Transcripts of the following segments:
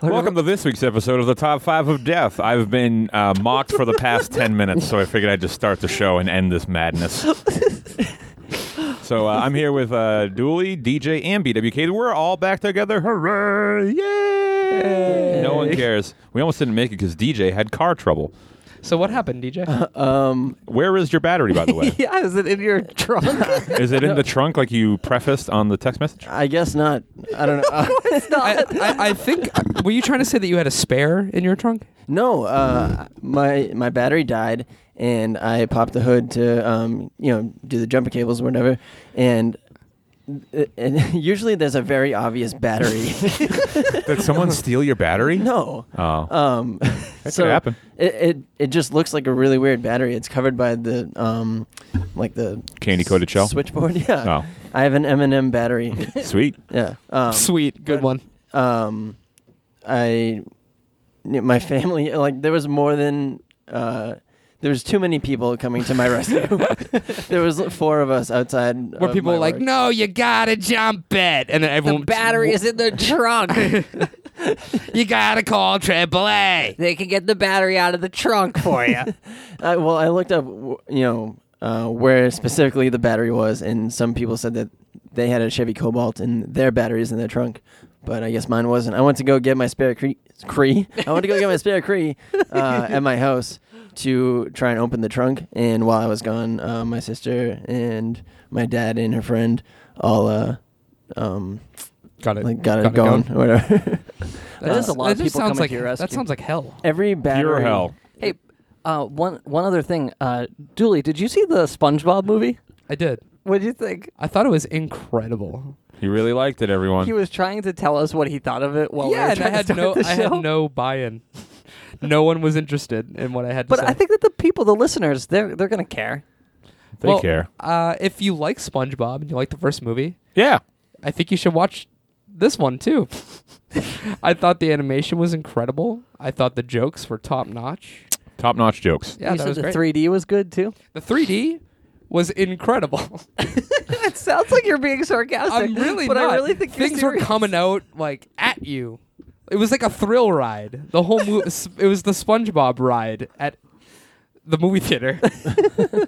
Welcome to this week's episode of the Top Five of Death. I've been uh, mocked for the past ten minutes, so I figured I'd just start the show and end this madness. so uh, I'm here with uh, Dooley, DJ, and BWK. We're all back together. Hooray! Yay! No one cares. We almost didn't make it because DJ had car trouble. So what happened, DJ? Um, Where is your battery, by the way? yeah, is it in your trunk? Is it in the trunk like you prefaced on the text message? I guess not. I don't know. Uh, I, I, I think. Were you trying to say that you had a spare in your trunk? no, uh, my my battery died, and I popped the hood to um, you know do the jumper cables or whatever, and. uh, And usually there's a very obvious battery. Did someone steal your battery? no, Oh. um, that could happen. It, it it just looks like a really weird battery. It's covered by the um, like the Candy coated shell? switchboard. Yeah, Oh. I have an M and M battery. Sweet. yeah, um, Sweet, good one. um, I, my family, like there was more than, uh, there was too many people coming to my rescue. there was four of us outside. Where of people my were like, work. "No, you gotta jump it," and then everyone battery is in the trunk. You gotta call AAA. they can get the battery out of the trunk for you. I, well, I looked up, w- you know, uh, where specifically the battery was, and some people said that they had a Chevy Cobalt and their batteries in their trunk. But I guess mine wasn't. I went to go get my spare Cree. Cree. I went to go get my spare Cree uh, at my house to try and open the trunk. And while I was gone, uh, my sister and my dad and her friend all uh, um, Got it. like got it going or whatever. That There's just- a lot that of just people sounds coming like, to your rescue. That sounds like hell. Every battery. Pure hell. hey, uh, one one other thing, uh, Dooley, did you see the SpongeBob movie? I did. What do you think? I thought it was incredible. He really liked it, everyone. He was trying to tell us what he thought of it while we yeah, were and I trying had to no, start the I had show. no buy-in. no one was interested in what I had to but say. I think that the people, the listeners, they're they're gonna care. they well, care. Uh, if you like SpongeBob and you like the first movie, Yeah. I think you should watch this one too. I thought the animation was incredible. I thought the jokes were top notch. Top notch jokes. Yeah, you that said was the great. 3D was good too. the 3D was incredible. it sounds like you're being sarcastic. I'm really but not. I really think you're things were serious. coming out like at you. It was like a thrill ride. The whole movie. it was the SpongeBob ride at the movie theater.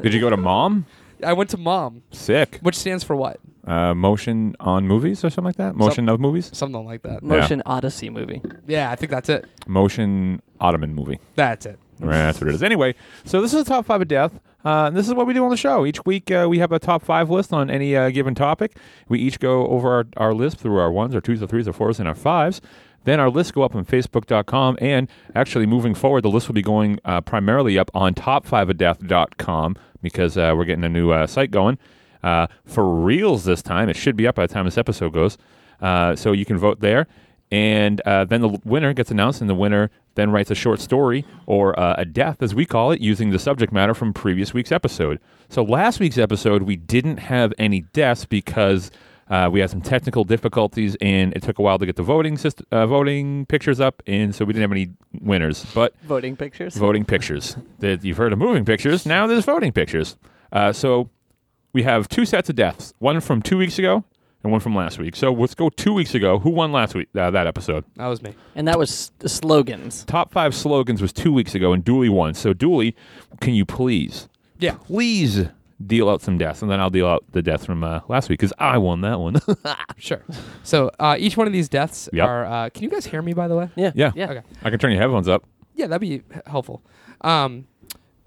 Did you go to mom? I went to Mom, Sick. which stands for what? Uh, motion on movies or something like that? Motion of movies? Something like that. Motion Odyssey movie. Yeah, I think that's it. Motion Ottoman movie. That's it. Right, that's what it is. Anyway, so this is the top five of death. Uh, and this is what we do on the show. Each week, uh, we have a top five list on any uh, given topic. We each go over our, our list through our ones, our twos, our threes, our fours, and our fives. Then our lists go up on Facebook.com. And actually, moving forward, the list will be going uh, primarily up on top5ofdeath.com because uh, we're getting a new uh, site going. Uh, for reals this time, it should be up by the time this episode goes. Uh, so you can vote there. And uh, then the l- winner gets announced, and the winner then writes a short story or uh, a death, as we call it, using the subject matter from previous week's episode. So last week's episode, we didn't have any deaths because uh, we had some technical difficulties, and it took a while to get the voting syst- uh, voting pictures up, and so we didn't have any winners. But Voting pictures. voting pictures. That you've heard of moving pictures. Now there's voting pictures. Uh, so we have two sets of deaths. One from two weeks ago and one from last week. So let's go two weeks ago. Who won last week? Uh, that episode. That was me. And that was s- slogans. Top five slogans was two weeks ago, and Dooley won. So Dooley, can you please, Yeah. please deal out some deaths, and then I'll deal out the deaths from uh, last week because I won that one. Sure. So uh, each one of these deaths Yep. are. Uh, can you guys hear me, by the way? Yeah. yeah. Yeah. Okay. I can turn your headphones up. Yeah, that'd be h- helpful. Um,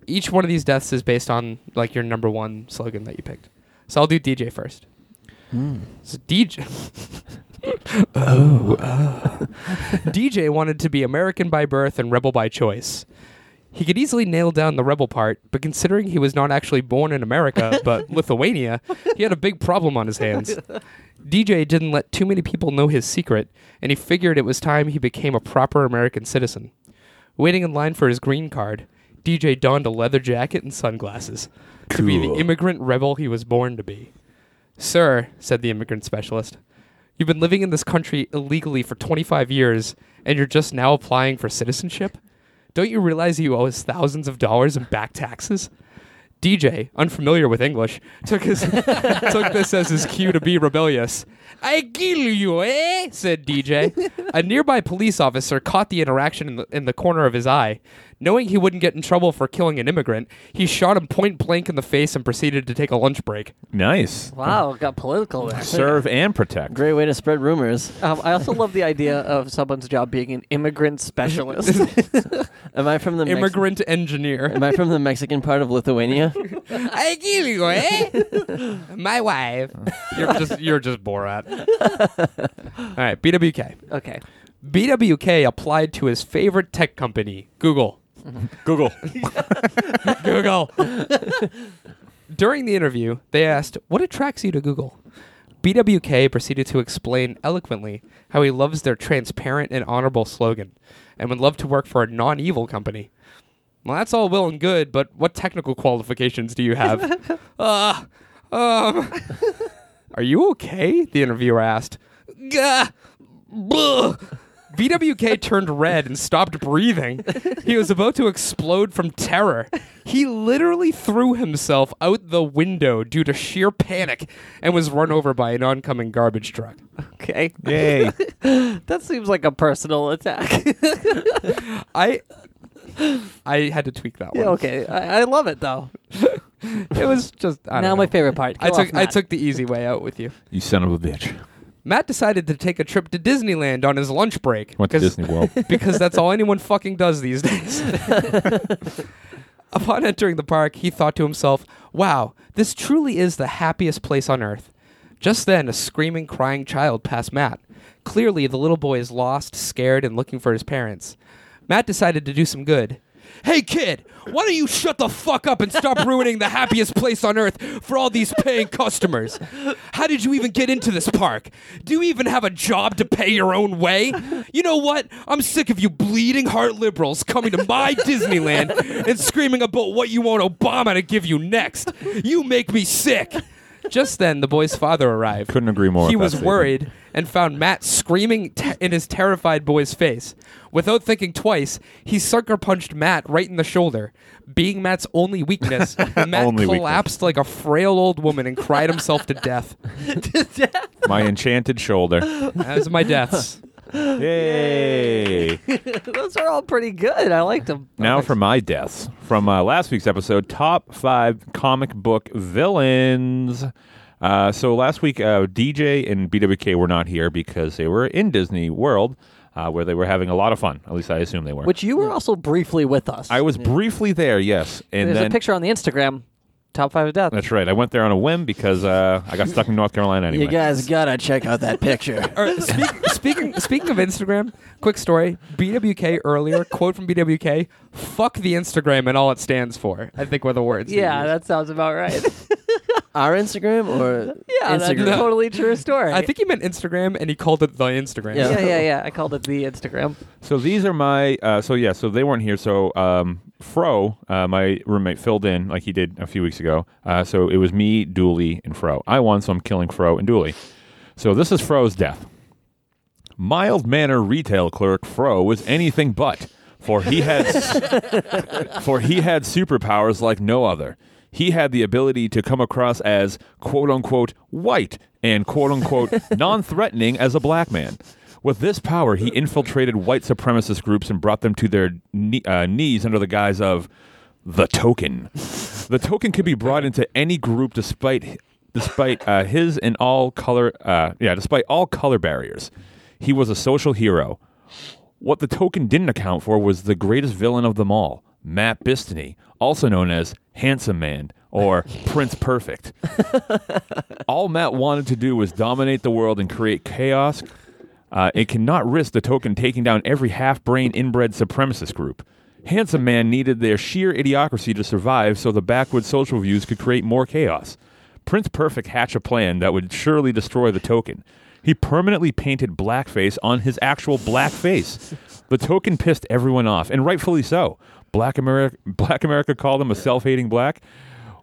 each one of these deaths is based on like your number one slogan that you picked. So I'll do DJ first. Hmm. So DJ. oh. DJ wanted to be American by birth and rebel by choice. He could easily nail down the rebel part, but considering he was not actually born in America but Lithuania, he had a big problem on his hands. DJ didn't let too many people know his secret, and he figured it was time he became a proper American citizen. Waiting in line for his green card, DJ donned a leather jacket and sunglasses to be the Cool. immigrant rebel he was born to be. Sir, said the immigrant specialist, you've been living in this country illegally for 25 years, and you're just now applying for citizenship? Don't you realize you owe us thousands of dollars in back taxes? DJ, unfamiliar with English, took his took this as his cue to be rebellious. I kill you, eh? said DJ. A nearby police officer caught the interaction in the, in the corner of his eye. Knowing he wouldn't get in trouble for killing an immigrant, he shot him point blank in the face and proceeded to take a lunch break. Nice. Wow, got political there. Serve and protect. Great way to spread rumors. Um, I also love the idea of someone's job being an immigrant specialist. Am I from the Mex- Immigrant engineer. Am I from the Mexican part of Lithuania? I kill you, eh? My wife. You're just you're just Borat. All right, BWK. okay. BWK applied to his favorite tech company, Google. Google. Google. During the interview, they asked, What attracts you to Google? BWK proceeded to explain eloquently how he loves their transparent and honorable slogan and would love to work for a non evil company. Well, that's all well and good, but what technical qualifications do you have? uh, um, are you okay? The interviewer asked. Gah, blah. VWK turned red and stopped breathing. He was about to explode from terror. He literally threw himself out the window due to sheer panic and was run over by an oncoming garbage truck. Okay. Yay. That seems like a personal attack. I I had to tweak that one. yeah, okay. I, I love it though. It was just I don't Now know. my favorite part. I Go took off, I Matt. took the easy way out with you. You son of a bitch. Matt decided to take a trip to Disneyland on his lunch break. Went to 'cause- Disney World. because that's all anyone fucking does these days. Upon entering the park, he thought to himself, wow, this truly is the happiest place on earth. Just then, a screaming, crying child passed Matt. Clearly, the little boy is lost, scared, and looking for his parents. Matt decided to do some good. Hey, kid, why don't you shut the fuck up and stop ruining the happiest place on earth for all these paying customers? How did you even get into this park? Do you even have a job to pay your own way? You know what? I'm sick of you bleeding heart liberals coming to my Disneyland and screaming about what you want Obama to give you next. You make me sick. Just then, the boy's father arrived. Couldn't agree more He with that was statement. worried and found Matt screaming te- in his terrified boy's face. Without thinking twice, he sucker punched Matt right in the shoulder. Being Matt's only weakness, Matt Only weakness. collapsed like a frail old woman and cried himself to death. My enchanted shoulder. As my deaths. Yay. Those are all pretty good. I liked them. Now for my deaths from uh, last week's episode: top five comic book villains. Uh, so last week, uh, DJ and BWK were not here because they were in Disney World, uh, where they were having a lot of fun. At least I assume they were. Which you were also briefly with us. I was briefly there, yes. And There's then a picture on the Instagram. Top five of death. that's right. I went there on a whim because uh, I got stuck in North Carolina anyway. You guys gotta check out that picture. Or, speak, speaking speaking of Instagram, quick story. BWK earlier quote from BWK: "Fuck the Instagram and all it stands for." I think were the words. he yeah, used. that sounds about right. Our Instagram or yeah, that's a Instagram? totally true story. I think he meant Instagram, and he called it the Instagram. Yeah. Yeah, yeah, yeah. I called it the Instagram. So these are my. Uh, so yeah. So they weren't here. So um, Fro, uh, my roommate, filled in like he did a few weeks ago. Uh, so it was me, Dooley, and Fro. I won, so I'm killing Fro and Dooley. So this is Fro's death. Mild manner retail clerk Fro was anything but, for he had for he had superpowers like no other. He had the ability to come across as quote unquote white and quote unquote non threatening as a black man. With this power, he infiltrated white supremacist groups and brought them to their kne- uh, knees under the guise of the token. The token could be brought into any group despite despite uh, his and all color uh, yeah despite all color barriers. He was a social hero. What the token didn't account for was the greatest villain of them all, Matt Bistany, also known as Handsome Man or Prince Perfect. all Matt wanted to do was dominate the world and create chaos. Uh, it cannot risk the token taking down every half brain inbred supremacist group. Handsome Man needed their sheer idiocracy to survive so the backward social views could create more chaos. Prince Perfect hatched a plan that would surely destroy the token. He permanently painted blackface on his actual black face. The token pissed everyone off, and rightfully so. Black America, black America called him a self hating black.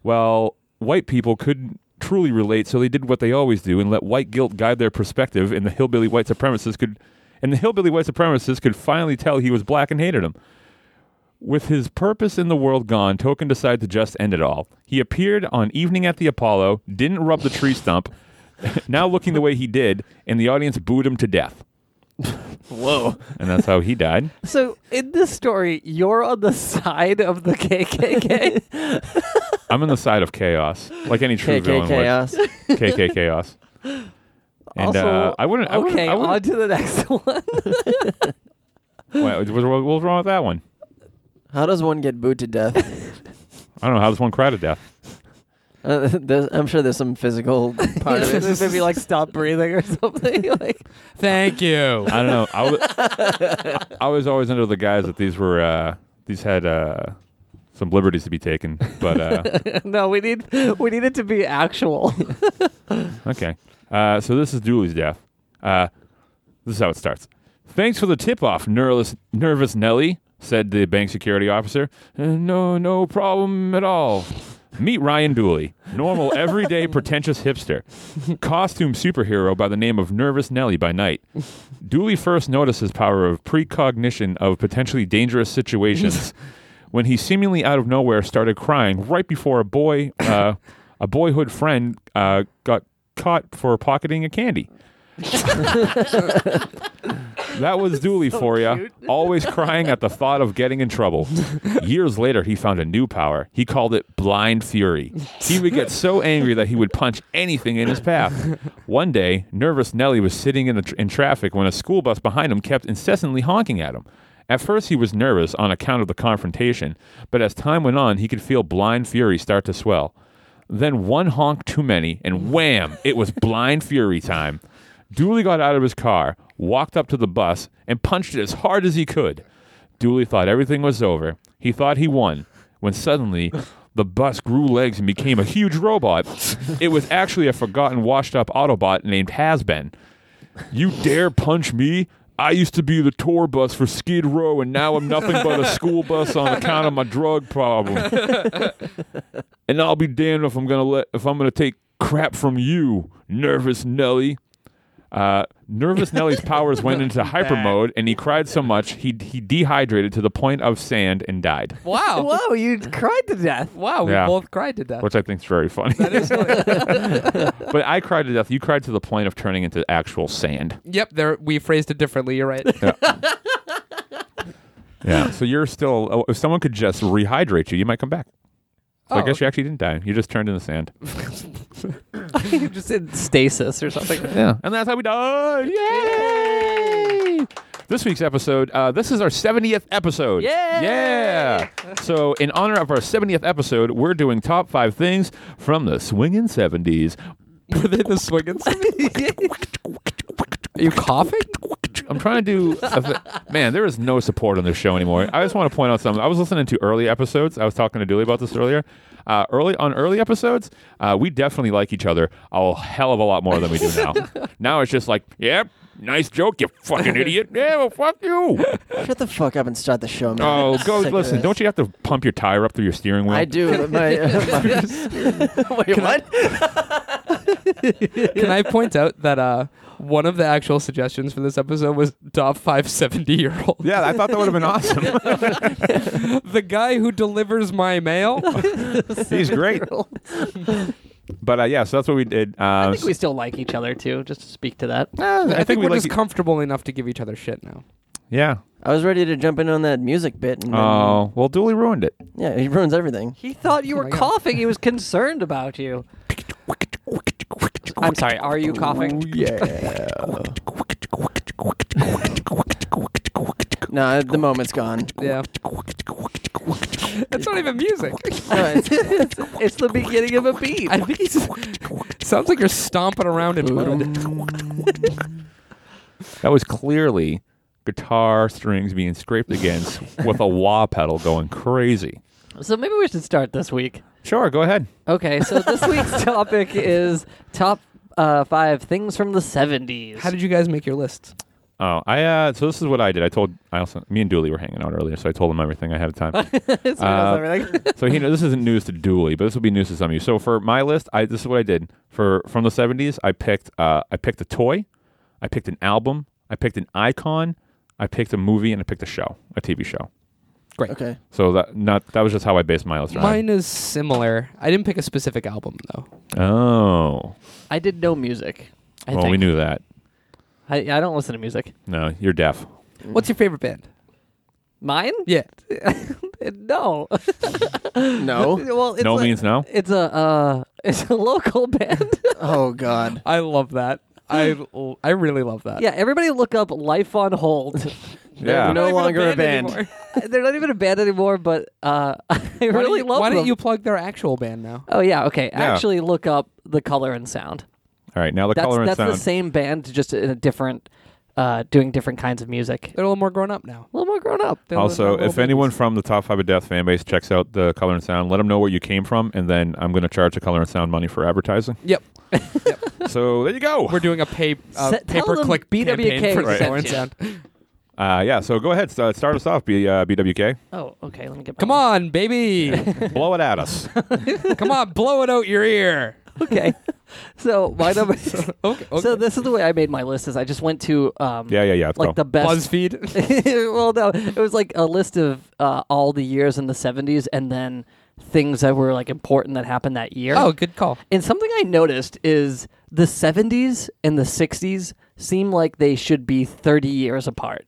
Well, white people couldn't truly relate, so they did what they always do and let white guilt guide their perspective. And the hillbilly white supremacists could, and the hillbilly white supremacists could finally tell he was black and hated him. With his purpose in the world gone, Token decided to just end it all. He appeared on Evening at the Apollo, didn't rub the tree stump, now looking the way he did, and the audience booed him to death. Whoa. And that's how he died. So in this story, you're on the side of the KKK. I'm on the side of chaos, like any true KK villain would. chaos. KK chaos. And uh, I wouldn't. I wouldn't. okay, I on wouldn't to the next one. Wait, what- what- what was wrong with that one? How does one get booed to death? I don't know how this one cried to death. Uh, there's- I'm sure there's some physical part of it. Maybe like stop breathing or something. like Thank you. I don't know. I was, I was always under the guise that these were uh, these had uh, some liberties to be taken. But uh, no, we need we need it to be actual. okay. Uh, so this is Dooley's death. Uh, this is how it starts. Thanks for the tip off, nervous, nervous Nelly, said the bank security officer. "Uh, no, no problem at all. Meet Ryan Dooley, normal, everyday, pretentious hipster, costume superhero by the name of Nervous Nelly by night. Dooley first noticed his power of precognition of potentially dangerous situations when he seemingly out of nowhere started crying right before a boy, uh, a boyhood friend, uh, got caught for pocketing a candy. That was Dooley for you. Always crying at the thought of getting in trouble. Years later, he found a new power. He called it blind fury. He would get so angry that he would punch anything in his path. One day, nervous Nelly was sitting in, the tr- in traffic when a school bus behind him kept incessantly honking at him. At first, he was nervous on account of the confrontation, but as time went on, he could feel blind fury start to swell. Then one honk too many, and wham, it was blind fury time. Dooley got out of his car, walked up to the bus, and punched it as hard as he could. Dooley thought everything was over. He thought he won, when suddenly the bus grew legs and became a huge robot. It was actually a forgotten, washed up Autobot named Hasben. You dare punch me? I used to be the tour bus for Skid Row, and now I'm nothing but a school bus on account of my drug problem and I'll be damned if I'm gonna let if I'm gonna take crap from you, nervous Nelly. Uh, nervous Nelly's powers went into hyper mode, and he cried so much he he dehydrated to the point of sand and died, Wow. Whoa, you cried to death. Wow, we Yeah. both cried to death. which I think is very funny. but I cried to death. You cried to the point of turning into actual sand. Yep, there we phrased it differently. You're right. Yeah. So you're still. oh, If someone could just rehydrate you, you might come back. So I Oh, guess you actually didn't die. You just turned into sand. you just in stasis or something. Yeah. And that's how we died. Yay! This week's episode, uh, this is our 70th episode. Yay! Yeah. So, in honor of our 70th episode, we're doing top five things from the swinging 70s. Were they the swingins? Are you coughing? I'm trying to do. a thi- man, there is no support on this show anymore. I just want to point out something. I was listening to early episodes. I was talking to Dooley about this earlier. Uh, early on early episodes, uh, we definitely like each other a hell of a lot more than we do now. now it's just like, yep, nice joke, you fucking idiot. Yeah, well, fuck you. Shut the fuck up and start the show, man. Oh, go Sick of listen. this. Don't you have to pump your tire up through your steering wheel? I do. but My, wait, what? Can I point out that uh, one of the actual suggestions for this episode was top five 70 year old? Yeah, I thought that would have been awesome. The guy who delivers my mail? He's great. But uh, yeah, so that's what we did. Uh, eh, I think we still like each other too. Just to speak to that. I I, think, think, we we're like. just comfortable enough to give each other shit now. yeah. I was ready to jump in on that music bit. And then- Oh well, Dooley ruined it. yeah, he ruins everything. He thought you Oh were my God. coughing. He was concerned about you. I'm sorry. Are you coughing? Yeah. no, the moment's gone. Yeah. That's not even music. No, it's- It's the beginning of a beat. I think he's. Sounds like you're stomping around in mud. That was clearly guitar strings being scraped against with a wah pedal going crazy. So maybe we should start this week. Sure, go ahead. Okay, so this week's topic is top uh, five things from the 70s. How did you guys make your list? Oh, I uh, so this is what I did. I told I also me and Dooley were hanging out earlier, so I told him everything I had time. you uh, so he know this isn't news to Dooley, but this will be news to some of you. So for my list, I this is what I did for from the seventies. I picked uh, I picked a toy, I picked an album, I picked an icon, I picked a movie, and I picked a show, a TV show. Great. Okay. So that not that was just how I based my list. around. Mine is similar. I didn't pick a specific album though. Oh, I did no music. I well, think. we knew that. I, I don't listen to music. No, you're deaf. What's your favorite band? Mine? Mm. Yeah. no. No. well, it's no a, means no. It's a uh, it's a local band. oh God. I love that. I l- I really love that. yeah, everybody look up Life on Hold. Yeah. They're no Not even longer a band. anymore. They're not even a band anymore, but uh, I Why don't really you- love Why them. don't you plug their actual band now? Oh yeah, okay. Actually, look up the color and sound. All right, now the that's color and that's sound. the same band, just in a different, uh, doing different kinds of music. They're a little more grown up now. A little more grown up. They're a little Also, more if little anyone babies. from the Top Five of Death fan base checks out the color and sound, let them know where you came from, and then I'm going to charge the color and sound money for advertising. Yep. so there you go. We're doing a pay uh, Se- pay tell per click them campaign BWK for the sent Color and you. Sound. Uh, yeah, so go ahead, start, start us off, B, uh, BWK. Oh, okay. Let me get. Come my- on, baby. Blow it at us. Come on, blow it out your ear. Okay. so my number. Okay. okay. So this is the way I made my list. Is I just went to um, Yeah, yeah, yeah. Let's like go. the best. BuzzFeed. well, no, it was like a list of uh, all the years in the '70s, and then things that were like important that happened that year. Oh, good call. And something I noticed is the 70s and the 60s seem like they should be 30 years apart.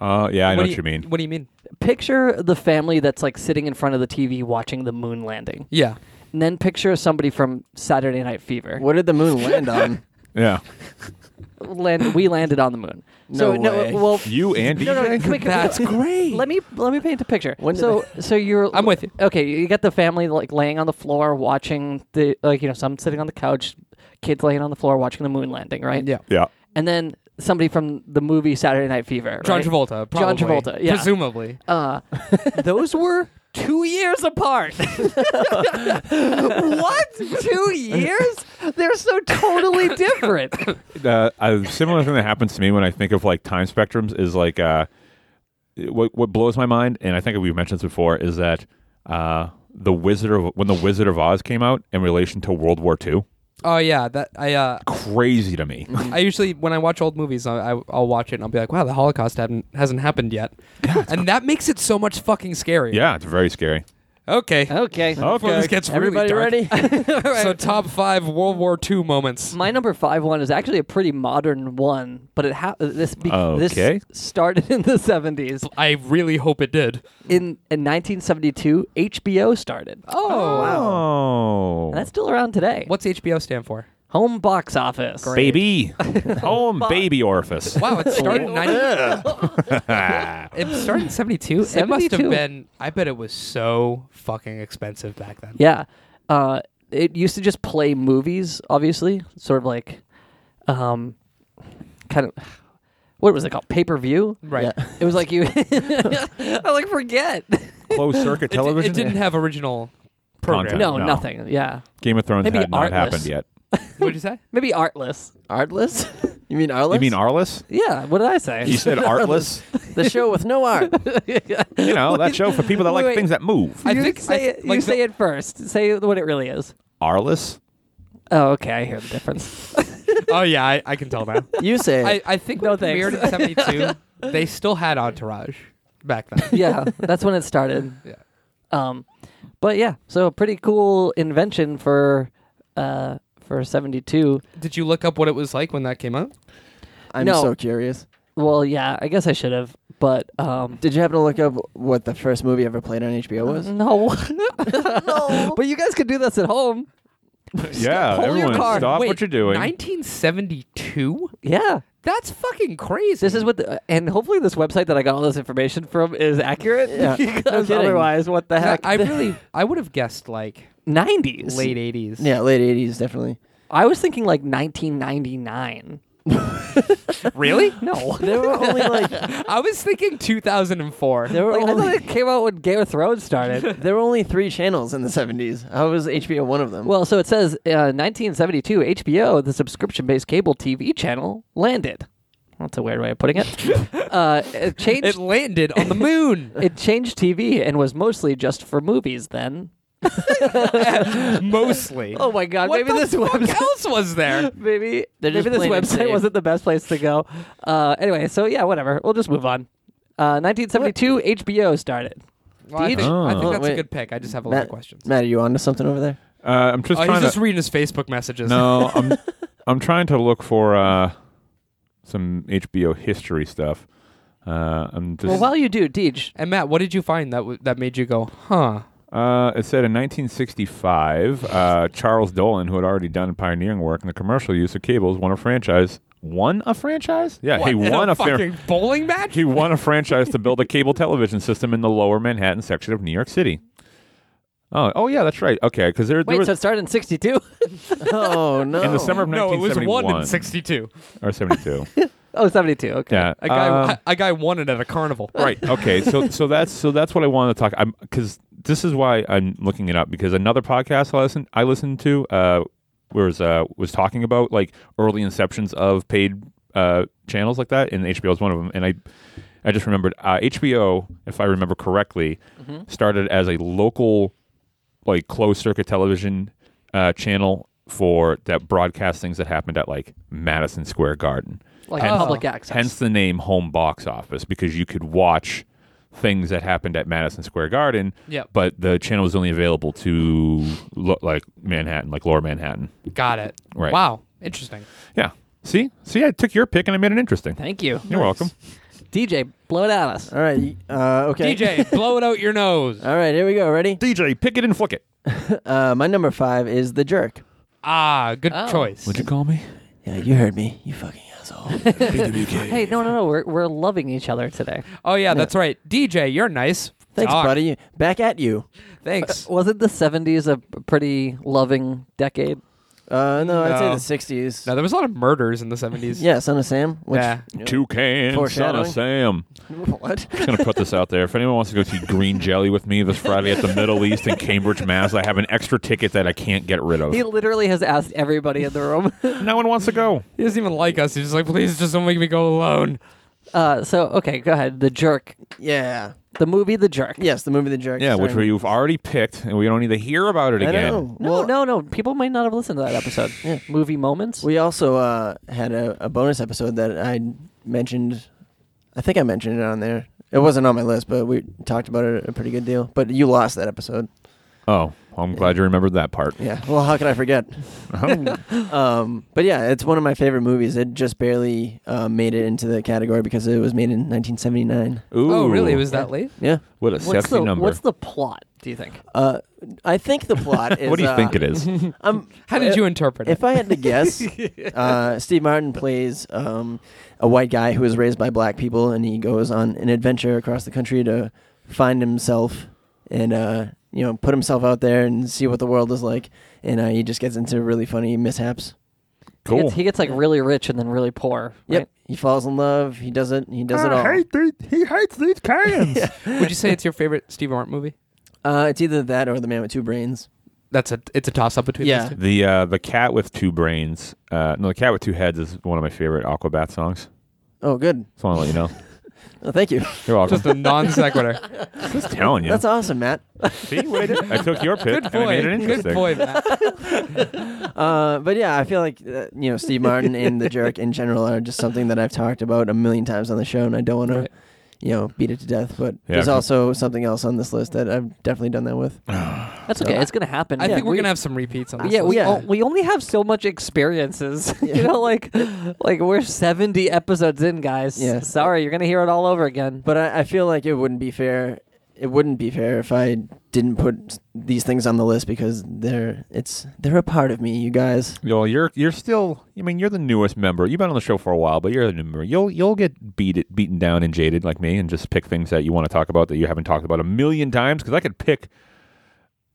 uh, yeah, I know do what you mean. What do you mean? Picture the family that's like sitting in front of the TV watching the moon landing. Yeah. And then picture somebody from Saturday Night Fever. What did the moon land on? Yeah. Land, we landed on the moon. so No way. no well You and no, no, DJ? come here, come here. That's great. Let me let me paint a picture. When did so so you're I'm with you. Okay, you got the family like laying on the floor watching the like you know some sitting on the couch, kids laying on the floor watching the moon landing, right? Yeah. Yeah. and then somebody from the movie Saturday Night Fever. John right? Travolta. Probably. John Travolta, yeah. Presumably. Uh, those were two years apart. what? Two years? They're so totally different. Uh, a similar thing that happens to me when I think of like time spectrums is like uh, what what blows my mind, and I think we've mentioned this before, is that uh, the Wizard of when the Wizard of Oz came out in relation to World War II, Oh yeah. That I uh crazy to me. I usually when I watch old movies I, I I'll watch it and I'll be like wow the Holocaust hadn't hasn't happened yet and that makes it so much fucking scary. yeah, it's very scary. Okay. Uh, Okay. Before this gets Everybody Oh, really ready? dark. So top five World War II moments. My number five one is actually a pretty modern one, but it ha- uh, this be- Okay. this started in the seventies. I really hope it did. In in 1972, HBO started. Oh, wow. Oh, And that's still around today. What's HBO stand for? home box office? baby, home baby orifice. Wow, it started in 90. it started in 72. It must have 72. been I bet it was so fucking expensive back then. Yeah. Uh, it used to just play movies, obviously, sort of like, um, kind of, what was it called? Pay per view? Right. Yeah. It was like you, I like forget. Closed circuit It- television. It, didn't have original program. Content. No, No. nothing. Yeah. Game of Thrones Maybe had not Artless. happened yet. What'd you say? Maybe artless. Artless? You mean Artless? You mean artless? Yeah. What did I You say? said artless. the show with no art? you know that show for people that Wait, like wait. things that move. I you think- say I th- it. like you the- say it first. Say what it really is. Artless. Oh, okay. I hear the difference. oh yeah, I, I can tell now. You say it. I, I think No when it premiered in thanks. 72, they still had Entourage back then. yeah. That's when it started. Yeah. Um, but yeah. So a pretty cool invention for, uh, for seventy two. Did you look up what it was like when that came out? I'm no. so curious. Well, yeah, I guess I should have, but um, Did you happen to look up what the first movie ever played on HBO was? no, no. But you guys could do this at home. Yeah, Pull your everyone, card. stop Wait, what you're doing. 1972? Yeah, That's fucking crazy. this is what, the, and hopefully this website that I got all this information from is accurate. Yeah, no because kidding. otherwise, what the I heck? I really, I would have guessed like nineties. late 80s. Yeah, late 80s, definitely. I was thinking like nineteen ninety nine. Really? No, There were only like I was thinking 2004. there were like, I only thought it came out when Game of Thrones started. there were only three channels in the 70s. How was HBO one of them? well, so it says uh, nineteen seventy two HBO, the subscription based cable TV channel, landed. That's a weird way of putting it. uh, it changed It landed on the moon. it changed TV and was mostly just for movies then. Mostly. Oh my god, what maybe the this fuck website else was there? maybe They're just maybe this playing it website safe. wasn't the best place to go. Uh, anyway, so yeah, whatever. We'll just move on. Uh, 1972 HBO started. Well, I, Each- think, I think Oh. that's a Wait. good pick. I just have a lot of Matt- questions. Matt, are you onto something over there? Uh, I'm just oh, he's trying just to. reading his Facebook messages. No, I'm I'm trying to look for uh, some HBO history stuff. Uh, I'm just. Well, while you do, Deej, And Matt, what did you find that w- that made you go, huh? Uh, it said in 1965, uh, Charles Dolan, who had already done pioneering work in the commercial use of cables, won a franchise. Won a franchise? Yeah, he What, in won a, a, fran- fucking bowling match. he won a franchise to build a cable television system in the Lower Manhattan section of New York City. Oh, oh yeah, that's right. Okay, because there, there wait, was so it started in 62? oh no! in the summer of No, it was 1971 one in '62. or 72. oh, 72. Okay. yeah, A guy, um, a guy won it at a carnival. right okay so so that's so that's what i wanted to talk i'm because this is why i'm looking it up because another podcast i listened i listened to uh was uh was talking about like early inceptions of paid uh channels like that and hbo is one of them and i i just remembered uh hbo if i remember correctly started as a local like closed circuit television uh channel for that broadcast things that happened at like madison square garden Like Hence- public access. Hence the name home box office because you could watch things that happened at Madison Square Garden. Yep. But the channel was only available to lo- like Manhattan, like Lower Manhattan. Got it. Right. Wow. Interesting. Yeah. See, see, I took your pick and I made it interesting. Thank you. You're welcome. DJ, blow it at us. All right. y- Uh, okay. DJ, blow it out your nose. All right. Here we go. Ready? DJ, pick it and flick it. Uh, my number five is the jerk. Ah, good Oh. choice. Would you call me? Yeah, you heard me. You fucking asshole. Hey, no, no, no. We're, we're loving each other today. Oh yeah, that's right. DJ, you're nice. Thanks, Dog. buddy. Back at you. Thanks. Wasn't the 70s a pretty loving decade? Uh, No. no, I'd say the '60s. Now there was a lot of murders in the '70s. Yeah, Son of Sam. Which, Yeah. Toucan, son of Foreshadowing. Sam. What? Just gonna put this out there. If anyone wants to go see Green Jelly with me this Friday at the Middle East in Cambridge, Mass, I have an extra ticket that I can't get rid of. He literally has asked everybody in the room. No one wants to go. He doesn't even like us. He's just like, please, just don't make me go alone. Uh, so, okay, go ahead. The Jerk. Yeah. The movie The Jerk. Yes, the movie The Jerk. Yeah, which starring- we've already picked, and we don't need to hear about it I again. know. No, well, no, no. People might not have listened to that episode. Yeah. Movie moments. We also uh, had a, a bonus episode that I mentioned. I think I mentioned it on there. It wasn't on my list, but we talked about it a pretty good deal. But you lost that episode. Oh, I'm glad you remembered that part. Yeah. Well, how could I forget? Oh. um, but yeah, it's one of my favorite movies. It just barely uh, made it into the category because it was made in 1979. Ooh, Oh really? It was that Yeah. late? Yeah. what a what's, sexy the, number. what's the plot, do you think? Uh, I think the plot is. what do you uh, think it is? Um, How did you interpret it? If I had to guess, uh, Steve Martin plays um, a white guy who was raised by black people, and he goes on an adventure across the country to find himself and uh, you know put himself out there and see what the world is like. And uh, he just gets into really funny mishaps. He cool. gets, he gets, like really rich and then really poor. Yep, right? he falls in love. He does it. He does Ah, it all. these, he hates these cans. Would you say it's your favorite Steve Martin movie? Uh, it's either that or the man with two brains. That's a it's a toss up between Yeah. those two. The uh, the cat with two brains. Uh, no, the cat with two heads is one of my favorite Aquabat songs. Oh, good. Just want to let you know. Oh, thank you. You're welcome. Just a non sequitur. Just telling you. That's awesome, Matt. See, what I, did? I took your pick and Good I boy. made it Good interesting. boy, Matt. Uh, but yeah, I feel like uh, you know Steve Martin and the Jerk in general are just something that I've talked about a million times on the show, and I don't want Right. to, you know, beat it to death. But Yeah, there's I've- also something else on this list that I've definitely done that with. That's okay. It's gonna happen. I yeah, think we're we, gonna have some repeats on this. Oh, Yeah, we Yeah. o- we only have so much experiences. you know, like like we're seventy episodes in, guys. Yeah. Sorry, you're gonna hear it all over again. But I, I feel like it wouldn't be fair. It wouldn't be fair if I didn't put s- these things on the list because they're it's they're a part of me, you guys. Yo, you're you're still. I mean, you're the newest member. You've been on the show for a while, but you're the new member. You'll you'll get beat it, beaten down and jaded like me, and just pick things that you want to talk about that you haven't talked about a million times. Because I could pick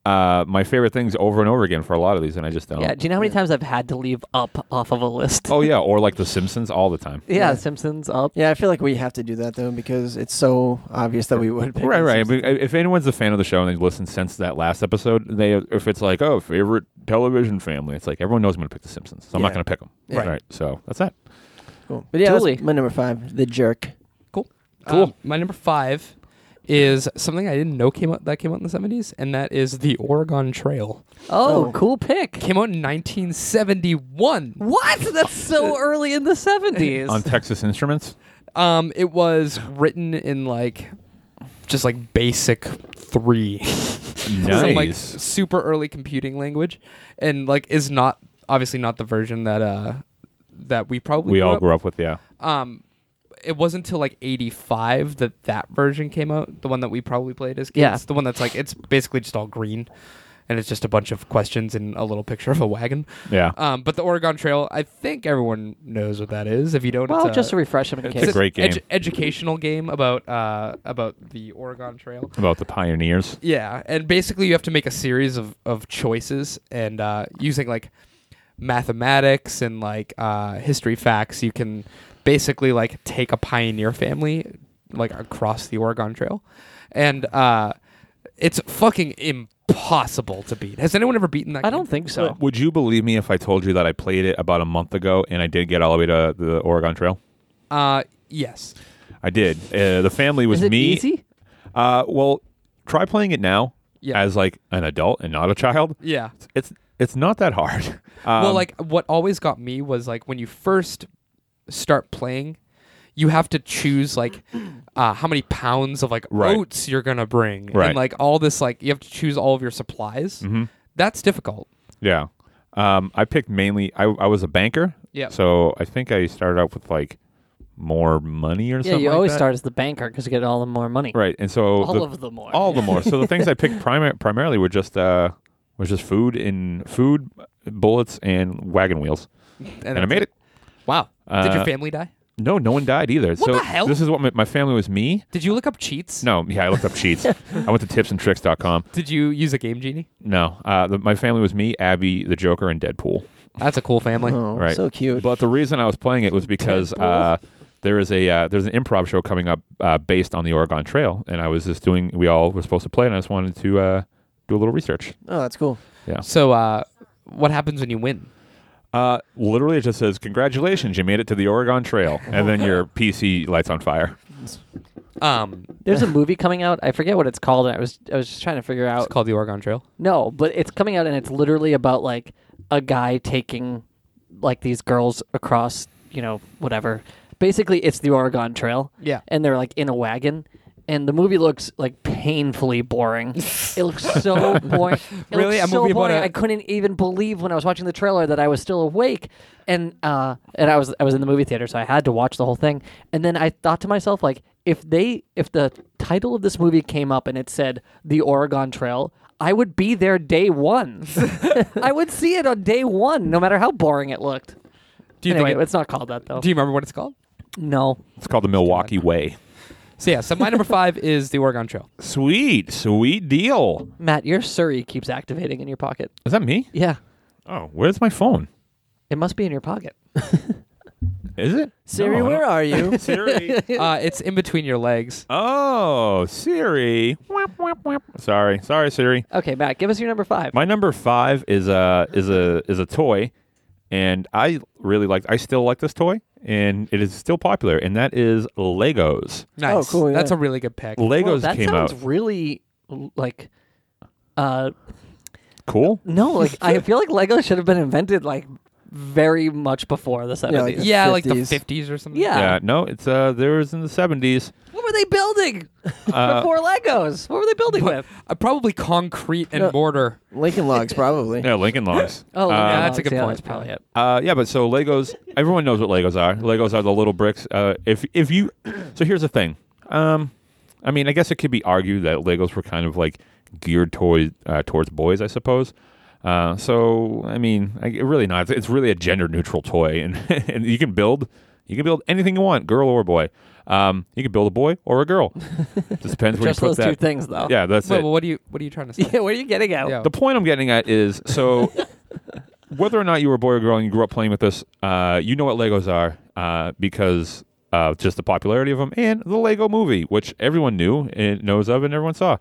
uh, my favorite things over and over again for a lot of these, and I just don't. yeah. Do you know how many times I've had to leave up off of a list? Oh yeah, or like The Simpsons all the time. yeah, Simpsons up. Yeah, I feel like we have to do that though because it's so obvious that we would. Pick Right, these right. things. But uh, If anyone's a fan of the show and they've listened since that last episode, they if it's like oh favorite television family, it's like everyone knows I'm going to pick The Simpsons, so I'm not Yeah. going to pick them. Yeah. Right. So that's that. Cool. But yeah, Totally. that's my number five, the jerk. Cool. um, my number five is something I didn't know came out that came out in the seventies, and that is the Oregon Trail. Oh, Oh. cool pick. Came out in nineteen seventy one. What? That's so early in the seventies. On Texas Instruments. Um, it was written in like just like basic three. some like nice. super early computing language, and like is not obviously not the version that uh that we probably we grew all up. grew up with yeah. Um, it wasn't until like '85 that that version came out, the one that we probably played as kids. Yeah. the one that's like it's basically just all green, and it's just a bunch of questions and a little picture of a wagon. Yeah. Um, but the Oregon Trail, I think everyone knows what that is. If you don't, Well, it's a, just to refresh them in It's a case. it's an great game. edu- educational game about uh about the Oregon Trail. About the pioneers. Yeah, and basically you have to make a series of, of choices, and uh, using like mathematics and like uh, history facts, you can basically like take a pioneer family like across the Oregon Trail, and uh, it's fucking impossible to beat. Has anyone ever beaten that? I game? don't think so. Would you believe me if I told you that I played it about a month ago and I did get all the way to the Oregon Trail? Uh, yes. I did. Uh, the family was Is it me. easy? Uh, well, try playing it now Yeah. as like an adult and not a child. Yeah. It's it's not that hard. Um, well, like what always got me was like when you first start playing, you have to choose like uh, how many pounds of like Right. oats you're gonna bring, Right. Mm-hmm. and like all this like you have to choose all of your supplies. That's difficult. yeah. Um, I picked mainly. I, I was a banker. Yeah. So I think I started out with like more money or Yeah, something. you like always that. start as the banker because you get all the more money. Right, and so All the- of the more. all the more. So the things I picked primar- primarily were just uh, was just food and food, bullets and wagon wheels, and I that's made it. Wow. Did your Uh, family die? No, no one died either. so the hell? this is what my, my family was me. Did you look up cheats? No, yeah, I looked up cheats. I went to tipsandtricks.com. Did you use a game genie? No, uh, the, my family was me, Abby, the Joker, and Deadpool. That's a cool family. Oh, Right. so cute. But the reason I was playing it was because uh, there is a uh, there's an improv show coming up uh, based on the Oregon Trail, and I was just doing. We all were supposed to play, and I just wanted to uh, do a little research. Oh, that's cool. So, uh, what happens when you win? Uh, literally, it just says, "Congratulations, you made it to the Oregon Trail," and then your PC lights on fire. Um, There's a movie coming out. I forget what it's called. And I was I was just trying to figure it's out. called the Oregon Trail. No, but it's coming out and it's literally about like a guy taking like these girls across, you know, whatever. Basically, it's the Oregon Trail. Yeah. And they're like in a wagon. And the movie looks like painfully boring. it looks so boring. It Really? looks A so movie about boring. a- I couldn't even believe when I was watching the trailer that I was still awake, and uh, and I was I was in the movie theater, so I had to watch the whole thing. And then I thought to myself, like, if they if the title of this movie came up and it said the Oregon Trail, I would be there day one. I would see it on day one, no matter how boring it looked. Do you anyway, think? it's not called that though. It, do you remember what it's called? no, It's called the Milwaukee Way. So yeah. So my number five is the Oregon Trail. Sweet, sweet deal. Matt, your Surrey keeps activating in your pocket. Is that me? Yeah, Oh, where's my phone? it must be in your pocket. Is it Siri, No, I where are you? don't- Siri. Uh, it's in between your legs. Oh, Siri. Whap, whap, whap. Sorry, sorry, Siri. Okay, Matt, give us your number five. My number five is a is a is a toy, and I really like. I still like this toy, and it is still popular. And that is Legos. Nice. cool, yeah. That's a really good pick. Legos Well, that came sounds out. really l- like uh Cool. no like i feel like lego should have been invented like very much before the 70s like- yeah, like the 50s. 50s or something. Yeah. Yeah, no, it's uh, there was in the seventies. what were they building Uh, before legos what were they building with Uh, probably concrete and No. mortar. Lincoln Logs, probably. yeah, Lincoln Logs. oh uh, yeah, that's a good yeah, point. that's probably it Uh, yeah, but so Legos. Everyone knows what Legos are. Legos are the little bricks. Uh, if if you, so here's the thing. Um, I mean, I guess it could be argued that Legos were kind of like geared towards uh, towards boys, I suppose. Uh, so I mean, I, really not. It's, it's really a gender neutral toy, and and you can build you can build anything you want, girl or boy. Um, you can build a boy or a girl. Just depends where just you those put that. two things though Yeah, that's Wait, it. well, what are you what are you trying to say? yeah what are you getting at Yeah. The point I'm getting at is so whether or not you were a boy or girl and you grew up playing with this, uh, you know what Legos are uh, because uh, just the popularity of them and the Lego movie, which everyone knew and knows of and everyone saw.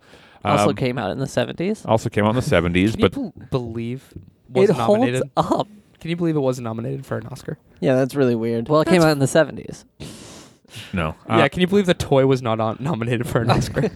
Um, uh, also came out in the 70s also came out in the 70s, Can but you bel- believe was it holds nominated? up Can you believe it was nominated for an Oscar? Yeah, that's really weird. well it came out in the 70s No. yeah, Uh, can you believe the toy was not on, nominated for an Oscar?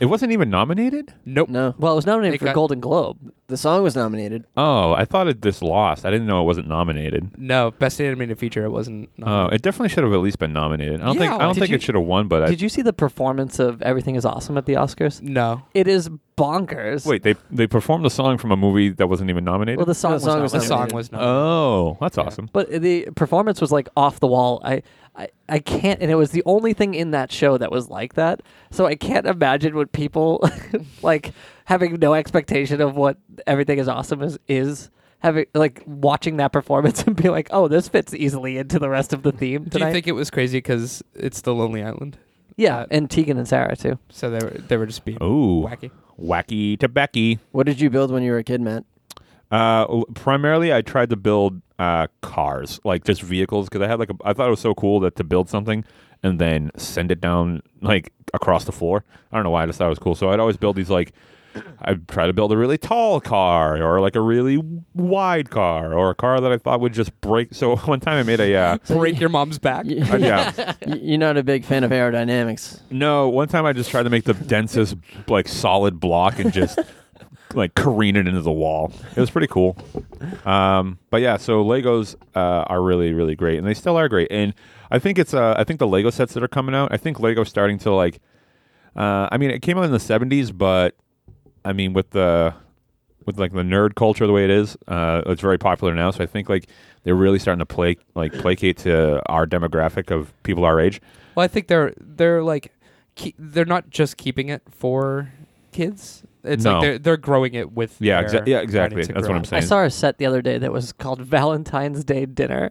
it wasn't even nominated? nope. No, Well, it was nominated It for got- Golden Globe. the song was nominated. Oh, I thought it just lost. I didn't know it wasn't nominated. No, best animated feature. It wasn't. Oh, nominated. it definitely should have at least been nominated. I don't think I Yeah, don't did think you- it should have won, but I Did you see the performance of Everything Is Awesome at the Oscars? no. It is bonkers. Wait, they they performed a song from a movie that wasn't even nominated? Well, the song, No, the song was was The not. nominated. song was not. oh, that's awesome. But the performance was like off the wall. I, I, I can't, and it was the only thing in that show that was like that. So I can't imagine what people like having no expectation of what everything is awesome is is having like watching that performance and be like, oh, this fits easily into the rest of the theme Do tonight. you think it was crazy because it's the Lonely Island? yeah, and Tegan and Sarah too. So they were they were just being Oh, wacky. wacky tobacco. What did you build when you were a kid, Matt? Uh, l- primarily, I tried to build uh, cars, like just vehicles, because I had like a, I thought it was so cool that to build something and then send it down like across the floor. I don't know why I just thought it was cool. So I'd always build these like I'd try to build a really tall car or like a really wide car or a car that I thought would just break. So one time I made a uh, Break your mom's back. You, uh, yeah. you're not a big fan of aerodynamics. No, one time I just tried to make the densest like solid block and just like careen it into the wall. It was pretty cool. Um, but yeah, so Legos uh, are really really great, and they still are great. And I think it's uh, I think the Lego sets that are coming out. I think Lego's starting to like. Uh, I mean, it came out in the '70s, but I mean with the with like the nerd culture the way it is, uh, it's very popular now. So I think like they're really starting to play like placate to our demographic of people our age. Well, I think they're they're like keep, they're not just keeping it for kids. It's No. like they're they're growing it with Yeah, their exa- yeah, exactly. audience and That's what growing. I'm I saying. saw a set the other day that was called Valentine's Day Dinner.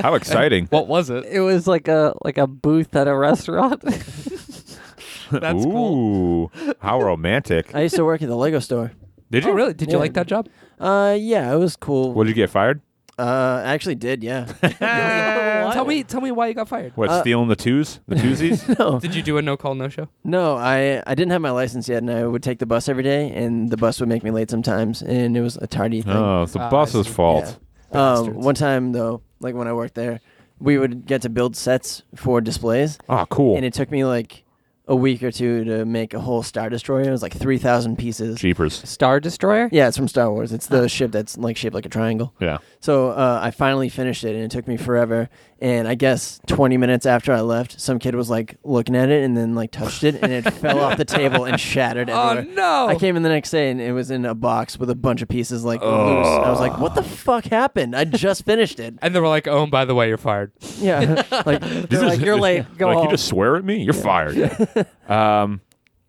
How exciting! What was it? It was like a like a booth at a restaurant. That's Ooh, cool. how romantic! I used to work at the Lego store. Did you Oh, really? Did you Yeah. like that job? Uh, yeah, it was cool. What did you get fired? Uh, I actually did, yeah. Tell me, tell me why you got fired. What Uh, stealing the twos, the twosies? no, Did you do a no call, no show? no, I I didn't have my license yet, and I would take the bus every day, and the bus would make me late sometimes, and it was a tardy thing. oh, it's the Ah, I boss's see. fault. Yeah. Um, Bastards. one time though, like when I worked there, we would get to build sets for displays, Ah, cool. and it took me like a week or two to make a whole Star Destroyer. It was like three thousand pieces. Jeepers. Star Destroyer. Yeah, it's from Star Wars. It's the ship that's like shaped like a triangle. Yeah. So uh, I finally finished it, and it took me forever. And I guess 20 minutes after I left, some kid was like looking at it, and then like touched it, and it fell off the table and shattered everywhere. Oh no! I came in the next day, and it was in a box with a bunch of pieces like loose. I was like, "What the fuck happened? I just finished it." And they were like, "Oh, and by the way, you're fired." Yeah, like This they're is- like, "You're late. Go like home." you just swear at me, you're fired. um,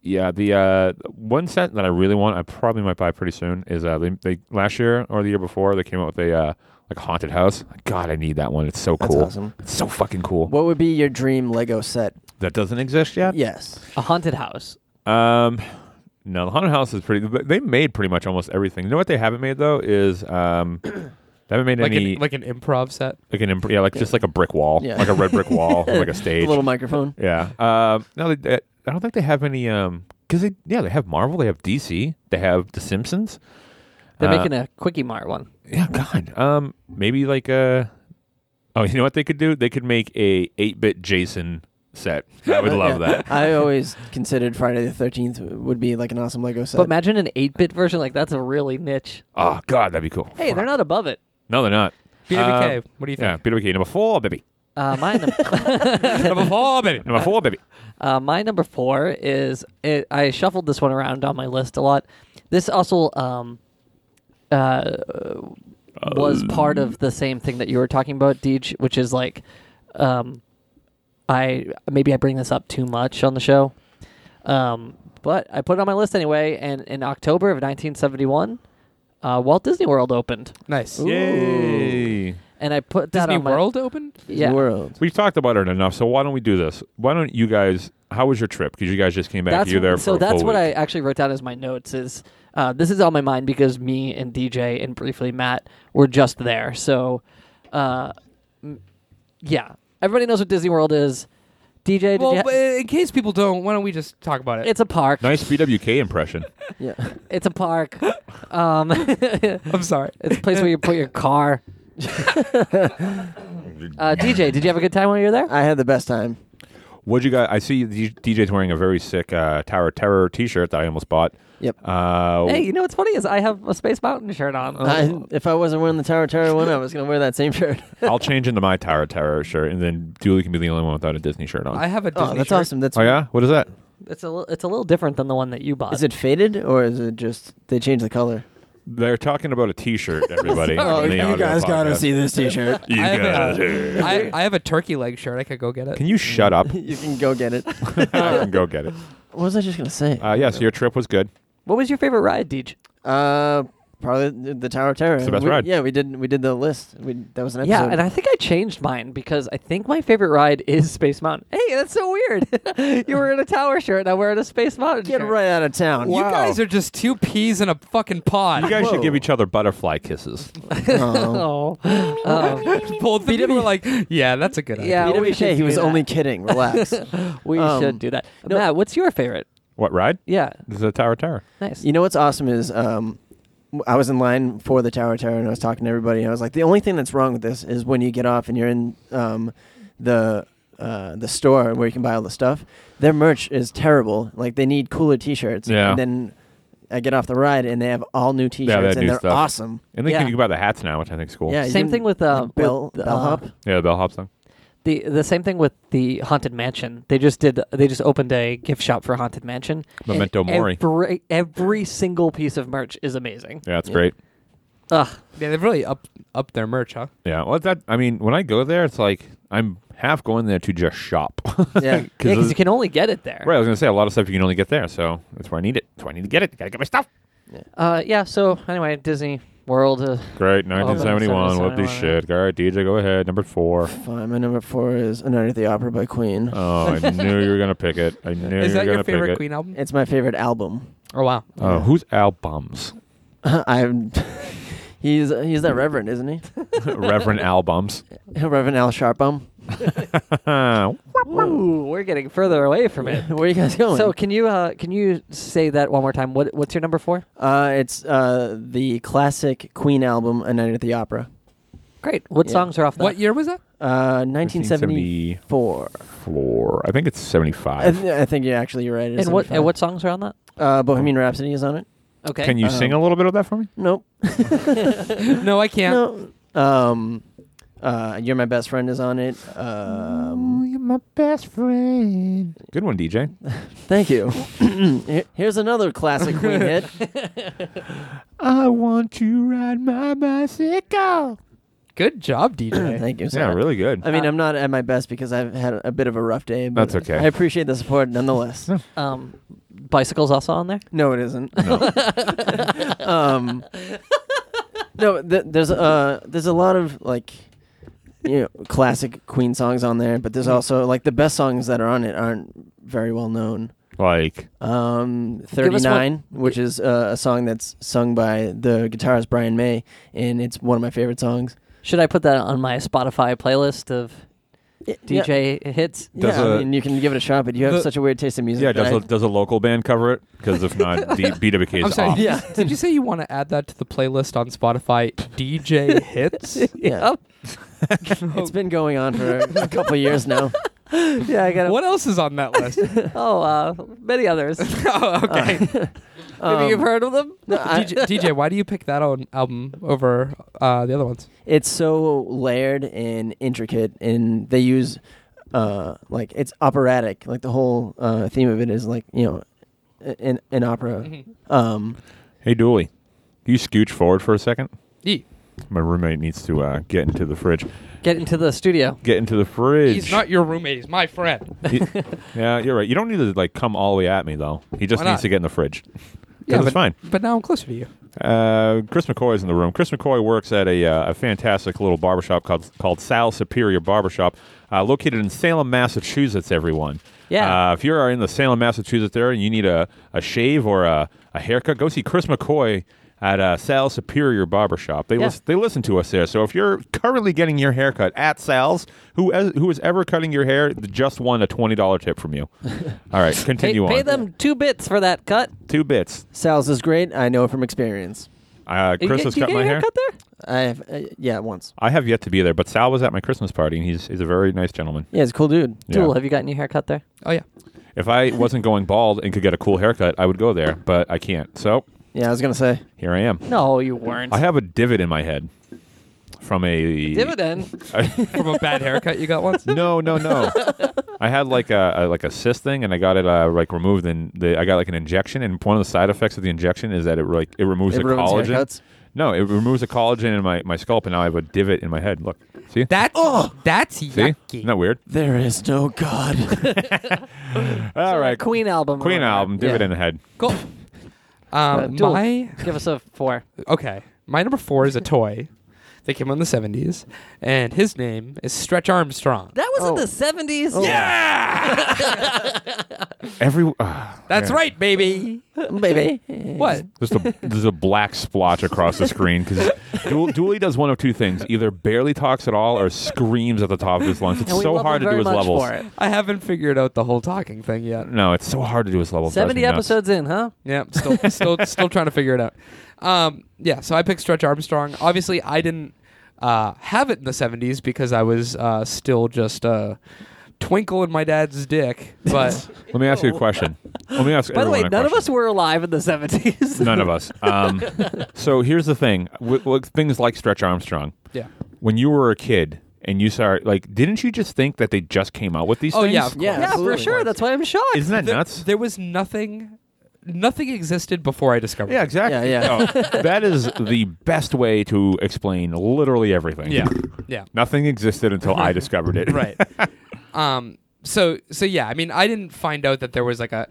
yeah. The uh, one set that I really want, I probably might buy pretty soon. Is uh, they, they last year or the year before they came out with a uh, like haunted house. God, I need that one. It's so That's cool. awesome. It's so fucking cool. What would be your dream Lego set? That doesn't exist yet. Yes. A haunted house. Um, no, the haunted house is pretty. th- They made pretty much almost everything. You know what they haven't made though is um, they haven't made Like any an, like an improv set. like an imp- yeah, like just like a brick wall, Yeah. like a red brick wall, or like a stage. little microphone. yeah. Um, no, they, they- I don't think they have any. Um, because they yeah, they have Marvel, they have DC, they have The Simpsons. They're Uh, making a Quickie Mart one. Yeah, God. Um, maybe like a. Oh, you know what they could do? They could make a eight bit Jason set. I would love Yeah. that. I always considered Friday the Thirteenth would be like an awesome Lego set. But imagine an 8 bit version. Like, that's a really niche. Oh God, that'd be cool. Hey, they're not above it. No, they're not. Uh, BWK. what do you Yeah, think? Peter McKay, number four, baby. Uh, my, num- Number four, baby. Number four, baby. uh, my number four is it, I shuffled this one around on my list a lot. This also um, uh, was part of the same thing that you were talking about, Deej, which is like, um, I maybe I bring this up too much on the show, um, but I put it on my list anyway. And in October of 1971, uh, Walt Disney World opened, Nice. Yay. and I put that Disney on my World opened. Yeah, World. We've talked about it enough, so why don't we do this? Why don't you guys? How was your trip? Because you guys just came back. that's you were there so for that's a full what I week. actually wrote down as my notes is uh, this is on my mind because me and DJ and briefly Matt were just there. So, uh, m- yeah, everybody knows what Disney World is. DJ, did Well, you ha- but in case people don't, why don't we just talk about it? it's a park. Nice BWK impression. Yeah. It's a park. um, I'm sorry. it's a place where you put your car. Uh, DJ, did you have a good time while you were there? Oh. I had the best time. What'd you guys? I see D- DJ's wearing a very sick uh, Tower of Terror T-shirt that I almost bought. Yep. Uh, Hey, you know what's funny is I have a Space Mountain shirt on. I, if I wasn't wearing the Tower of Terror one, I was gonna wear that same shirt. I'll change into my Tower of Terror shirt, and then Julie can be the only one without a Disney shirt on. I have a Disney oh, that's shirt. awesome. That's oh yeah, what is that? It's a li- it's a little different than the one that you bought. Is it faded or is it just they changed the color? They're talking about a T-shirt, everybody. Sorry. in Oh, the audio podcast. this T-shirt. You I have a- uh, gotta- I, I have a turkey leg shirt. I could go get it. Can you shut up? you can go get it. I can go get it. What was I just gonna say? Uh, yeah, so your trip was good. What was your favorite ride, Deej? Uh, probably the- the Tower of Terror. the best We- ride. Yeah, we did. We did the list. We, that was an episode. Yeah, and I think I changed mine because I think my favorite ride is Space Mountain. Hey, that's so weird. you were in a tower shirt and I'm wearing a Space Mountain get shirt. right out of town. You guys are just two peas in a fucking pod. You guys should Whoa. give each other butterfly kisses. Oh. Oh. Um, Both of you were like, yeah, that's a good idea. Yeah. we BWK, should he was do that. only kidding. Relax. we Um, should do that. Matt, what's your favorite? What ride? Yeah, This is the Tower of Terror. nice. you know what's awesome is um, w- I was in line for the Tower of Terror and I was talking to everybody and I was like, the only thing that's wrong with this is when you get off and you're in um, the uh, the store where you can buy all the stuff. Their merch is terrible. Like they need cooler T-shirts. Yeah. And then I get off the ride and they have all new T-shirts they have and new they're stuff. awesome. And then Yeah. you can buy the hats now, which I think is cool. Yeah. you Same can- thing with, uh, like Bell with, uh, Bellhop. Yeah, the bellhop song. the the same thing with the Haunted Mansion. They just did. They just opened a gift shop for Haunted Mansion. and Memento mori. Every, every single piece of merch is amazing. Yeah, that's Yeah. great. Ugh. Yeah, they've really up up their merch, huh? Yeah. Well, that I mean, when I go there, it's like I'm half going there to just shop. yeah. Yeah, 'cause it's- you can only get it there. right. I was gonna say a lot of stuff you can only get there, so that's where I need it. That's where I need to get it. Gotta get my stuff. Uh, yeah. So anyway, Disney World. Uh, Great. 1971. Oh, What the 1971, shit? All right, DJ, go ahead. Number four. Fine. My number four is A Night at the Opera by Queen. Oh, I knew you were gonna pick it. I knew Is you were that gonna your favorite pick Queen album? It's my favorite album. Oh wow. it. Oh, who's albums? I'm. He's he's that reverend, isn't he? Reverend albums. Reverend Al Sharpum. ooh, we're getting further away from it. Where are you guys going? So can you uh, can you say that one more time? What what's your number four? Uh, it's uh, the classic Queen album, A Night at the Opera. Great. What Yeah. songs are off that? What year was that? Uh, 1974. Four. I think it's I, 75. th- I think you're actually you're right. it is and what 75. and what songs are on that? Uh, Bohemian Rhapsody is on it. Okay. Um, Can you sing a little bit of that for me? Nope. No, I can't. No. Um, uh, you're my best friend is on it. Um, Oh, you're my best friend. Good one, DJ. thank you. Here- Here's another classic Queen hit. I want to ride my bicycle. Good job, DJ. thank you. Sir. Yeah, really good. I mean, I'm not at my best because I've had a bit of a rough day. But That's okay. I appreciate the support nonetheless. Um, bicycles also on there. No, it isn't. No. um, no, th- there's uh, there's a lot of like, you know, classic Queen songs on there, but there's Mm-hmm. also like the best songs that are on it aren't very well known. Like, Um, Give us one- 39, which is uh, a song that's sung by the guitarist Brian May, and it's one of my favorite songs. Should I put that on my Spotify playlist of Yeah, DJ hits? yeah, Does I a- mean, you can give it a shot, but you have The- such a weird taste in music. yeah, that does I- a, does a local band cover it? Because if not, D- BWK I'm is sorry. off. yeah. Did you say you want to add that to the playlist on Spotify? DJ hits. Yeah. Yep. It's been going on for a couple years now. yeah, I got What else is on that list? Oh, uh, many others. Maybe oh, okay. Um, you've heard of them. no, I- DJ, DJ, why do you pick that on album over uh, the other ones? it's so layered and intricate and they use uh like it's operatic like the whole uh theme of it is like you know i- in an opera Mm-hmm. um Hey, Dooley, can you scooch forward for a second? E. My roommate needs to uh, get into the fridge. Get into the studio. Get into the fridge. He's not your roommate. He's my friend. He- yeah, you're right. You don't need to like come all the way at me though. He just Why needs not? to get in the fridge. 'Cause Yeah, it's fine. But now I'm closer to you. Uh, Chris McCoy is in the room. Chris McCoy works at a, uh, a fantastic little barbershop called called Sal Superior Barbershop, uh, located in Salem, Massachusetts. Everyone, Yeah. Uh, if you are in the Salem, Massachusetts area and you need a, a shave or a, a haircut, go see Chris McCoy at uh, Sal Superior Barbershop. They Yeah. lis- they listen to us there. So if you're currently getting your haircut at Sal's, who as, who is ever cutting your hair, just won a twenty dollar tip from you. All right, Pay, continue pay on. them two bits for that cut. Two bits. sal's is great i know from experience Uh, You Chris get- has you cut get my your hair. cut there. I have, uh, yeah, once. I have yet to be there, but Sal was at my Christmas party, and he's he's a very nice gentleman. Yeah, he's a cool dude. Yeah. Duel, have you gotten your haircut there? Oh yeah. If I wasn't going bald and could get a cool haircut, I would go there, but I can't. So Yeah, I was gonna say. here I am. No, you weren't. I have a divot in my head from a Dividend. From a bad haircut you got once. No, no, no. I had like a, a like a cyst thing, and I got it uh, like removed. And the, I got like an injection, and one of the side effects of the injection is that it like it removes It the ruins collagen. haircuts? No, it removes the collagen in my, my scalp, and now I have a divot in my head. Look, see, That oh, that's see, yucky. isn't that weird? There is no God. All right, Queen, Queen album. album, divot in the head. Cool. Uh, Um, Duel, my give us a four. okay. My number four is a toy. They came out in the seventies, and his name is Stretch Armstrong. That was Oh. in the seventies. yeah, Every ah, that's man. right, baby. Baby. What? There's a there's a black splotch across the screen because Dool- Dooley does one of two things: either barely talks at all or screams at the top of his lungs. It's And we so love hard him to do very his much levels. For it. I haven't figured out the whole talking thing yet. No, it's so hard to do his levels. It drives Seventy me nuts. episodes in, huh? Yeah, still, still, still trying to figure it out. Um, yeah, so I picked Stretch Armstrong. Obviously, I didn't uh, have it in the '70s because I was uh, still just a twinkle in my dad's dick. But Let me ask you a question. Let me ask. By the way, everyone a none of question. us were alive in the seventies. None of us. Um, so here's the thing: with, with things like Stretch Armstrong, yeah, when you were a kid and you saw, like, didn't you just think that they just came out with these Oh, things? yeah, of course. Yeah, yeah, for absolutely. sure. That's why I'm shocked. Isn't that nuts? there was nothing. Nothing existed before I discovered. yeah, it. exactly. Yeah, Oh, that is the best way to explain literally everything. yeah, yeah. Nothing existed until I discovered it. right um so so yeah i mean i didn't find out that there was like a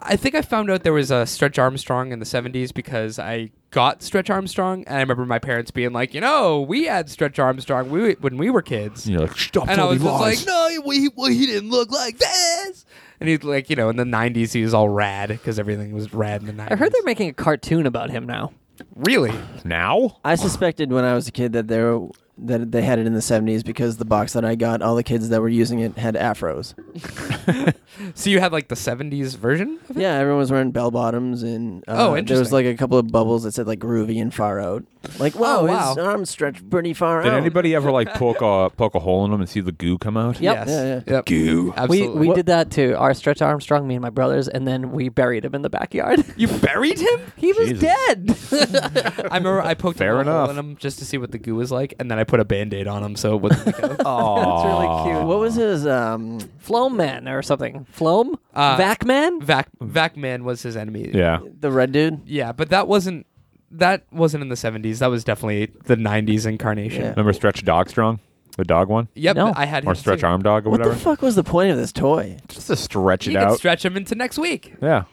i think i found out there was a stretch armstrong in the 70s because i got stretch armstrong and i remember my parents being like you know we had stretch armstrong we, when we were kids And you're like, stop and i telling was me just lies. like no he- well, he, well, he didn't look like this and he's like you know in the 90s he was all rad because everything was rad in the 90s I heard they're making a cartoon about him now. really Now? I suspected when I was a kid that they were, that they had it in the '70s because the box that I got, all the kids that were using it had afros. so you had like the 70s version of it Yeah, everyone was wearing bell bottoms, and uh, Oh, there was interesting. like a couple of bubbles that said like groovy and far out. Like, wow, Oh, his wow. arms stretched pretty far Did out. anybody ever like poke a poke a hole in them and see the goo come out? Yep. yes Yeah, Yep. Goo. absolutely We we did that too. Our Stretch Armstrong, me and my brothers, and then we buried him in the backyard. you buried him he was Jesus. dead. I remember I poked Fair a little enough. hole in him just to see what the goo was like, and then I put a band aid on him so it wouldn't leak out. Aw. cute. What was his um? Floam Man or something. Floam? Uh, Vac Man? Vac Vac Man was his enemy. Yeah. The red dude. Yeah, but that wasn't that wasn't in the seventies. That was definitely the nineties incarnation. Yeah. Remember Stretch Dog Strong? The dog one? Yep, No. I had Or him Stretch too. Arm Dog or What whatever? the fuck was the point of this toy? Just to stretch You it could out. stretch him into next week. yeah.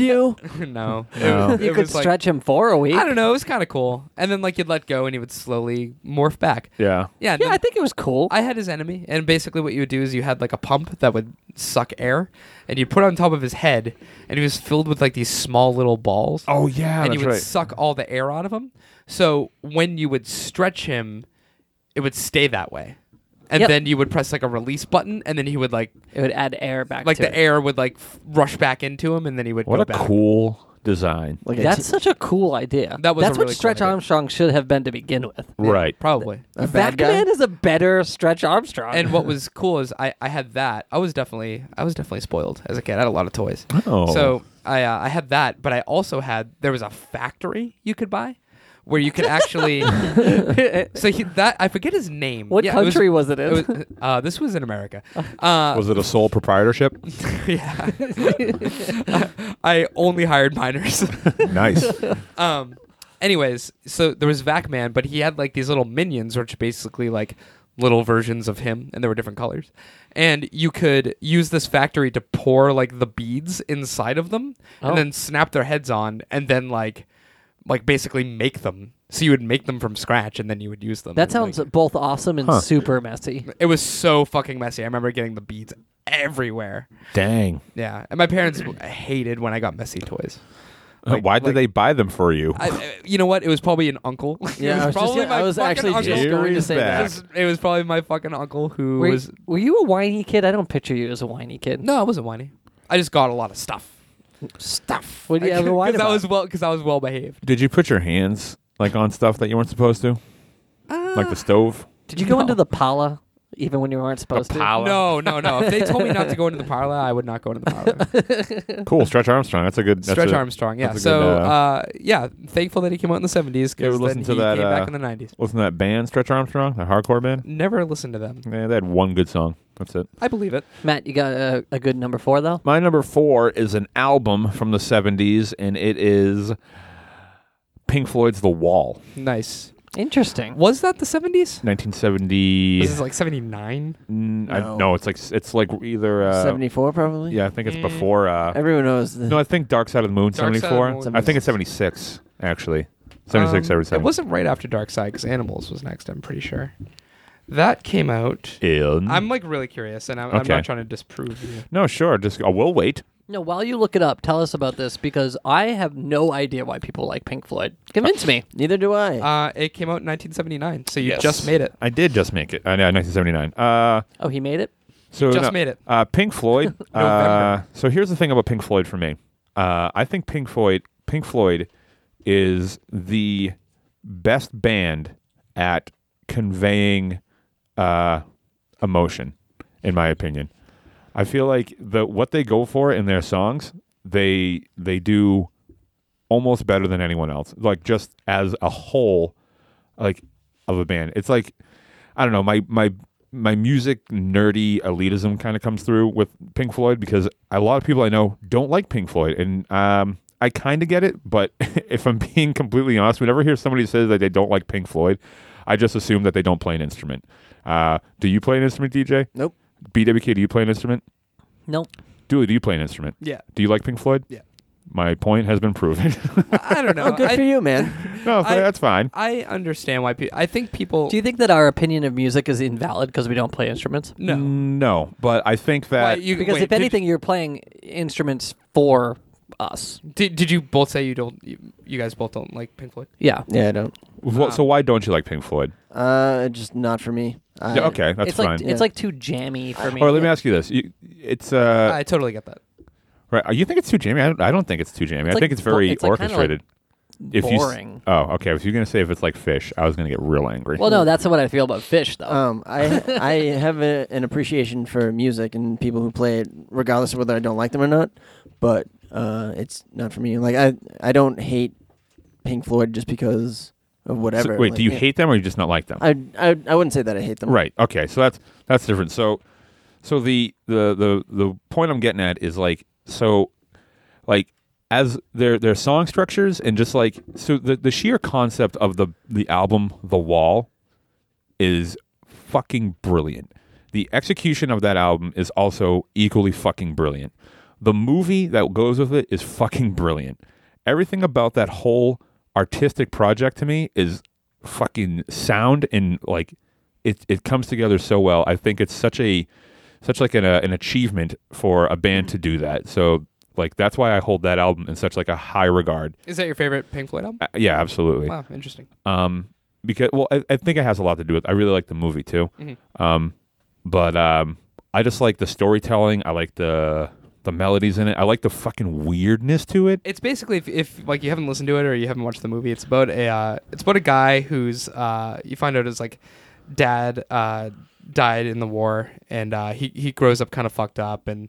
you? no, No. It You could was like- stretch him for a week. I don't know. It was kind of cool, and then like you'd let go, and he would slowly morph back. Yeah. Yeah, and Yeah, then- I think it was cool. I had his enemy, and basically what you would do is you had like a pump that would suck air, and you'd put it on top of his head, and he was filled with like these small little balls, Oh yeah, and you that's would right. suck all the air out of him. So when you would stretch him, it would stay that way, and Yep. then you would press like a release button, and then he would like it would add air back like to the it. air would like f- rush back into him, and then he would what go a back. cool design. Like a That's t- such a cool idea. That was a That's what really cool Stretch idea. Armstrong should have been to begin with. Right. Probably. a bad Vac guy. Man is a better Stretch Armstrong. And what was cool is I, I had that. I was definitely I was definitely spoiled as a kid. I had a lot of toys. Oh. So I uh, I had that, but I also had there was a factory you could buy where you could actually. so he, that I forget his name. what Yeah, it was- country was, it in? it was- uh, this was in America. Uh, was it a sole proprietorship? yeah. I only hired minors. nice. um, anyways, so there was Vac Man, but he had like these little minions, which are basically like little versions of him, and they were different colors. And you could use this factory to pour like the beads inside of them, Oh. and then snap their heads on, and then like, like basically make them. So you would make them from scratch, and then you would use them. that and, sounds like- both awesome and Huh. super messy. it was so fucking messy. I remember getting the beads everywhere. Dang. Yeah, and my parents w- hated when I got messy toys. Like- Why did like- they buy them for you? I, I- you know what? It was probably an uncle. It Yeah, I was, just, probably yeah, I my was fucking actually uncle. just Here going to he's say It back. that. was, it was probably my fucking uncle who Were, was. were you a whiny kid? I don't picture you as a whiny kid. No, I wasn't whiny. I just got a lot of stuff. Stuff. What do you ever whine Because I about? was well. Because I was well behaved. did you put your hands Like on stuff that you weren't supposed to? Uh, Like the stove? Did you go No. into the Pala even when you weren't supposed to? Pala. No, no, no. If they told me not to go into the parlor, I would not go into the parlor. Cool. Stretch Armstrong. That's a good. That's Stretch a, Armstrong, yeah. that's a So, good, uh, uh, yeah, thankful that he came out in the 70s Yeah, we because then listened he to that, came uh, back in the 90s. Listen to that band, Stretch Armstrong, that hardcore band. Never listened to them. Yeah, they had one good song. That's it. I believe it. Matt, you got a, a good number four though. My number four is an album from the 70s, and it is Pink Floyd's The Wall, Nice. Interesting. Was that the 70s? 1970. This is like 79. Mm, I- No. no, it's like it's like either uh, 74 probably. Yeah, I think it's Mm. before. Uh, Everyone knows. The, no, I think Dark Side of the Moon Dark Side of the 74. Moon. I think it's 76 actually. 76 Um, or 77. It wasn't right after Dark Side because Animals was next, I'm pretty sure. That came out. In- I'm like really curious and I'm, I'm Hmm. Okay. not trying to disprove you. no, sure. Just oh, we'll wait. No, while you look it up, tell us about this because I have no idea why people like Pink Floyd. Convince me. Neither do I. Uh, it came out in 1979, so you just made it. I did just make it. I know 1979. Uh, Oh, he made it. so Just no, made it. Uh, Pink Floyd. uh, November. so here's the thing about Pink Floyd for me. Uh, I think Pink Floyd. Pink Floyd is the best band at conveying uh, emotion, in my opinion. I feel like the what they go for in their songs, they they do almost better than anyone else. Like just as a whole, like of a band. It's like I don't know, my my my music nerdy elitism kind of comes through with Pink Floyd because a lot of people I know don't like Pink Floyd and um I kind of get it, but if I'm being completely honest, whenever I hear somebody say that they don't like Pink Floyd, I just assume that they don't play an instrument. Uh, do you play an instrument, DJ? Nope. BWK, do you play an instrument? Nope. Dooley, do you play an instrument? Yeah. Do you like Pink Floyd? Yeah. My point has been proven. I don't know. oh, good I, for you, man. no, I- that's fine. I understand why people. I think people. Do you think that our opinion of music is invalid because we don't play instruments? no. No, but I think Why, Mm, that you- Because wait, if anything, you're playing instruments for us. did, did, did you both say you don't? You, you guys both don't like Pink Floyd. Yeah. Yeah, I don't. Well, so why don't you like Pink Floyd? Uh, just not for me. I, Yeah, okay, that's it's fine. like it's like too jammy for me. or let me ask you this: you, it's uh, I totally get that. right? You think it's too jammy? I don't, I don't think it's too jammy. I like think it's bo- very it's like kinda like orchestrated. if you s- boring. oh, okay. If you're gonna say if it's like fish, I was gonna get real angry. well, no, that's what I feel about Fish, though. Um, I I have a, an appreciation for music and people who play it, regardless of whether I don't like them or not. But uh, it's not for me. Like I I don't hate Pink Floyd just because of So- whatever. wait, Like, do you yeah. hate them or you just not like them? I, I I wouldn't say that I hate them. Right. Okay. So that's that's different. So so the the the the point I'm getting at is like so like as their their song structures and just like so the the sheer concept of the the album The Wall is fucking brilliant. The execution of that album is also equally fucking brilliant. The movie that goes with it is fucking brilliant. Everything about that whole artistic project to me is fucking sound and like it it comes together so well. I think it's such a such like an uh, an achievement for a band to do that. So like that's why I hold that album in such like a high regard. Is that your favorite Pink Floyd album? Uh, yeah, absolutely. Wow, interesting. Um, because well, I, I think it has a lot to do with. I really like the movie too. Um, but um, I just like the storytelling. I like the the melodies in it. I like the fucking weirdness to it. It's basically if, if like you haven't listened to it or you haven't watched the movie, it's about a uh, it's about a guy who's uh, you find out his like dad uh, died in the war and uh, he he grows up kind of fucked up and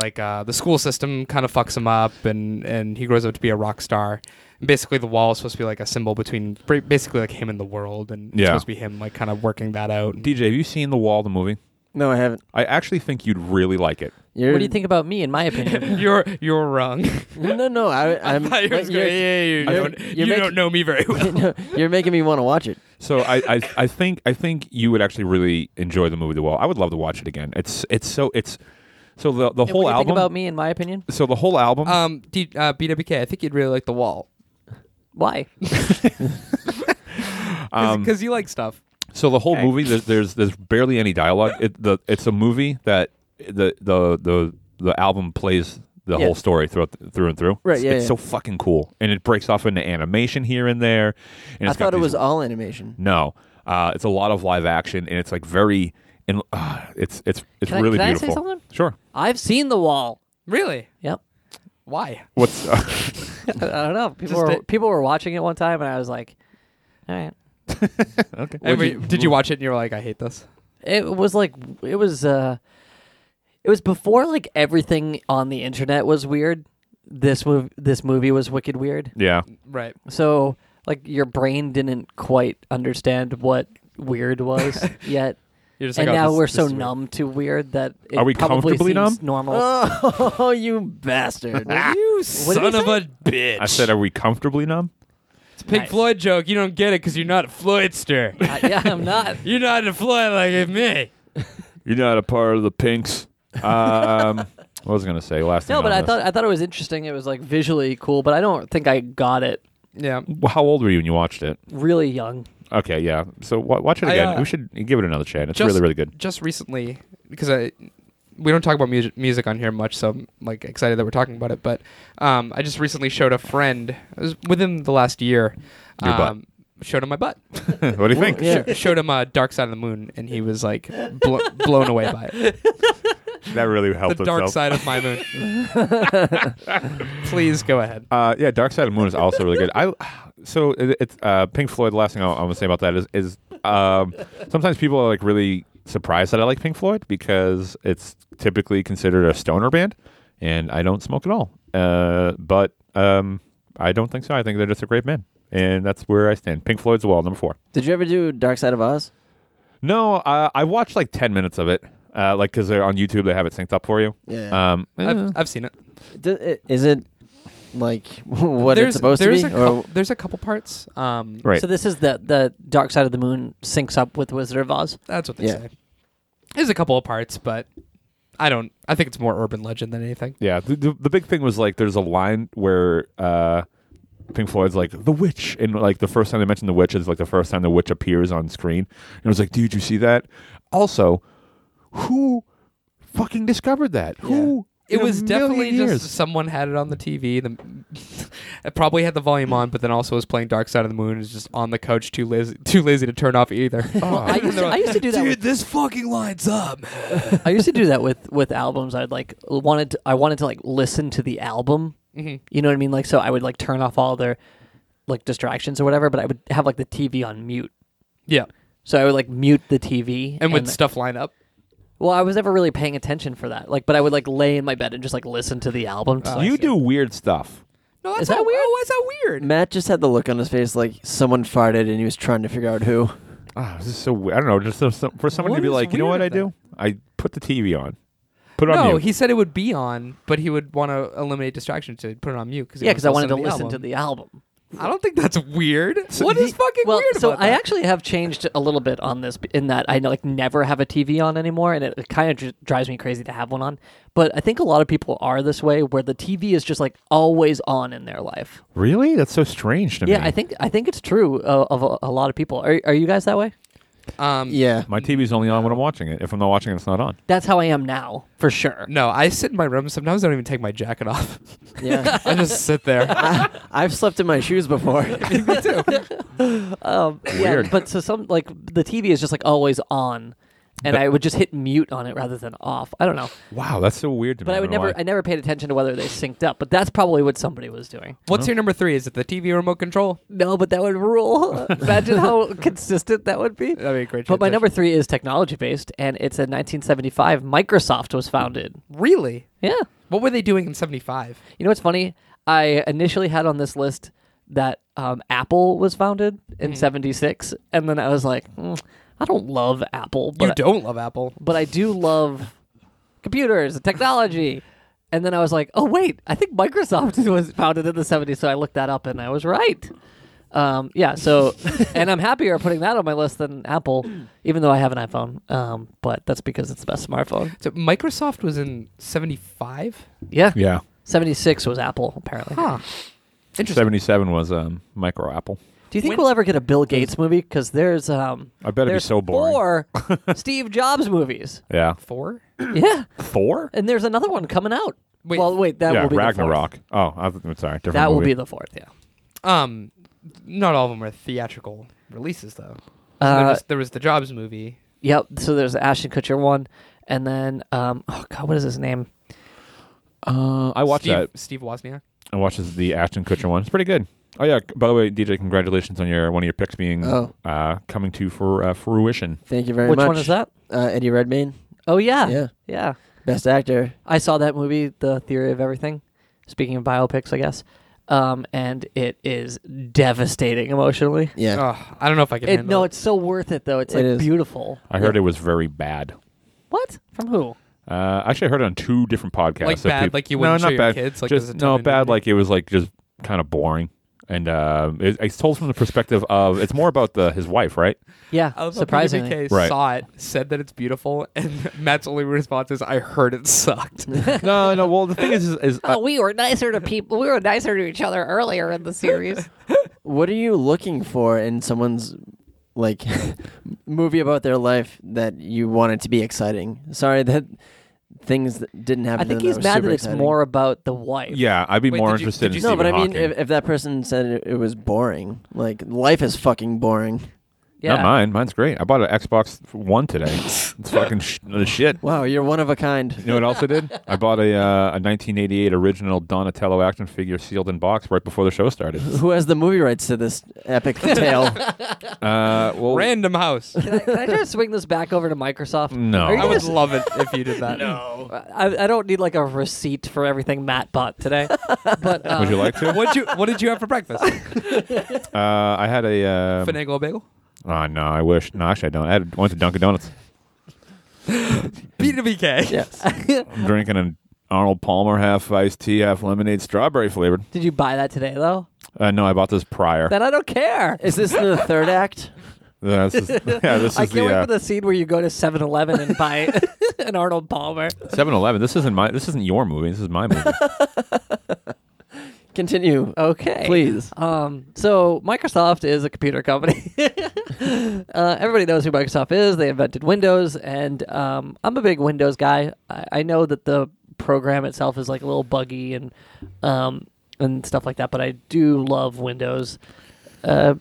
like uh, the school system kind of fucks him up and and he grows up to be a rock star. And basically, the wall is supposed to be like a symbol between ba- basically like him and the world and it's Yeah. supposed to be him like kind of working that out. DJ, have you seen The Wall, the movie? No, I haven't. I actually think you'd really like it. You're, what do you think about me? In my opinion, You're you're wrong. No, no, no. I, I'm. Thought you was but you're- gonna- yeah, you you're- don't, you're you making- don't know me very well. No, you're making me want to watch it. So I, I, I think I think you would actually really enjoy the movie The Wall. I would love to watch it again. It's it's so it's so the the And whole what do you album. think about me? In my opinion, so the whole album. Um, D, uh, BWK, I think you'd really like The Wall why? because um, you like stuff. So the whole Okay. movie, there's, there's there's barely any dialogue. It, the it's a movie that the the the the album plays the Yeah. whole story throughout through and through. Right, It's, yeah, it's yeah. so fucking cool, and it breaks off into animation here and there. And I it's got thought it these- was all animation. no. Uh, it's a lot of live action, and it's like very. And uh, it's it's it's Can I- really can I say beautiful. something? Sure. I've seen The Wall. Really? Yep. Why? What's I don't know. People Just were, it- people were watching it one time, and I was like, All right. Okay. Every- did you watch it and you were like, I hate this? It was like it was uh it was before like everything on the internet was weird. This mov- this movie was wicked weird. Yeah. Right. So like your brain didn't quite understand what weird was yet. You're just and like, oh, now this- we're this so is weird. numb to weird that it Are we probably comfortably seems normal. Oh, you bastard! You What did son you of a bitch. I said, are we comfortably numb? it's a Pink Nice. Floyd joke. You don't get it because you're not a Floydster. Uh, yeah, I'm not. you're not a Floyd like me. You're not a part of the pinks. Um, what was I going to say last No, thing but on I this. thought I thought it was interesting. It was like visually cool, but I don't think I got it Yeah. Well, How old were you when you watched it? really young. Okay, yeah. So wa watch it I, again. uh, we should give it another chance. It's just- really, really good. Just recently, because I we don't talk about music music on here much, so I'm like excited that we're talking about it. But um, I just recently showed a friend. It was within the last year. Your butt. um, Showed him my butt. what do you think? Yeah. Sh- showed him uh, Dark Side of the Moon, and he was like blo- blown away by it. That really helped the dark itself. side of my moon. Please go ahead. Uh, yeah, Dark Side of the Moon is also really good. I so it, it's uh, Pink Floyd. The last thing I, I want to say about that is is um, sometimes people are like really surprised that I like Pink Floyd because it's typically considered a stoner band, and I don't smoke at all. Uh, but um, I don't think so. I think they're just a great band, and that's where I stand. Pink Floyd's the wall number four. Did you ever do Dark Side of Oz? No, uh, I watched like ten minutes of it, uh, like because they're on YouTube. They have it synced up for you. Yeah. Um, eh. I've, I've seen it. D- i- is it like what there's, it's supposed to there's be? A or couple, there's a couple parts. Um, right. So this is the the Dark Side of the Moon syncs up with Wizard of Oz. That's what they Yeah. say. There's a couple of parts, but I don't. I think it's more urban legend than anything. Yeah, the, the, the big thing was like there's a line where uh, Pink Floyd's like the witch, and like the first time they mention the witch is like the first time the witch appears on screen, and I was like, dude, you see that? Also, who fucking discovered that? Who? It in a was definitely million years? just someone had it on the TV. The, it probably had the volume on, but then also was playing Dark Side of the Moon. and was just on the couch, too lazy, too lazy to turn off either. I used to, I used to do that. With, this fucking lines up. I used to do that with with albums. I'd like wanted to, I wanted to like listen to the album. Mm-hmm. You know what I mean? Like so, I would like turn off all their like distractions or whatever, but I would have like the TV on mute. Yeah, So I would like mute the TV and would stuff line up. Well, I was never really paying attention for that. Like, but I would like lay in my bed and just like listen to the album. To, like, you do weird stuff. No, that's Is that not weird? Oh, is that weird? Matt just had the look on his face like someone farted and he was trying to figure out who. Ah, this is so weird. I don't know. Just so, so- for someone What to be is like, you know weird what I do? about I put the TV on. Put it on No, mute. he said it would be on, but he would want to eliminate distractions to put it on mute. Cause he yeah, wants because I wanted to listen album. to the album. I don't think that's weird. what is fucking Well, weird so about I that? actually have changed a little bit on this in that I like never have a TV on anymore, and it, kind of dri- drives me crazy to have one on. But I think a lot of people are this way, where the TV is just like always on in their life. really? That's so strange to me. Yeah, I think I think it's true uh, of a, a lot of people. Are are you guys that way? um, Yeah. my TV's only on when I'm watching it. If I'm not watching it, it's not on. That's how I am now, for sure. No, I sit in my room. Sometimes I don't even take my jacket off. Yeah. I just sit there. I, I've slept in my shoes before. Me too. Um, Weird. Yeah, but so some like the TV is just like always on, and But- I would just hit mute on it rather than off. I don't know, Wow, that's so weird to but me. I would don't know never, why. I never paid attention to whether they synced up. But that's probably what somebody was doing. What's your number three? Is it the TV remote control? No, but that would rule. Imagine how consistent that would be. That'd be a great. But my transition. number three is technology based, and it's in 1975. Microsoft was founded. really? Yeah, What were they doing in '75? you know what's funny? I initially had on this list that um, Apple was founded in '76, and then I was like, mm, I don't love Apple. But You don't love Apple. but I do love computers and technology. And then I was like, oh wait, I think Microsoft was founded in the '70s, so I looked that up and I was right. Um, yeah, so and I'm happier putting that on my list than Apple, even though I have an iPhone. Um, but that's because it's the best smartphone. So Microsoft was in '75. Yeah, Yeah. '76 was Apple apparently. Huh. Interesting. 77 was um, micro apple. Do you think When- we'll ever get a Bill Gates movie? Because there's um, I bet it'd be there's so boring. four Steve Jobs movies. Yeah. Four. Yeah, Thor? and there's another one coming out. Wait. well, wait, that yeah, will be Ragnarok. Oh, I, am sorry. The Different fourth. That will movie. be the fourth. Yeah. Um, not all of them are theatrical releases though. So Uh, there, was, there was the Jobs movie. Yep. So there's the Ashton Kutcher one, and then um, oh god, what is his name? uh, I watched Steve, that. Steve Wozniak. I watched this- the Ashton Kutcher one. It's pretty good. Oh yeah. By the way, DJ, congratulations on your one of your picks being Oh. uh, coming to for uh, fruition. Thank you very Which much. one is that? Uh, Eddie Redmayne. Oh yeah. Yeah. Yeah. Best actor. I saw that movie, The Theory of Everything. Speaking of biopics, I guess. Um, and it is devastating emotionally. Yeah. Ugh, I don't know if I can It, handle no, it. it's so worth it though. It's It like is. beautiful. I heard it was very bad. What? From who? Uh, actually, I heard it on two different podcasts. Like So bad, peop- like you wouldn't no, show not your bad. kids, like just, there's a no, ton in bad. there. Like it was like just kind of boring. And uh, it, it's told from the perspective of it's more about the his wife, right? Yeah. I love how surprisingly. PJK Right. saw it, said that it's beautiful, and Matt's only response is, "I heard it sucked." no, no. Well, the thing is, is, is uh, Oh, we were nicer to people. We were nicer to each other earlier in the series. What are you looking for in someone's like movie about their life that you want it to be exciting? Sorry that things that didn't happen. I think to them that he's were mad super that it's exciting. more about the wife. yeah, I'd be Wait, more did you- interested did you in see- No, Stephen but I mean, Hawking. if, if that person said it, it was boring, like life is fucking boring. Yeah. Not mine. Mine's great. I bought an Xbox One today. it's fucking sh- the shit. Wow, you're one of a You kind. know what else I did? I bought a uh, a 1988 original Donatello action figure sealed in box right before the show started. Who has the movie rights to this epic tale? Uh, well, Random House. Can I, can I just swing this back over to Microsoft? No. Are you I would guys- love it if you did that. no. I, I don't need like a receipt for everything Matt bought today. But uh, would you like to? What you? What did you have for breakfast? Uh, I had a. Um, Finagle bagel. oh no, I wish. No, actually, I don't. I had, went to Dunkin' Donuts. B to BK. yes. I'm drinking an Arnold Palmer half iced tea, half lemonade, strawberry flavored. Did you buy that today though? Uh, no, I bought this prior. Then I don't care. Is this the third act? Uh, this is, yeah, this I is can't wait for the uh, the scene where you go to 7-Eleven and buy an Arnold Palmer. 7 Eleven. This isn't my. This isn't your movie. This is my movie. Continue, Okay. please. Um, so Microsoft is a computer company. uh, everybody knows who Microsoft is. They invented Windows, and um, I'm a big Windows guy. I, I know that the program itself is like a little buggy and um, and stuff like that, but I do love Windows. Uh,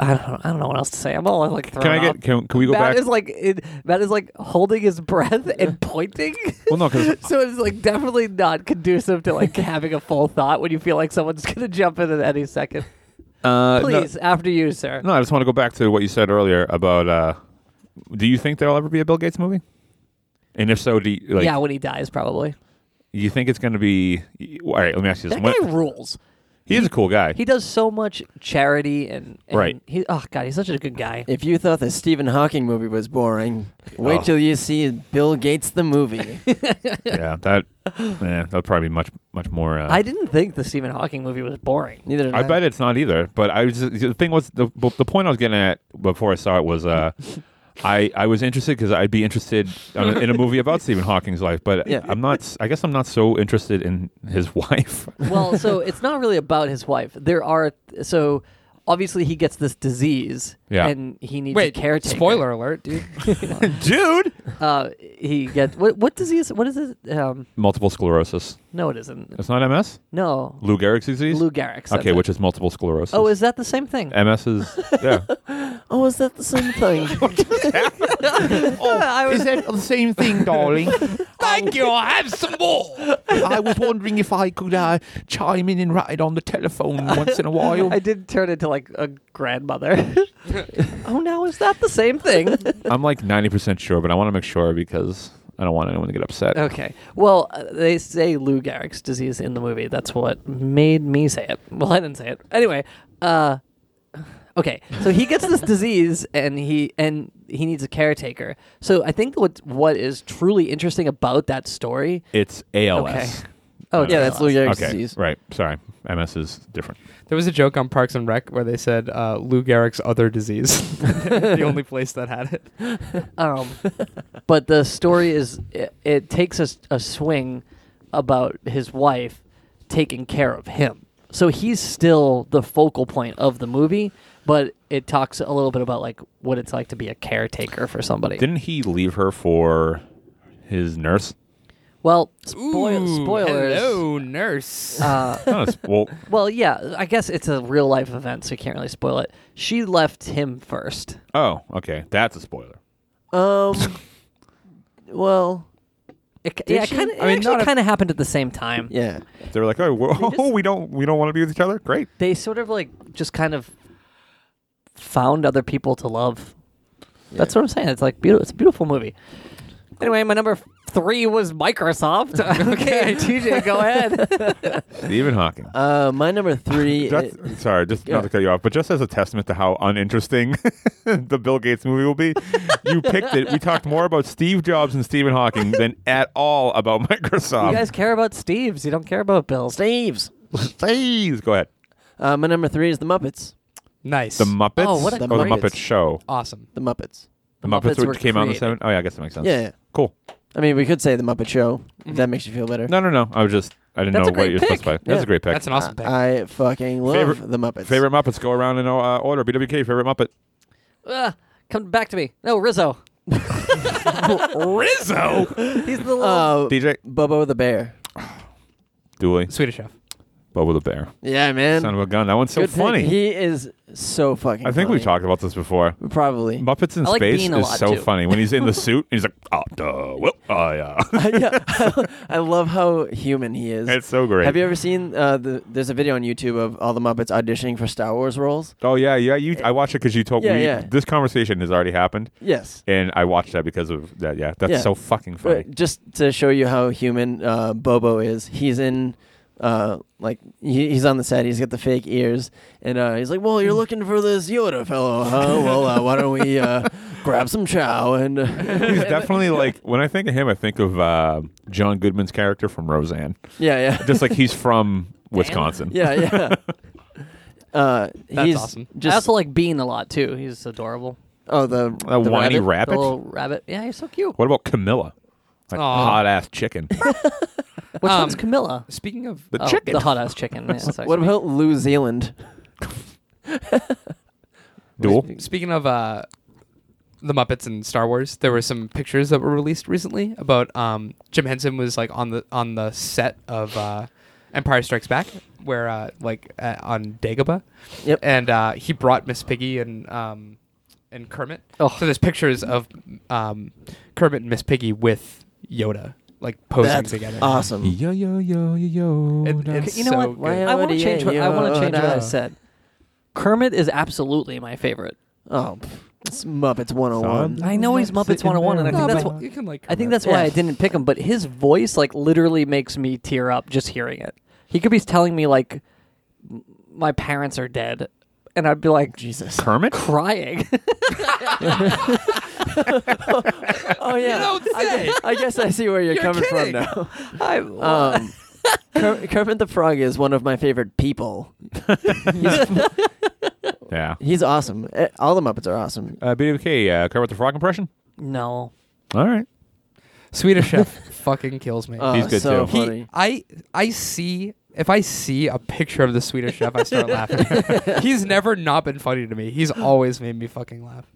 I don't know. I don't know what else to say. I'm all like thrown can I off. get? Can, can we go Matt back? is like it, Matt is like holding his breath and pointing. well, no, because So it's like definitely not conducive to like having a full thought when you feel like someone's gonna jump in at any second. uh, no- Please, after you, sir. No, I just want to go back to what you said earlier about. Uh, do you think there'll ever be a Bill Gates movie? And if so, do you, like, yeah, when he dies, probably. you think it's going to be? All right, let me ask you this: That When- guy rules. He is a cool guy. He does so much charity and, and Right. He, oh god, he's such a good guy. If you thought the Stephen Hawking movie was boring, wait Oh. till you see Bill Gates the movie. yeah, that yeah, that'll probably be much much more. Uh, I didn't think the Stephen Hawking movie was boring. Neither did I. I bet it's not either. But I was the thing was the but the point I was getting at before I saw it was uh, I I was interested because I'd be interested on a- in a movie about Stephen Hawking's life, but Yeah. I'm not. s- I guess I'm not so interested in his wife. well, so it's not really about his wife. There are so obviously he gets this disease Yeah. and he needs Wait, a caretaker. spoiler alert, dude. Dude, Uh, he gets what what disease what is it? Um multiple sclerosis. no it isn't. It's not MS. No. Lou Gehrig's disease. Lou Gehrig's. Okay, which is multiple sclerosis. Oh, is that the same thing? MS is yeah. Oh, is that the same thing? is that the same thing, darling? Thank you. I have some more. I was wondering if I could uh, chime in and write on the telephone once in a while. I did turn into like a grandmother. oh no, is that the same thing? I'm like 90% sure, but I want to make sure because I don't want anyone to get upset. okay. Well, uh, they say Lou Gehrig's disease in the movie. That's what made me say it. Well, I didn't say it. Anyway, uh okay. So he gets this disease and he and he needs a caretaker. So I think what what is truly interesting about that story It's ALS. Okay. Oh, Okay. yeah, that's Lou Gehrig's Okay, disease. right. Sorry. MS is different. There was a joke on Parks and Rec where they said uh, Lou Gehrig's other disease. the only place that had it. um, but the story is it, it takes a, s- a swing about his wife taking care of him so he's still the focal point of the movie but it talks a little bit about like what it's like to be a caretaker for somebody Didn't he leave her for his nurse? well spoil- spoilers Hello, nurse. Uh, No, it's- well, well yeah i guess it's a real life event so you can't really spoil it she left him first oh, okay. That's a spoiler. Um, well, It, yeah, it she? kind of. It I mean, not actually a- kind of happened at the same time. Yeah. They were like, oh, whoa, we don't we don't want to be with each other. Great. They sort of like just kind of found other people to love. That's what I'm saying. It's like beautiful. It's a beautiful movie. Anyway, my number three was Microsoft. okay, TJ, go ahead. Stephen Hawking. Uh, my number three. That's, i- sorry, just yeah. not to cut you off, but just as a testament to how uninteresting the Bill Gates movie will be, you picked it. We talked more about Steve Jobs and Stephen Hawking than at all about Microsoft. You guys care about Steve's. You don't care about Bill's. Steve's. Please go ahead. Uh, my number three is the Muppets. Nice. The Muppets. Oh, what a or the great- Muppet Show. awesome. The Muppets. The Muppets Muppets, were which came out in the created. seven. Oh yeah, I guess that makes sense. Yeah. yeah. Cool. I mean, we could say the Muppet Show. If that makes you feel better. Mm-hmm. No, no, no. I was just I didn't That's a know what great you're supposed to pick. play. That's Yeah. a great pick. That's an awesome pick. Uh, I fucking love Favorite- the Muppets. favorite Muppets. Go around in uh, order. BWK favorite Muppet. Ugh, come back to me. No, Rizzo. Rizzo. He's the little. Uh, DJ Bobo the Bear. Dooley. Swedish Chef. Bubba the Bear. Yeah, man. Son of a gun. That one's so Good pick. funny. He is so fucking. I think funny. we've talked about this before. Probably. Muppets in I like Space Bean a is lot, so too. funny. When he's in the suit, he's like, oh, duh, well, oh, yeah. yeah, I love how human he is. it's so great. Have you ever seen uh, the? There's a video on YouTube of all the Muppets auditioning for Star Wars roles. oh, yeah, yeah. You, I watched it because you told Yeah, me yeah. this conversation has already happened. Yes. And I watched that because of that. Yeah, that's Yeah. so fucking funny. But just to show you how human uh, Bobo is, he's in, uh, like he, he's on the set. He's got the fake ears, and uh, he's like, "Well, you're looking for this Yoda fellow, huh? Well, uh, why don't we uh, grab some chow and uh, He's definitely like, when I think of him, I think of uh, John Goodman's character from Roseanne. yeah, yeah, Just like he's from Wisconsin. yeah, yeah." Uh, That's he's awesome. Just I also like Bean a lot too. He's adorable. oh the A the whiny rabbit? rabbit. The little rabbit. Yeah, he's so cute. What about Camilla? Like Aw. hot ass chicken. Which Um, one's Camilla? Speaking of The Oh, chicken. The hot ass chicken. Yeah, sorry. What about New Zealand? Duel. Speaking of uh, the Muppets and Star Wars, there were some pictures that were released recently about um, Jim Henson was like on the on the set of uh, Empire Strikes Back, where uh, like uh, on Dagobah, Yep. and uh, he brought Miss Piggy and um, and Kermit. Oh. So there's pictures of um, Kermit and Miss Piggy with Yoda, like posing That's together. awesome. Yo, yo, yo, yo, yo. It- it's You know what? so Why good. am I want to Yeah, change. What, I want to yeah, change what I yeah. said. Kermit is absolutely my favorite. Oh, pff, it's Muppets 101. Son. I know he's Muppets 101, and I No, think that's but why, you can like. I think Kermit. that's why I Yes. didn't pick him. But his voice, like, literally makes me tear up just hearing it. He could be telling me like, m- my parents are dead, and I'd be like Jesus. Kermit? crying. Oh yeah. I, guess, I guess I see where you're, coming kidding. from I, now. Um, Ker- Kermit the Frog is one of my favorite people. Yeah. He's awesome. Eh, All the Muppets are awesome. Uh, BWK, uh, Kermit the Frog impression? no, All right. Swedish Chef fucking kills me. Uh, Oh, He's good, so too. He- funny. I I see if I see a picture of the Swedish chef, I start laughing. He's never not been funny to me. He's always made me fucking laugh.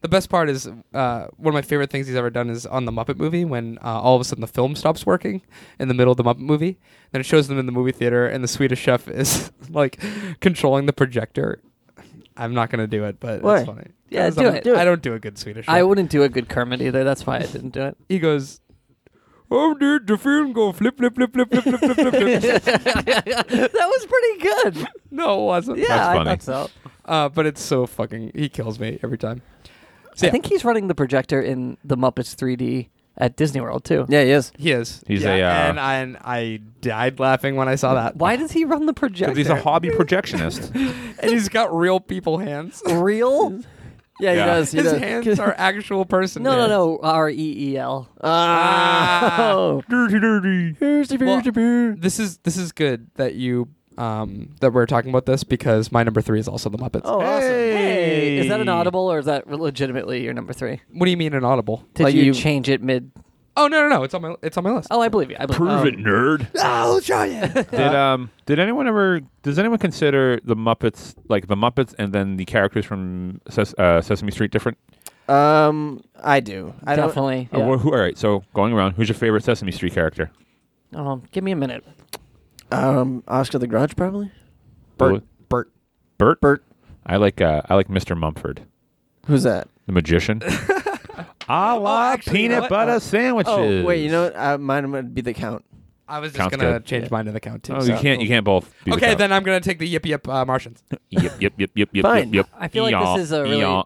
The best part is uh, one of my favorite things he's ever done is on the Muppet movie when uh, all of a sudden the film stops working in the middle of the Muppet movie. Then it shows them in the movie theater and the Swedish chef is like controlling the projector. I'm not gonna do it, but Why? it's funny. Yeah, Because do I'm- it. Do I it. don't do a good Swedish. Chef. I wouldn't do a good Kermit either. That's why I didn't do it. he goes, "Oh, dude, the film go flip, flip, flip, flip, flip, flip, flip, flip." that was pretty good. No, it wasn't. Yeah, That's I funny. thought so. Uh, but it's so fucking. He kills me every time. So, I yeah, think he's running the projector in the Muppets 3D at Disney World too. Yeah, he is. he is. He's yeah, a, uh, and, I, and I died laughing when I saw that. Why does he run the projector? He's a hobby projectionist. And he's got real people hands. Real? Yeah, Yeah. he does. He His does. hands are actual person. No, no, hands. no. R E E L. Ah. Oh. dirty, dirty. Well, this is this is good that you um that we're talking about this because my number three is also the Muppets. Oh, awesome. Hey, is that an audible or is that legitimately your number three? What do you mean an audible? Did Like you, you- change it mid? Oh no, no, no! It's on my it's on my list. Oh, I believe you. I believe Prove you. it, nerd. I'll show you. Did um did anyone ever does anyone consider the Muppets like the Muppets and then the characters from Ses- uh, Sesame Street different? Um, I do. I don't. Oh, Definitely. Uh, yeah. wh- who, all right, so going around, who's your favorite Sesame Street character? Um, give me a minute. Um, Oscar the Grudge probably. Bert, Who- Bert. Bert. Bert. I like uh, I like Mr. Mumford, Who's that? the magician. A la actually, you know peanut what? butter Uh, sandwiches. Oh wait, you know what? Uh, mine would be the count. I was just Sounds gonna good. change mine to the count too. Oh, so. you can't. You can't both. Be the Okay, count. then I'm gonna take the yip yip uh, Martians. Yep, yep, yep, yep, yep, Fine. yep, yep. I feel like this Eeyaw, is a really- eeyaw.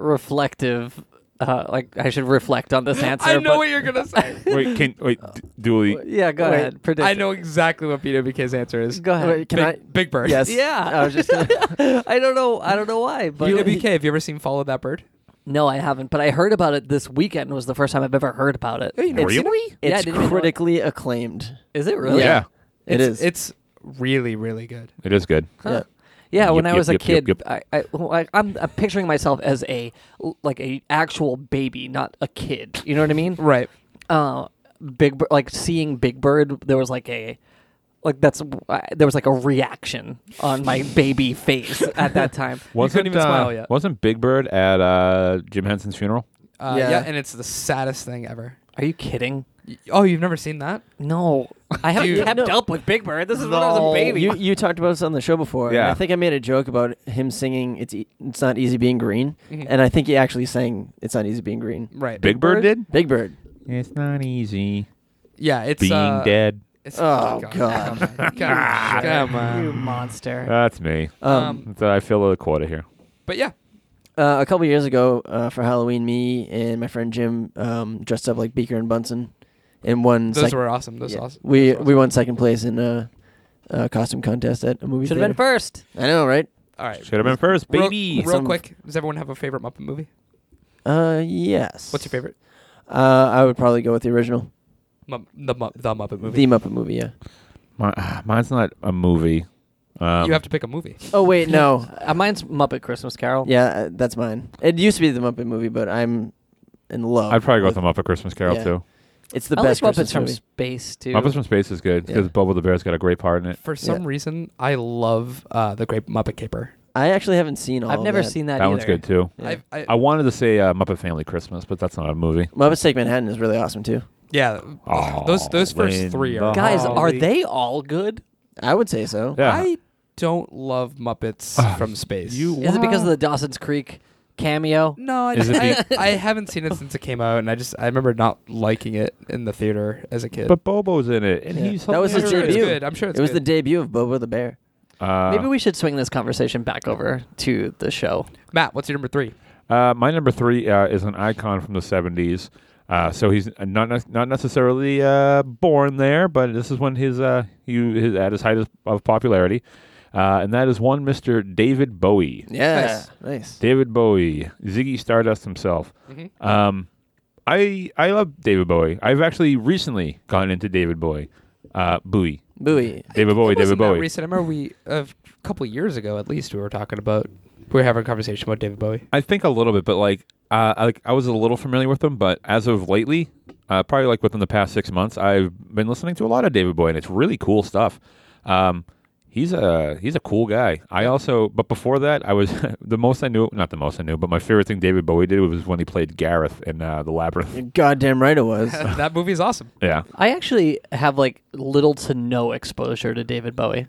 reflective. Uh, like I should reflect on this answer. I know but- what you're gonna say. Wait, can wait, d- Dooley. Yeah, go Wait. ahead. Predict. I know exactly what BWK's answer is. Go ahead. Wait, can Big, I? Big Bird. Yes. Yeah. I was just. Gonna, I don't know. I don't know why. But BWK. Have you ever seen Follow That Bird? no, I haven't. But I heard about it this weekend. Was the first time I've ever heard about it. you Really? Yeah, I it's didn't even know it- critically acclaimed. Is it really? Yeah, It it's, is. It's really really good. it is good. Huh. Yeah, when Yep, I was yep, a yep, yep, kid, yep. I, I, well, I, I'm, I'm picturing myself as a like a actual baby, not a kid. You know what I mean? Right. Uh, Big Bir- like seeing Big Bird, there was like a like that's uh, there was like a reaction on my baby face at that time. Wasn't even uh, smile yet. Wasn't Big Bird at uh, Jim Henson's funeral? Uh, yeah. Yeah. and it's the saddest thing ever. Are you kidding? Y- Oh, you've never seen that? No, I haven't Dude. kept No. up with Big Bird. This is when I was a baby. Oh, You you talked about this on the show before. and Yeah. I think I made a joke about him singing "It's E- It's Not Easy Being Green," Mhm. Mm-hmm. and I think he actually sang "It's Not Easy Being Green." Right. Big Bird did. Big Bird. It's not easy Yeah, it's being uh, dead. It's, Oh, Come on. Come You on. monster. That's me. Um, Um, That's- I fill a quota here. but yeah, uh, a couple years ago uh, for Halloween, me and my friend Jim um, dressed up like Beaker and Bunsen, and won. those sec- were awesome. Those yeah. awesome. We those were we awesome. won second place in a, a costume contest at a movie. Should have been theater. first. I know, right? All right. Should have been first, Real- baby. Real, Some- quick, does everyone have a favorite Muppet movie? Uh, yes. What's your favorite? Uh, I would probably go with the original, Mu- the, Mu- the Muppet movie. the Muppet movie. Yeah. Mi- ah, mine's not a movie. Um, you have to pick a movie. Oh wait, no. Uh, mine's Muppet Christmas Carol. Yeah, uh, that's mine. It used to be the Muppet movie, but I'm in love. I'd probably go with the. them up at Christmas Carol Yeah. too. It's the I best like Muppets Christmas from movie. space too. Muppets from Space is good because Yeah. Bubba the Bear's got a great part in it. For some reason, I love uh, the Great Muppet Caper. I actually haven't seen all. I've of never that. seen that. That one's either. good too. Yeah. I've- I, I wanted to say uh, Muppet Family Christmas, but that's not a movie. Muppets Take Manhattan is really awesome too. yeah, Oh, those those when first three the- are Guys, Oh, are Holy- they all good? I would say so. Yeah. I don't love Muppets Ah, from space. you- Is it because of the Dawson's Creek cameo? No, I, Is it I, I haven't seen it since it came out, and I just I remember not liking it in the theater as a kid. but Bobo's in it, and Yeah. he's That was I'm hilarious. his sure it's debut. good. I'm sure it's it was the good. debut of Bobo the Bear. Uh, Maybe we should swing this conversation back over to the show. Matt, what's your number three? Uh, my number three uh, is an icon from the '70s. Uh, so he's not ne- not necessarily uh, born there, but this is when his uh, he his at his height of- of popularity, uh, and that is one Mister David Bowie. Yeah, Nice. nice. David Bowie, Ziggy Stardust himself. Um, I I love David Bowie. I've actually recently gotten into David Bowie, uh, Bowie, Bowie. David Bowie, It wasn't David that Bowie. Recent. I remember we a couple of years ago, at least, we were talking about we were having a conversation about David Bowie. I think a little bit, but like, uh, I, like I was a little familiar with them, but as of lately, uh, probably like within the past six months, I've been listening to a lot of David Bowie, and it's really cool stuff. Um, he's a he's a cool guy. I also, but before that, I was the most I knew, not the most I knew, but my favorite thing David Bowie did was when he played Gareth in uh, the Labyrinth. You're goddamn right it was. that movie's awesome. Yeah, I actually have like little to no exposure to David Bowie.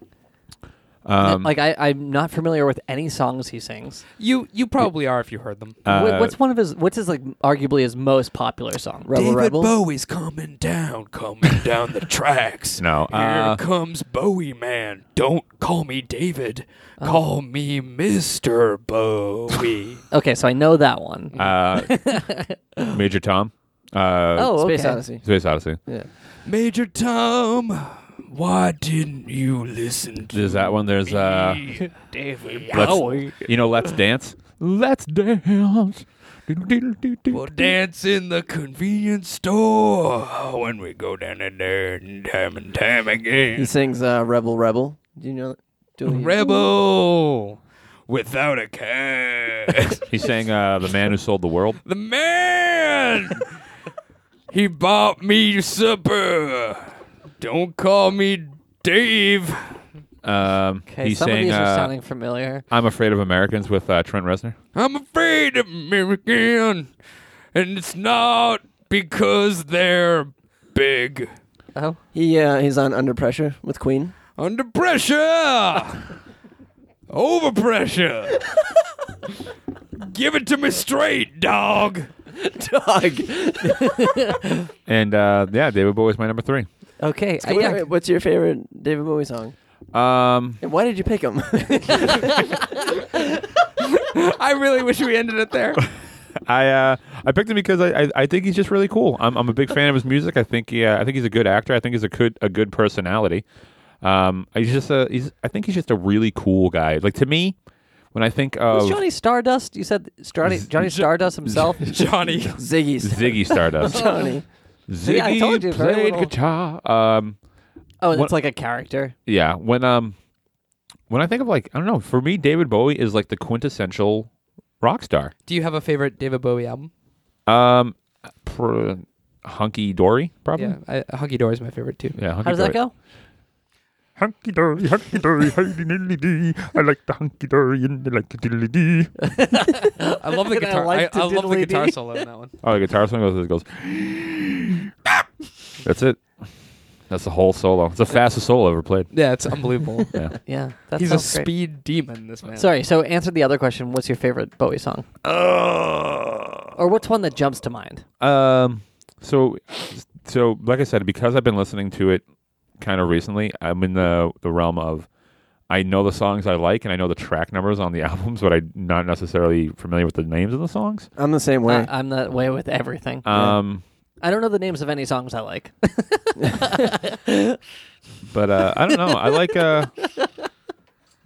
um, like I, I'm not familiar with any songs he sings. You you probably are if you heard them. Wh- uh, what's one of his? What's his like arguably his most popular song? Rebel Rebel. Bowie's coming down, coming down the tracks. No, uh, comes Bowie man. Don't call me David. Oh. Call me Mr. Bowie. Okay, so I know that one. uh, Major Tom, uh, oh, okay. Space Odyssey. Space Odyssey. Yeah. Major Tom, why didn't you listen to There's that one. There's uh, David Let's- Bowie. you know, Let's Dance. Let's dance. We'll dance in the convenience store when we go down in there and time and time He again. sings uh, Rebel Rebel. Do you know that? Do you- Rebel without a cast. He sang uh, "The Man Who Sold the World." the man! he bought me supper. Don't call me Dave. Um, Okay, he some of sang these are uh, sounding familiar. "I'm Afraid of Americans" with uh, Trent Reznor. I'm afraid of American, and it's not because they're big. Oh, He uh, he's on Under Pressure with Queen. Under pressure. Over pressure. Give it to me straight, dog. Dog. And uh, yeah, David Bowie's my number three. Okay. Wait, wait, what's your favorite David Bowie song? Um, And why did you pick him? I really wish we ended it there. I uh, I picked him because I, I, I think he's just really cool. I'm, I'm a big fan of his music. I think he, uh, I think he's a good actor. I think he's a good a good personality. Um, he's just a he's I think he's just a really cool guy. Like to me, when I think of Who's Johnny Stardust? You said Johnny, Johnny Stardust himself. Johnny. Ziggy's. Ziggy Stardust, Johnny. Ziggy Yeah, I told you, very played little- guitar. Um, Oh, What- it's like a character. yeah, when um when I think of like I don't know, for me David Bowie is like the quintessential rock star. Do you have a favorite David Bowie album? Um, pr- hunky dory probably. Yeah, I, Hunky Dory is my favorite too. Yeah, hunky How does that go? Hunky dory, hunky dory, hidey nilly dee. I like the hunky dory and I like the dilly dee. I love the And I guitar. like I, I to love the diddly guitar dee. solo in that one. Oh, the guitar solo goes. It goes. That's it. That's the whole solo. It's the fastest solo I've ever played. Yeah, it's unbelievable. Yeah. Yeah, that's He's a speed demon. This man. Sorry. So answer the other question. What's your favorite Bowie song, Uh, or what's one that jumps to mind? Um. So, so like I said, because I've been listening to it kind of recently, I'm in the the realm of I know the songs I like and I know the track numbers on the albums, but I'm not necessarily familiar with the names of the songs. I'm the same way. I, I'm that way with everything. Uh, Yeah. Um. I don't know the names of any songs I like. But uh, I don't know. I like. Uh, I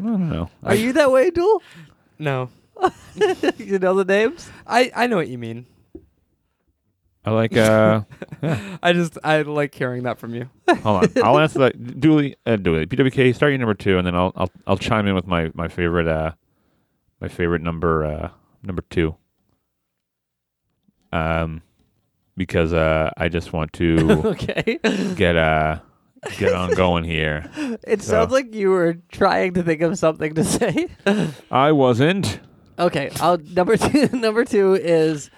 don't know. Are you that way, Duel? No, you know the names? I I know what you mean. I like. Uh, I just I like hearing that from you. hold on. I'll answer that. Dooley, uh, Dooley, PWK. Start your number two, and then I'll I'll, I'll chime in with my my favorite uh, my favorite number uh, number two. Um, because uh, I just want to Okay. get uh get on going here. It So- sounds like you were trying to think of something to say. I wasn't. Okay, I'll, number two. Number two is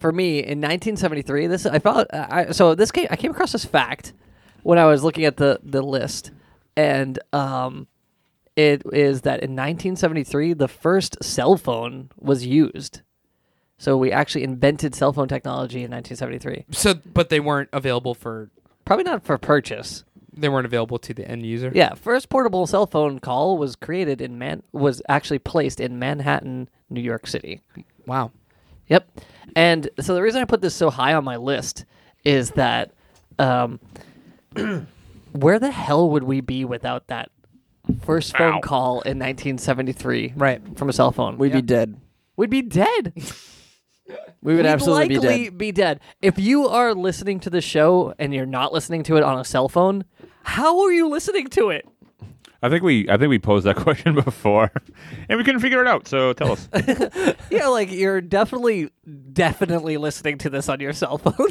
for me in 1973. This I found. I, so this came. I came across this fact when I was looking at the the list, and um, it is that in 1973 the first cell phone was used. So we actually invented cell phone technology in 1973. So, but they weren't available for. Probably not for purchase. They weren't available to the end user. Yeah, first portable cell phone call was created in man was actually placed in Manhattan, New York City. Wow. Yep. And so the reason I put this so high on my list is that um, where the hell would we be without that first phone call in 1973 Right. from a cell phone? We'd be dead. We'd be dead. We would We'd absolutely be likely dead. be dead. If you are listening to the show and you're not listening to it on a cell phone, how are you listening to it? I think we I think we posed that question before, and we couldn't figure it out. So tell us. Yeah, like you're definitely, definitely listening to this on your cell phone.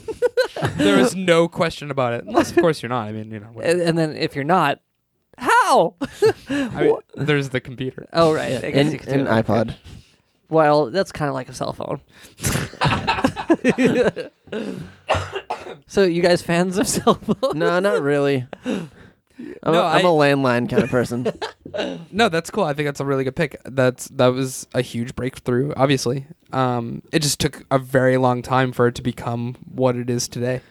There is no question about it. Unless, of course, you're not. I mean, you know. whatever. and, and then if you're not, how? I mean, there's the computer. Oh right, I guess And, you could do and that. iPod. Well, that's kind of like a cell phone. so you guys fans of cell phone? No, not really. I'm, No, a, I'm I- a landline kind of person. No, that's cool. I think that's a really good pick. That's that was a huge breakthrough. Obviously, um, it just took a very long time for it to become what it is today.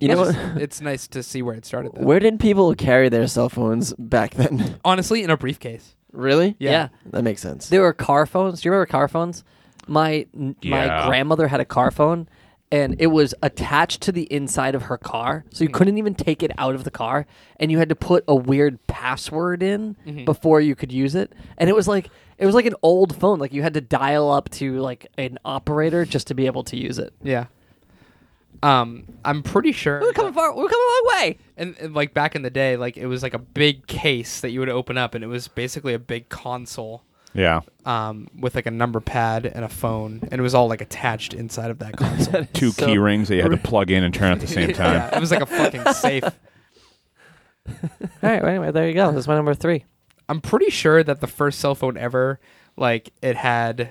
You know It's what? just- It's nice to see where it started. Though. Where did people carry their cell phones back then? Honestly, in a briefcase. really? yeah. That makes sense. there were car phones. Do you remember car phones? My n- Yeah. my grandmother had a car phone, and it was attached to the inside of her car, so you Mm-hmm. couldn't even take it out of the car, and you had to put a weird password in Mm-hmm. before you could use it, and it was like. It was like an old phone. Like you had to dial up to like an operator just to be able to use it. Yeah. Um, I'm pretty sure. We're coming far. We're coming a long way. and, and like back in the day, like it was like a big case that you would open up, and it was basically a big console Yeah. um, with like a number pad and a phone, and it was all like attached inside of that console. two key rings that you had to plug in and turn at the same time. yeah, it was like a fucking safe. All right. Well, anyway, there you go. That's my number three. I'm pretty sure that the first cell phone ever, like it had,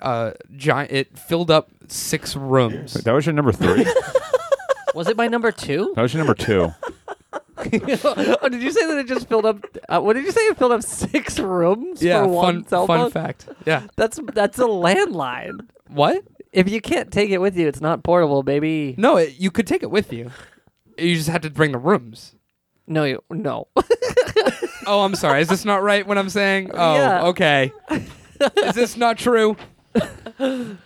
uh, giant. It filled up six rooms. That was your number three. Was it my number two? That was your number two. oh, did you say that it just filled up? Uh, what did you say? It filled up six rooms yeah, for one fun cell fun phone. fact. Yeah, That's that's a landline. what? If you can't take it with you, it's not portable, baby. No, it, you could take it with you. You just had to bring the rooms. No, you, no. Oh, I'm sorry. Is this not right what I'm saying? Oh, Yeah. okay. Is this not true?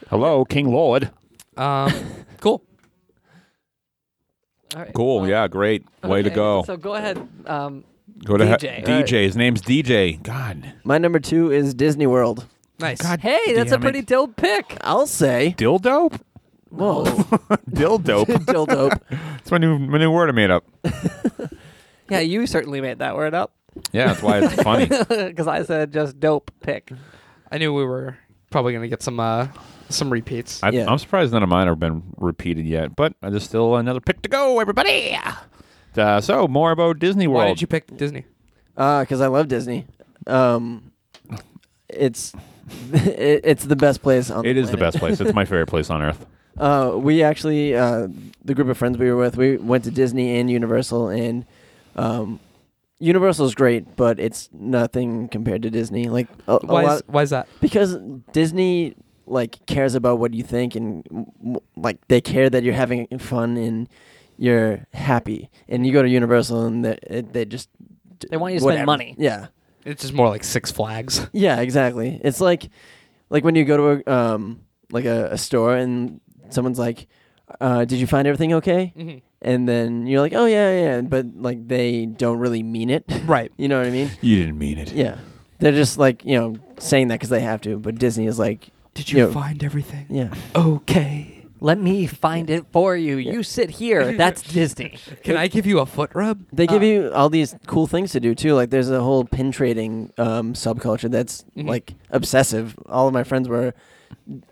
Hello, King Lord. Um, cool. All right. Cool. Yeah, great. Way to Okay, go. So go ahead. Um, go to DJ. DJ. His name's DJ. God. My number two is Disney World. Nice. hey, that's a damn it. pretty dope pick. I'll say. Dildo? Whoa. Dildo. Dildope. That's my new, my new word I made up. Yeah, you certainly made that word up Yeah, that's why it's funny. because I said just dope pick. I knew we were probably gonna get some uh some repeats. I, Yeah. I'm surprised none of mine have been repeated yet, but there's still another pick to go, everybody. Uh, so, more about Disney Why World. did you pick Disney? because Uh, I love Disney. Um, it's it, it's the best place on. it the is the planet. best place. It's my favorite place on earth. Uh, we actually, uh, the group of friends we were with, we went to Disney and Universal, and um, Universal's great, but it's nothing compared to Disney. Like a, a Why is, lot, why is that? because Disney like cares about what you think, and mm, like they care that you're having fun and you're happy. And you go to Universal, and they, it, they just They want you to spend whatever. money. Yeah, It's just more like Six Flags. yeah, exactly. It's like like when you go to a um like a, a store and someone's like, uh, "Did you find everything okay?" Mm-hmm. And then you're like, "Oh yeah, yeah," but like they don't really mean it. Right. you know what I mean? You didn't mean it. Yeah, they're just like you know saying that because they have to. But Disney is like, Did you Yeah. find everything? yeah, Okay. Let me find it for you. You sit here. That's Disney. Can I give you a foot rub? they give you all these cool things to do too. Like there's a whole pin trading um, subculture that's Mhm. like obsessive. All of my friends were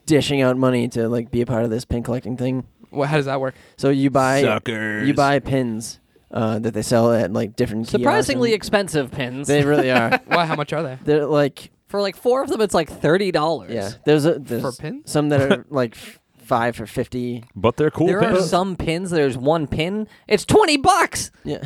dishing out money to like be a part of this pin collecting thing. Wha- how does that work? So you buy Suckers. You buy pins uh, that they sell at like different. kiosks Surprisingly and- expensive pins. they really are. Why? How much are they? They're like for like four of them, it's like thirty dollars. yeah. There's a there's For pins? some that are like f- five for fifty. But they're cool There are pins. some pins. There's one pin. It's twenty bucks. Yeah,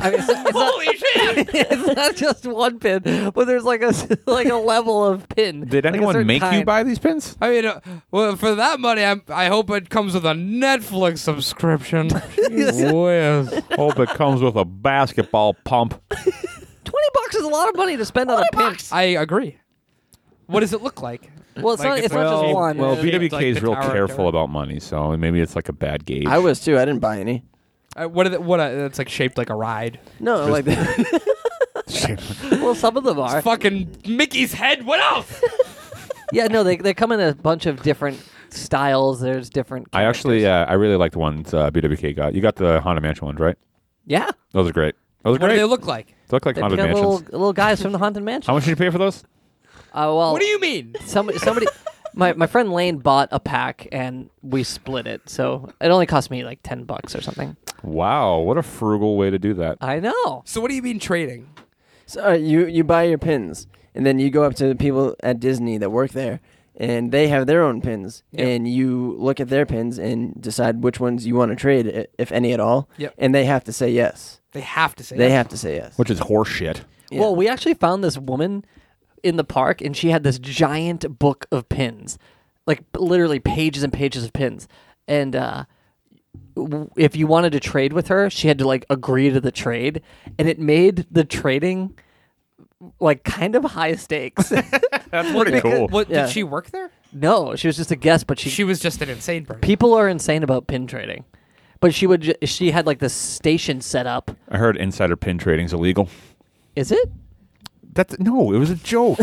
I mean, it's, it's Holy not, shit! it's not just one pin, but there's like a s- like a level of pin. Did Like a anyone certain make you kind. buy these pins? I mean, uh, well, for that money, I'm, I hope it comes with a Netflix subscription. Whiz. Hope Oh, it comes with a basketball pump. Twenty bucks is a lot of money to spend on a pin. I agree. What does it look like? Well, it's Like, not. it's It's, not well, just one. well, Yeah, BWK it's like is the real Tower of careful Terror. about money, so maybe it's like a bad gauge. I was too. I didn't buy any. Uh, what? Are the, what? Are, it's like shaped like a ride. No, like the, well, some of them are. Fucking Mickey's head. What else? Yeah, no, they they come in a bunch of different styles. There's different. I actually, characters. uh, I really like the ones uh, BWK got. You got the Haunted Mansion ones, right? yeah. Those are great. Those are What do great. they look like? They look like They've haunted got mansions. little little guys from the haunted How mansion. much did you pay for those? Uh, well, What do you mean? somebody somebody my, my friend Lane bought a pack and we split it. So it only cost me like 10 bucks or something. Wow, what a frugal way to do that. I know. So what do you mean trading? so, uh, you you buy your pins and then you go up to the people at Disney that work there. And they have their own pins, Yep. and you look at their pins and decide which ones you want to trade, i- if any at all. Yep. And they have to say yes. They have to say They yes. have to say yes. Which is horseshit. Yeah. Well, we actually found this woman in the park and she had this giant book of pins. Like literally pages and pages of pins. And uh w- if you wanted to trade with her, she had to like agree to the trade and it made the trading like kind of high stakes. That's pretty cool. What Yeah. did she work there? no, she was just a guest, but She was just an insane person. people are insane about pin trading but she would ju- she had like this station set up I heard insider pin trading's illegal. is it That's no, it was a joke.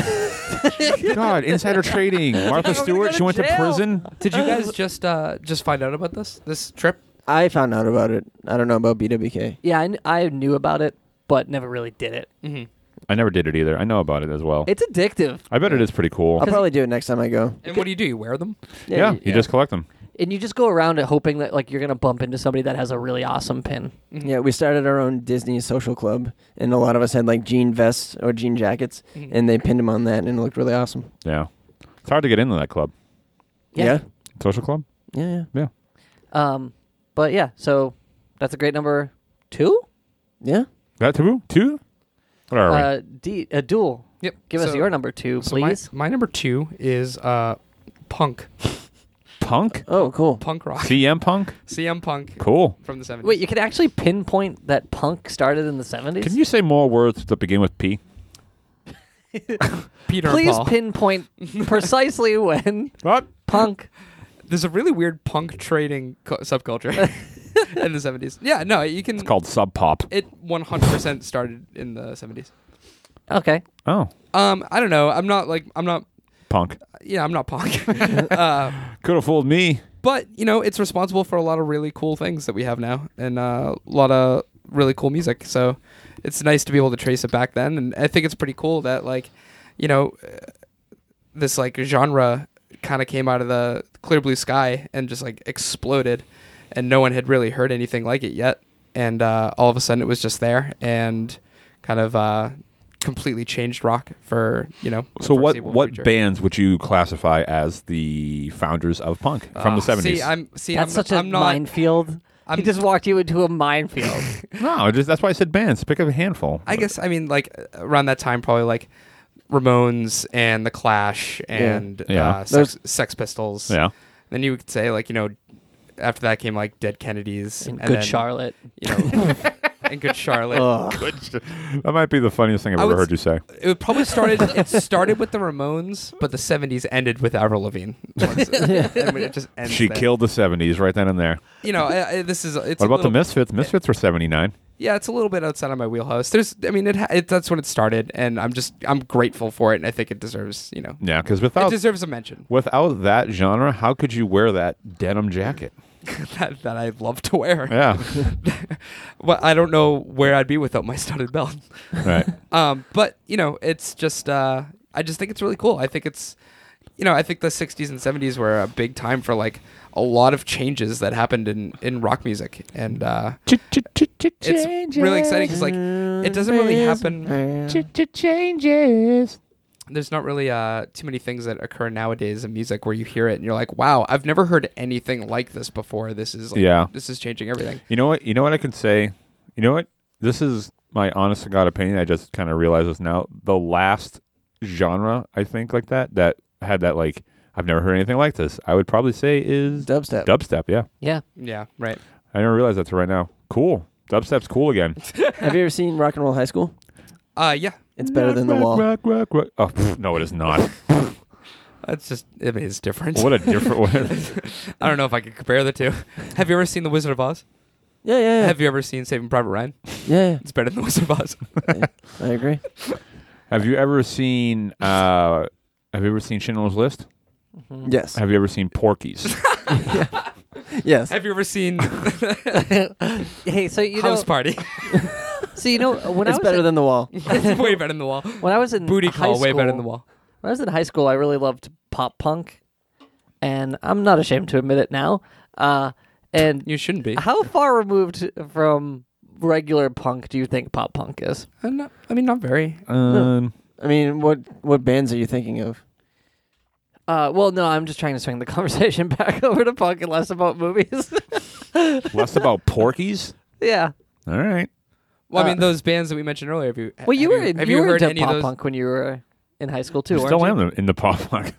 God, insider trading. Martha Stewart, she went to prison. Did you guys just uh, just find out about this this trip? I found out about it. I don't know about BWK. yeah I, kn- I knew about it but never really did it Mm-hmm. I never did it either. I know about it as well. it's addictive I bet it is pretty cool. I'll probably do it next time I go. And what do you do? You wear them? Yeah, you just collect them. and you just go around it hoping that like you're gonna bump into somebody that has a really awesome pin Yeah, we started our own Disney social club, and a lot of us had like jean vests or jean jackets, and they pinned them on that, and it looked really awesome. Yeah. It's hard to get into that club. Yeah. Social club? Yeah, yeah, yeah. Yeah. Mm-hmm. um but yeah so that's a great number two yeah. That two? Two? What are we? uh D, a duel Yep. give us So- your number two so my- please my, number two is uh, punk. Punk? Oh, cool. punk rock. CM Punk? CM Punk Cool. from the 70s. Wait, you can actually pinpoint that punk started in the 70s? Can you say more words that begin with P? Peter Please and Paul. pinpoint precisely when What? punk. There's a really weird punk trading co- subculture in the 70s. Yeah, no, you can. Called Sub Pop. It 100% started in the 70s. Okay. Oh, Um, I don't know. I'm not like I'm not. Punk. Yeah, I'm not punk. uh, Could have fooled me. but you know, it's responsible for a lot of really cool things that we have now, and uh, a lot of really cool music. So it's nice to be able to trace it back then, and I think it's pretty cool that like, you know, uh, this like genre kind of came out of the clear blue sky and just like exploded, and no one had really heard anything like it yet, and uh, all of a sudden it was just there and kind of uh, completely changed rock for you know. the So what foreseeable what future. bands would you classify as the founders of punk from the Ah, See, seventies? I'm see, That's I'm, such a I'm not. minefield. I'm- he just walked you into a minefield. No, I just, that's why I said bands. Pick up a handful. I guess I mean like around that time probably like Ramones and the Clash and Yeah. Uh, Sex, Sex Pistols. Yeah. Then you could say like you know after that came like Dead Kennedys And and, Good then, Charlotte. you know, and Good Charlotte. Ugh. That might be the funniest thing I've I ever would heard you say. It would probably started it started with the Ramones, but the '70s ended with Avril Lavigne. Once- and it just ends She there. killed the seventies right then and there. You know, I, I, this is What it's a about the little- Misfits? Misfits were seventy nine. yeah, it's a little bit outside of my wheelhouse. There's, I mean, it, ha- it that's when it started, and I'm just I'm grateful for it, and I think it deserves, you know, Yeah, because it without deserves a mention. without that genre, how could you wear that denim jacket? that, that I love to wear. Yeah, Well, I don't know where I'd be without my studded belt. right. Um, but you know, it's just uh, I just think it's really cool. I think it's you know, I think the '60s and '70s were a big time for like a lot of changes that happened in in rock music, and uh, it's really exciting because like it doesn't really happen. Changes. There's not really uh, too many things that occur nowadays in music where you hear it and you're like, wow, I've never heard anything like this before. This is like, Yeah. this is changing everything. You know what? You know what I can say. You know what? This is my honest to god opinion. I just kind of realize this now. The last genre I think like that that had that like I've never heard anything like this. I would probably say is Dubstep. dubstep. Yeah, Yeah. Yeah, right. I never realized that till right now. Cool. Dubstep's cool again. Have you ever seen Rock and Roll High School? Uh, yeah, It's better than the Rock, wall. rock, rock, rock. Oh pff, no, it is not. That's just it is different. what a different one. I don't know if I could compare the two. Have you ever seen The Wizard of Oz? Yeah, yeah, yeah. Have you ever seen Saving Private Ryan? yeah, It's better than The Wizard of Oz. yeah. I agree. Have you ever seen? uh Have you ever seen Schindler's List? Yes, Have you ever seen Porky's? yes. Have you ever seen Hey, so you House know, Party? so you know, when I It's was better in, than the wall. it's way better than The Wall. when I was in Booty high Call, way better school- than The Wall. When I was in high school, I really loved pop punk, and I'm not ashamed to admit it now. Uh, and You shouldn't be. how far removed from regular punk do you think pop punk is? I'm not- I mean, not very. um, I mean, what what bands are you thinking of? Uh, well, no, I'm just trying to swing the conversation back over to punk and less about movies. less about Porky's. yeah. All right. Well, I mean, Uh, those bands that we mentioned earlier. Have you? Well, you have were Have you, you, were heard into any pop of those? punk when you were in high school too, I weren't still you? am in the pop market.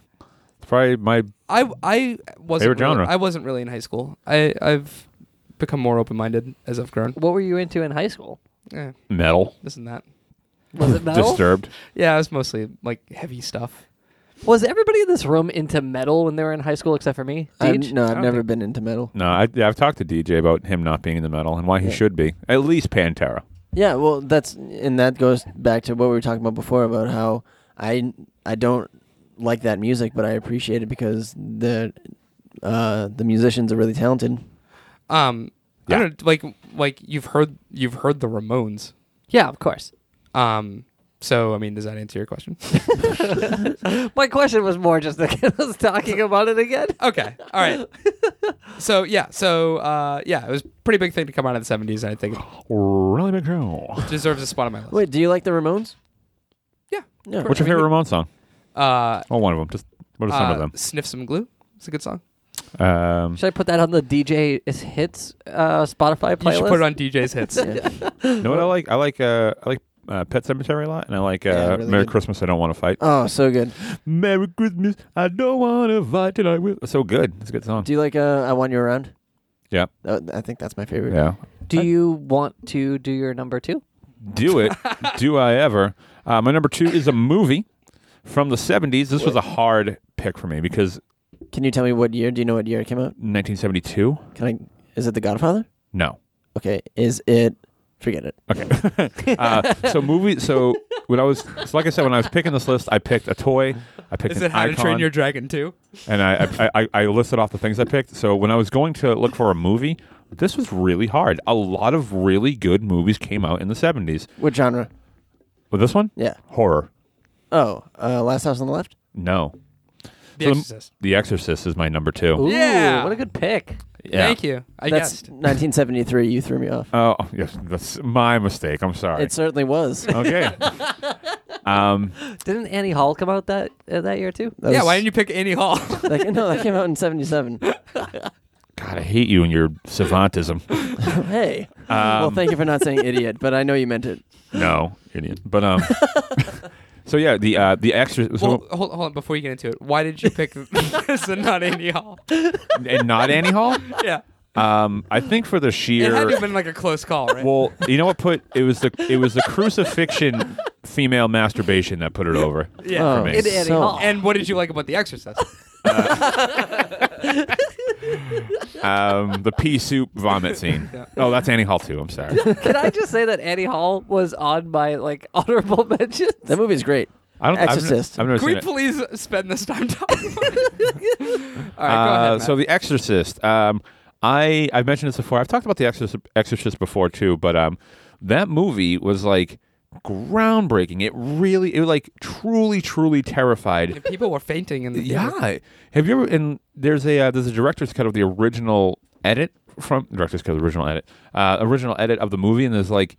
It's probably my I I wasn't Favorite really, genre. I wasn't really in high school. I I've become more open minded as I've grown. What were you into in high school? Yeah, metal. this and that. Was it metal? Disturbed. Yeah, it was mostly like heavy stuff. Was everybody in this room into metal when they were in high school except for me? I'm- Deej? Uh, no, I I've don't never think- been into metal. No, I, yeah, I've talked to DJ about him not being in the metal and why he Yeah. should be. At least Pantera. Yeah, well, that's and that goes back to what we were talking about before about how I I don't like that music, but I appreciate it because the uh, the musicians are really talented. Um, Yeah. I don't like like you've heard you've heard the Ramones. Yeah, of course. Um, so I mean, does that answer your question? My question was more just that I was talking about it again. okay, all right. So yeah, so uh, yeah, it was a pretty big thing to come out of the '70s, and I think it Really big show. deserves a spot on my list. Wait, do you like the Ramones? Yeah. No. What's your favorite Ramones song? Uh, Well, one of them. Just what are some uh, of Sniff some glue. It's a good song. them? Um, Should I put that on the DJ is hits uh, Spotify playlist? You should put it on DJ's hits. Yeah. you know what I like? I like. Uh, I like uh, Pet Cemetery a lot, and I like uh, Yeah, really Merry good. Christmas. I don't want to fight. Oh, so good. Merry Christmas. I don't want to fight, and I will. It's so good. It's a good song. Do you like uh, "I Want You Around"? Yeah. Oh, I think that's my favorite. yeah. Do you want to do your number two? Do it. do I ever? Uh, my number two is a movie from the 70s. This was a hard pick for me because Can you tell me what year? Do you know what year it came out? 1972. Can I? Is it The Godfather? No. Okay. Is it? Forget it. Okay. uh, so movie. So when I was, so like I said, when I was picking this list, I picked a toy. I picked Is an it How icon, to Train Your Dragon too? and I, I- I I listed off the things I picked. So when I was going to look for a movie, this was really hard. A lot of really good movies came out in the 70s. What genre? With this one, Yeah. horror. Oh, uh, Last House on the Left. No. The So the- Exorcist. The Exorcist is my number two. Ooh, Yeah. What a good pick. Yeah. Thank you. I That's guessed. 1973. You threw me off. Oh yes, that's my mistake. I'm sorry. It certainly was. That okay. um, Didn't Annie Hall come out that uh, that year too? Yeah, was- why didn't you pick Annie Hall? That, no, that came out in '77. God, I hate you and your savantism. hey. well, Um, thank you for not saying idiot, but I know you meant it. No, idiot. But um, so yeah, the uh, the Exorcist well, hold, hold on. Before you get into it, why did you pick this and not Annie Hall? and not Annie Hall. Yeah. Um, I think for the It had to have sheer. been like a close call, right? Well, you know what put it was the it was the crucifixion female masturbation that put it over. yeah. Oh, me. Uh, It- Annie so- Hall. And what did you like about The Exorcist? Um, the pea soup vomit scene. Oh, that's Annie Hall too. I'm sorry. Can I just say that Annie Hall was on my like honorable mentions? That movie's great. I don't. I've ne- Exorcist. I've, never Can seen we it. please spend this time talking? about it? All right, go Uh, ahead. Matt. so the Exorcist. Um, I I've mentioned this before. I've talked about the Exorcist, Exorcist before too, but um, that movie was like groundbreaking. It really, it like truly, truly terrified. people were fainting in the theater. Yeah. Have you ever? And there's a uh, there's a director's cut of the original edit from director's cut of the original edit, uh, original edit of the movie, and there's like,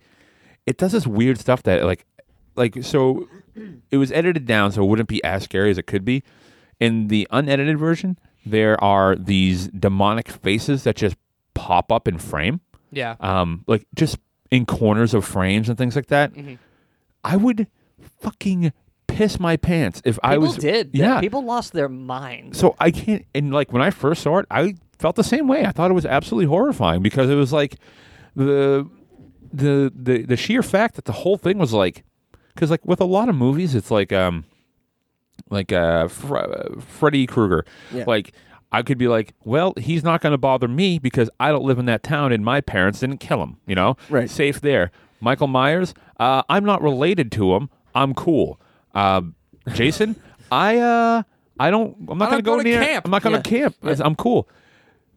it does this weird stuff that like, like so, it was edited down so it wouldn't be as scary as it could be. In the unedited version, there are these demonic faces that just pop up in frame, Yeah. um, like just in corners of frames and things like that. Mm-hmm. I would fucking piss my pants if I People was did. yeah People lost their minds. so I can't and like when I first saw it, I felt the same way. I thought it was absolutely horrifying because it was like the the the the sheer fact that the whole thing was like because like with a lot of movies, it's like um like uh, Fre- uh Freddy Krueger, Yeah. like. I could be like, well, he's not going to bother me because I don't live in that town and my parents didn't kill him, you know? Right. Safe there. Michael Myers, uh, I'm not related to him. I'm cool. Um Jason, I uh, I don't. I'm not I going to don't go go to near. camp. I'm not going to camp. I'm cool.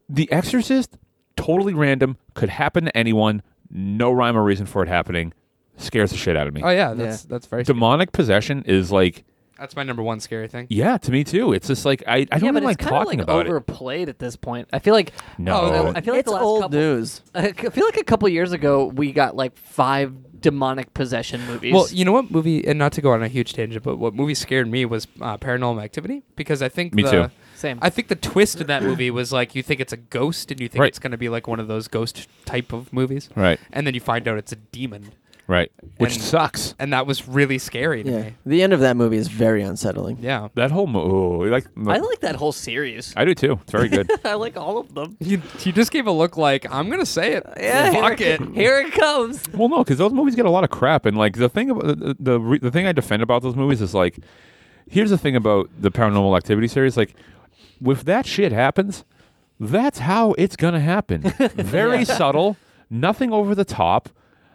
The Exorcist, totally random, could happen to anyone. No rhyme or reason for it happening. Scares the shit out of me. Oh yeah, that's that's very. scary. Demonic possession is like, That's my number one scary thing. yeah, to me too. It's just like I, I don't yeah, even but like it's kind of talking like about it. overplayed at this point. I feel like No, Oh, I feel like it's the last old couple, news. I feel like a couple years ago we got like five demonic possession movies. Well, you know what movie, and not to go on a huge tangent, but what movie scared me was uh, Paranormal Activity because I think Me the, too. Same. I think the twist of that movie was like you think it's a ghost and you think Right. it's going to be like one of those ghost type of movies, right, and then you find out it's a demon, right, which And- sucks. and that was really scary to Yeah. me. The end of that movie is very unsettling. Yeah, That whole mo- oh, like, I like that whole series. I do too. It's very good. I like all of them. you, you just gave a look like I'm going to say it. Yeah, Fuck here, it. Here it comes. Well, no, because those movies get a lot of crap, and like the thing about the the, re- the thing I defend about those movies is like, here's the thing about the Paranormal Activity series, like, if that shit happens, that's how it's gonna happen. Very subtle, nothing over the top,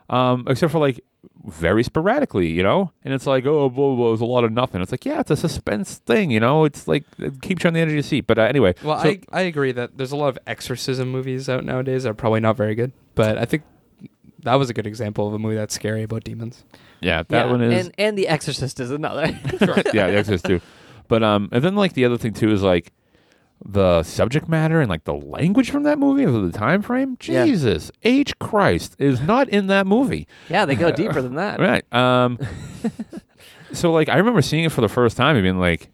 um, except for like very sporadically, you know. And it's like, oh, blah, blah, blah, there's a lot of nothing. It's like, yeah, it's a suspense thing, you know. It's like it keeps you on the edge of your seat. But uh, anyway, Well, so- I, I agree that there's a lot of exorcism movies out nowadays that are probably not very good, but I think that was a good example of a movie that's scary about demons. yeah, that Yeah, one is And, and The Exorcist is another. yeah, the Exorcist too. But um, and then like the other thing too is like the subject matter and like the language from that movie and the time frame. Yeah. Jesus, H Christ is not in that movie, yeah, they go deeper than that. right? Um, so like I remember seeing it for the first time and being like,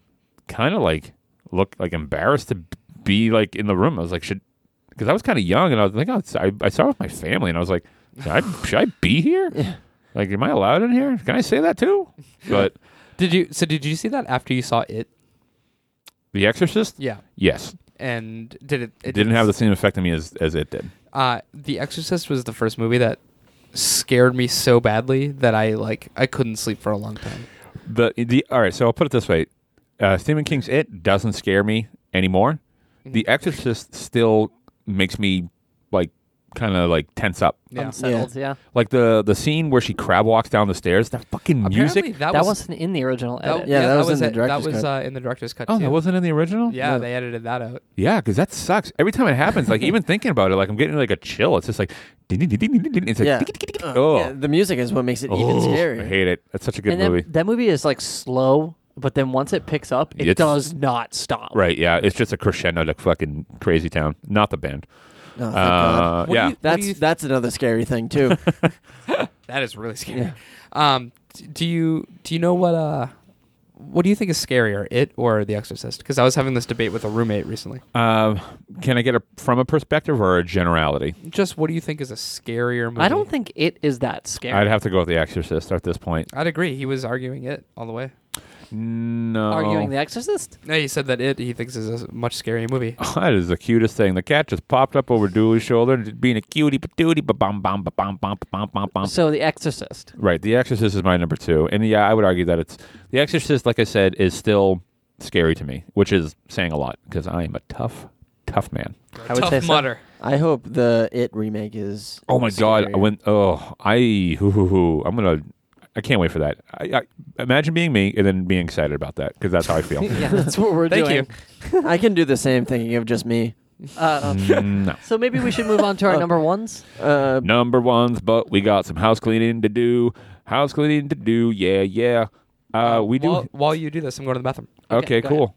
kind of like look like embarrassed to be like in the room. I was like, should oh, because I was kind of young and I was like, I, I saw it with my family and I was like, should I, should I be here? Like, am I allowed in here? Can I say that too? But Did you? So did you see that after you saw it? The Exorcist, Yeah. yes, And did it? it didn't have the same effect on me as as it did. Uh, the Exorcist was the first movie that scared me so badly that I like I couldn't sleep for a long time. The the all right. So I'll put it this way: uh, Stephen King's It doesn't scare me anymore. The Exorcist still makes me like kind of like tense up. Yeah. Settled, yeah. Like the the scene where she crab walks down the stairs. That fucking music. Apparently that, That was wasn't in the original that, edit. yeah, that, was, in it- the that director's was uh, cut. in the director's cut. Oh, too. that wasn't in the original. Yeah, No. they edited that out. Yeah, because that sucks. Every time it happens, like even thinking about it, like I'm getting like a chill. It's just like, ding, ding, ding, ding, ding, ding. it's like, Yeah. tick, tick, tick, tick. Uh, oh, yeah, the music is what makes it even Oh, scarier. I hate it. That's such a good and then movie. that movie is like slow, but then once it picks up, it It's- does not stop. Right? Yeah, it's just a crescendo to fucking Crazy Town. Not the band. Oh, thank God. Uh, What do yeah. you- what do That's you- that's another scary thing too. that is really scary. Um, d- do you do you know what uh, what do you think is scarier, it or The Exorcist? Because I was having this debate with a roommate recently. Um, can I get a from a perspective or a generality? Just what do you think is a scarier movie? I don't think it is that scary. I'd have to go with The Exorcist at this point. I'd agree. He was arguing it all the way. No, Arguing The Exorcist? No, he said that it he thinks is a much scarier movie. that is the cutest thing. The cat just popped up over Dooley's shoulder, and being a cutie patootie, ba bum bum ba bum bum ba bum bum bum. So The Exorcist. Right. The Exorcist is my number two, and yeah, I would argue that it's The Exorcist. Like I said, is still scary to me, which is saying a lot because I am a tough, tough man. I would Tough say so. mutter. I hope the It remake is. Oh my god! scarier. I went. Oh, I. Hoo, hoo, hoo, I'm gonna. I can't wait for that. I, I imagine being me and then being excited about that because that's how I feel. Yeah, that's what we're Thank doing. you. I can do the same thinking of just me. Uh, no. so maybe we should move on to our number ones. Uh, Number ones, but we got some house cleaning to do. House cleaning to do. Yeah, yeah. Uh, we do. While, while you do this, I'm going to the bathroom. Okay, go cool.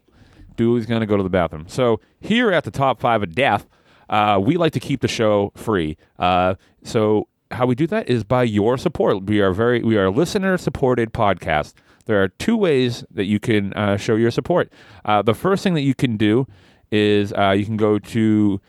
Dooley's going to go to the bathroom. So, here at the top five of death, uh, we like to keep the show free. Uh, so, how we do that is by your support. We are very we are a listener supported podcast. There are two ways that you can uh, show your support. Uh, the first thing that you can do is uh, you can go to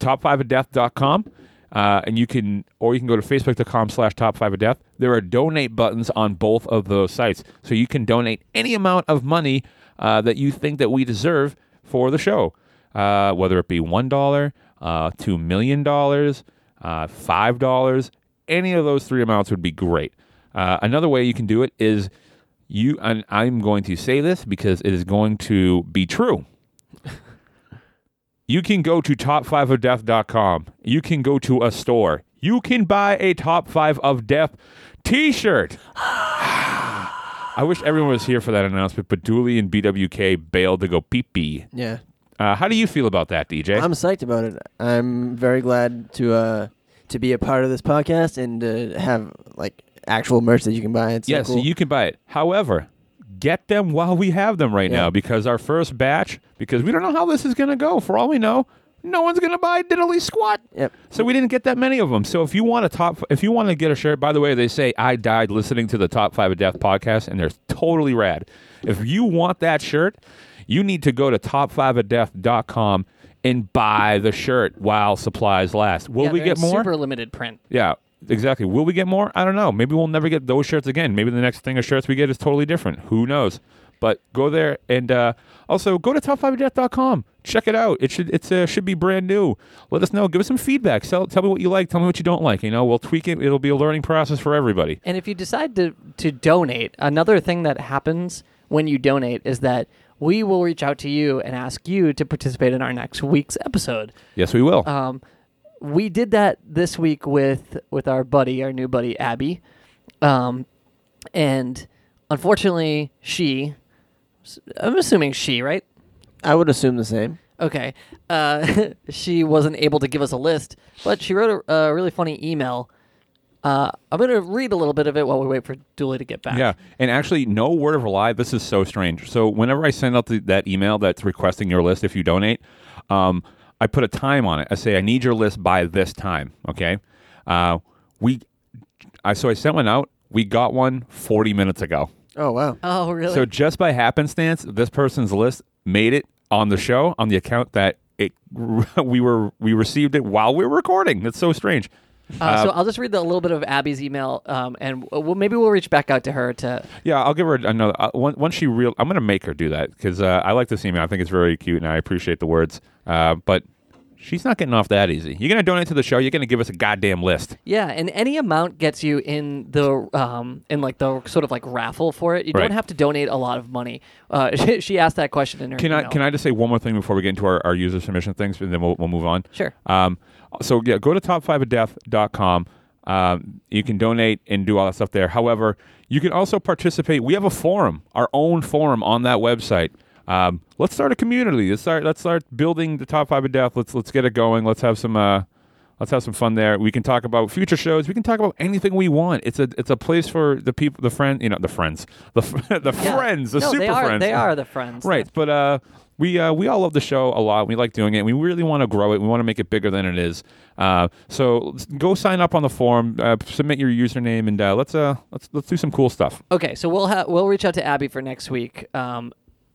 top5ofdeath.com uh, and you can or you can go to facebook.com slash top five of death there are donate buttons on both of those sites so you can donate any amount of money uh, that you think that we deserve for the show uh, whether it be one dollar uh, two million dollars uh, five dollars any of those three amounts would be great uh, another way you can do it is you and i'm going to say this because it is going to be true you can go to top5ofdeath.com. You can go to a store. You can buy a Top 5 of Death t shirt. I wish everyone was here for that announcement, but Dooley and BWK bailed to go pee pee. yeah, Uh, how do you feel about that, DJ? I'm psyched about it. I'm very glad to uh, to be a part of this podcast and to have like actual merch that you can buy. It's yeah, so so cool. you can buy it. However, get them while we have them right Yeah. now because our first batch, because we don't know how this is going to go. For all we know, no one's going to buy diddly squat. Yep. So we didn't get that many of them. So if you want a top, if you want to get a shirt, by the way, they say I died listening to the Top Five of Death podcast, and they're totally rad. If you want that shirt, you need to go to top5ofdeath.com and buy the shirt while supplies last. Will Yeah, we they're get in more? Super limited print. yeah, exactly. Will we get more? I don't know. Maybe we'll never get those shirts again. Maybe the next thing of shirts we get is totally different. Who knows? But go there and uh, also go to top5death.com. Check it out. It should it's uh, should be brand new. Let us know. Give us some feedback. Tell, tell me what you like. Tell me what you don't like. You know, we'll tweak it. It'll be a learning process for everybody. And if you decide to to donate, another thing that happens when you donate is that we will reach out to you and ask you to participate in our next week's episode. Yes, we will. Um, we did that this week with with our buddy, our new buddy Abby, um, and unfortunately, she. I'm assuming she, right? I would assume the same. Okay. Uh, she wasn't able to give us a list, but she wrote a, a really funny email. Uh, I'm going to read a little bit of it while we wait for Dooley to get back. Yeah, and actually, no word of a lie. This is so strange. So whenever I send out the, that email that's requesting your list if you donate, um, I put a time on it. I say I need your list by this time. Okay, uh, we, I so I sent one out. We got one 40 minutes ago. Oh wow. Oh, really? So just by happenstance, this person's list made it on the show on the account that it we were we received it while we were recording. That's so strange. Uh, so I'll just read the, a little bit of Abby's email, um, and we'll, maybe we'll reach back out to her to. Yeah, I'll give her another. Uh, once once she real, I'm gonna make her do that because uh, I like this email. I think it's very cute, and I appreciate the words. Uh, but she's not getting off that easy. You're gonna donate to the show. You're gonna give us a goddamn list. Yeah, and any amount gets you in the um, in like the sort of like raffle for it. You Right. don't have to donate a lot of money. Uh, she, asked that question in her. Can I email. can I just say one more thing before we get into our, our user submission things, and then we'll, we'll move on. Sure. Um, so yeah, go to top5ofdeath.com. Um, you can donate and do all that stuff there. However, you can also participate. We have a forum, our own forum on that website. Um, let's start a community. Let's start. Let's start building the top five of death. Let's let's get it going. Let's have some. Uh, let's have some fun there. We can talk about future shows. We can talk about anything we want. It's a it's a place for the people, the friend, you know, the friends, the f- the Yeah. friends, the no, super they are, friends. They are the friends. Right, but uh, we uh, we all love the show a lot. We like doing it. We really want to grow it. We want to make it bigger than it is. Uh, so s- go sign up on the form, uh, submit your username, and uh, let's uh let's let's do some cool stuff. Okay, so we'll ha- we'll reach out to Abby for next week. Um,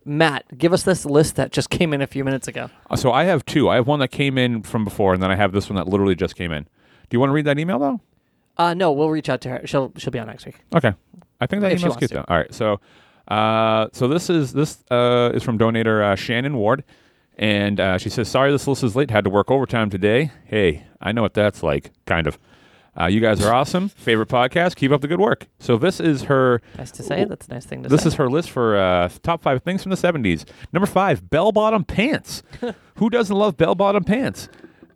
Matt, give us this list that just came in a few minutes ago. Uh, So I have two. I have one that came in from before, and then I have this one that literally just came in. Do you want to read that email though? Uh, no, we'll reach out to her. She'll she'll be on next week. Okay, I think that If she email's wants cute to. though. All right, so uh, so this is this uh, is from donator uh, Shannon Ward, and uh, she says, "Sorry, this list is late. Had to work overtime today. Hey, I know what that's like, kind of." Uh, you guys are awesome. Favorite podcast. Keep up the good work. So this is her. Nice to say. That's a nice thing to This say. is her list for uh, top five things from the seventies. Number five, bell-bottom pants. Who doesn't love bell-bottom pants?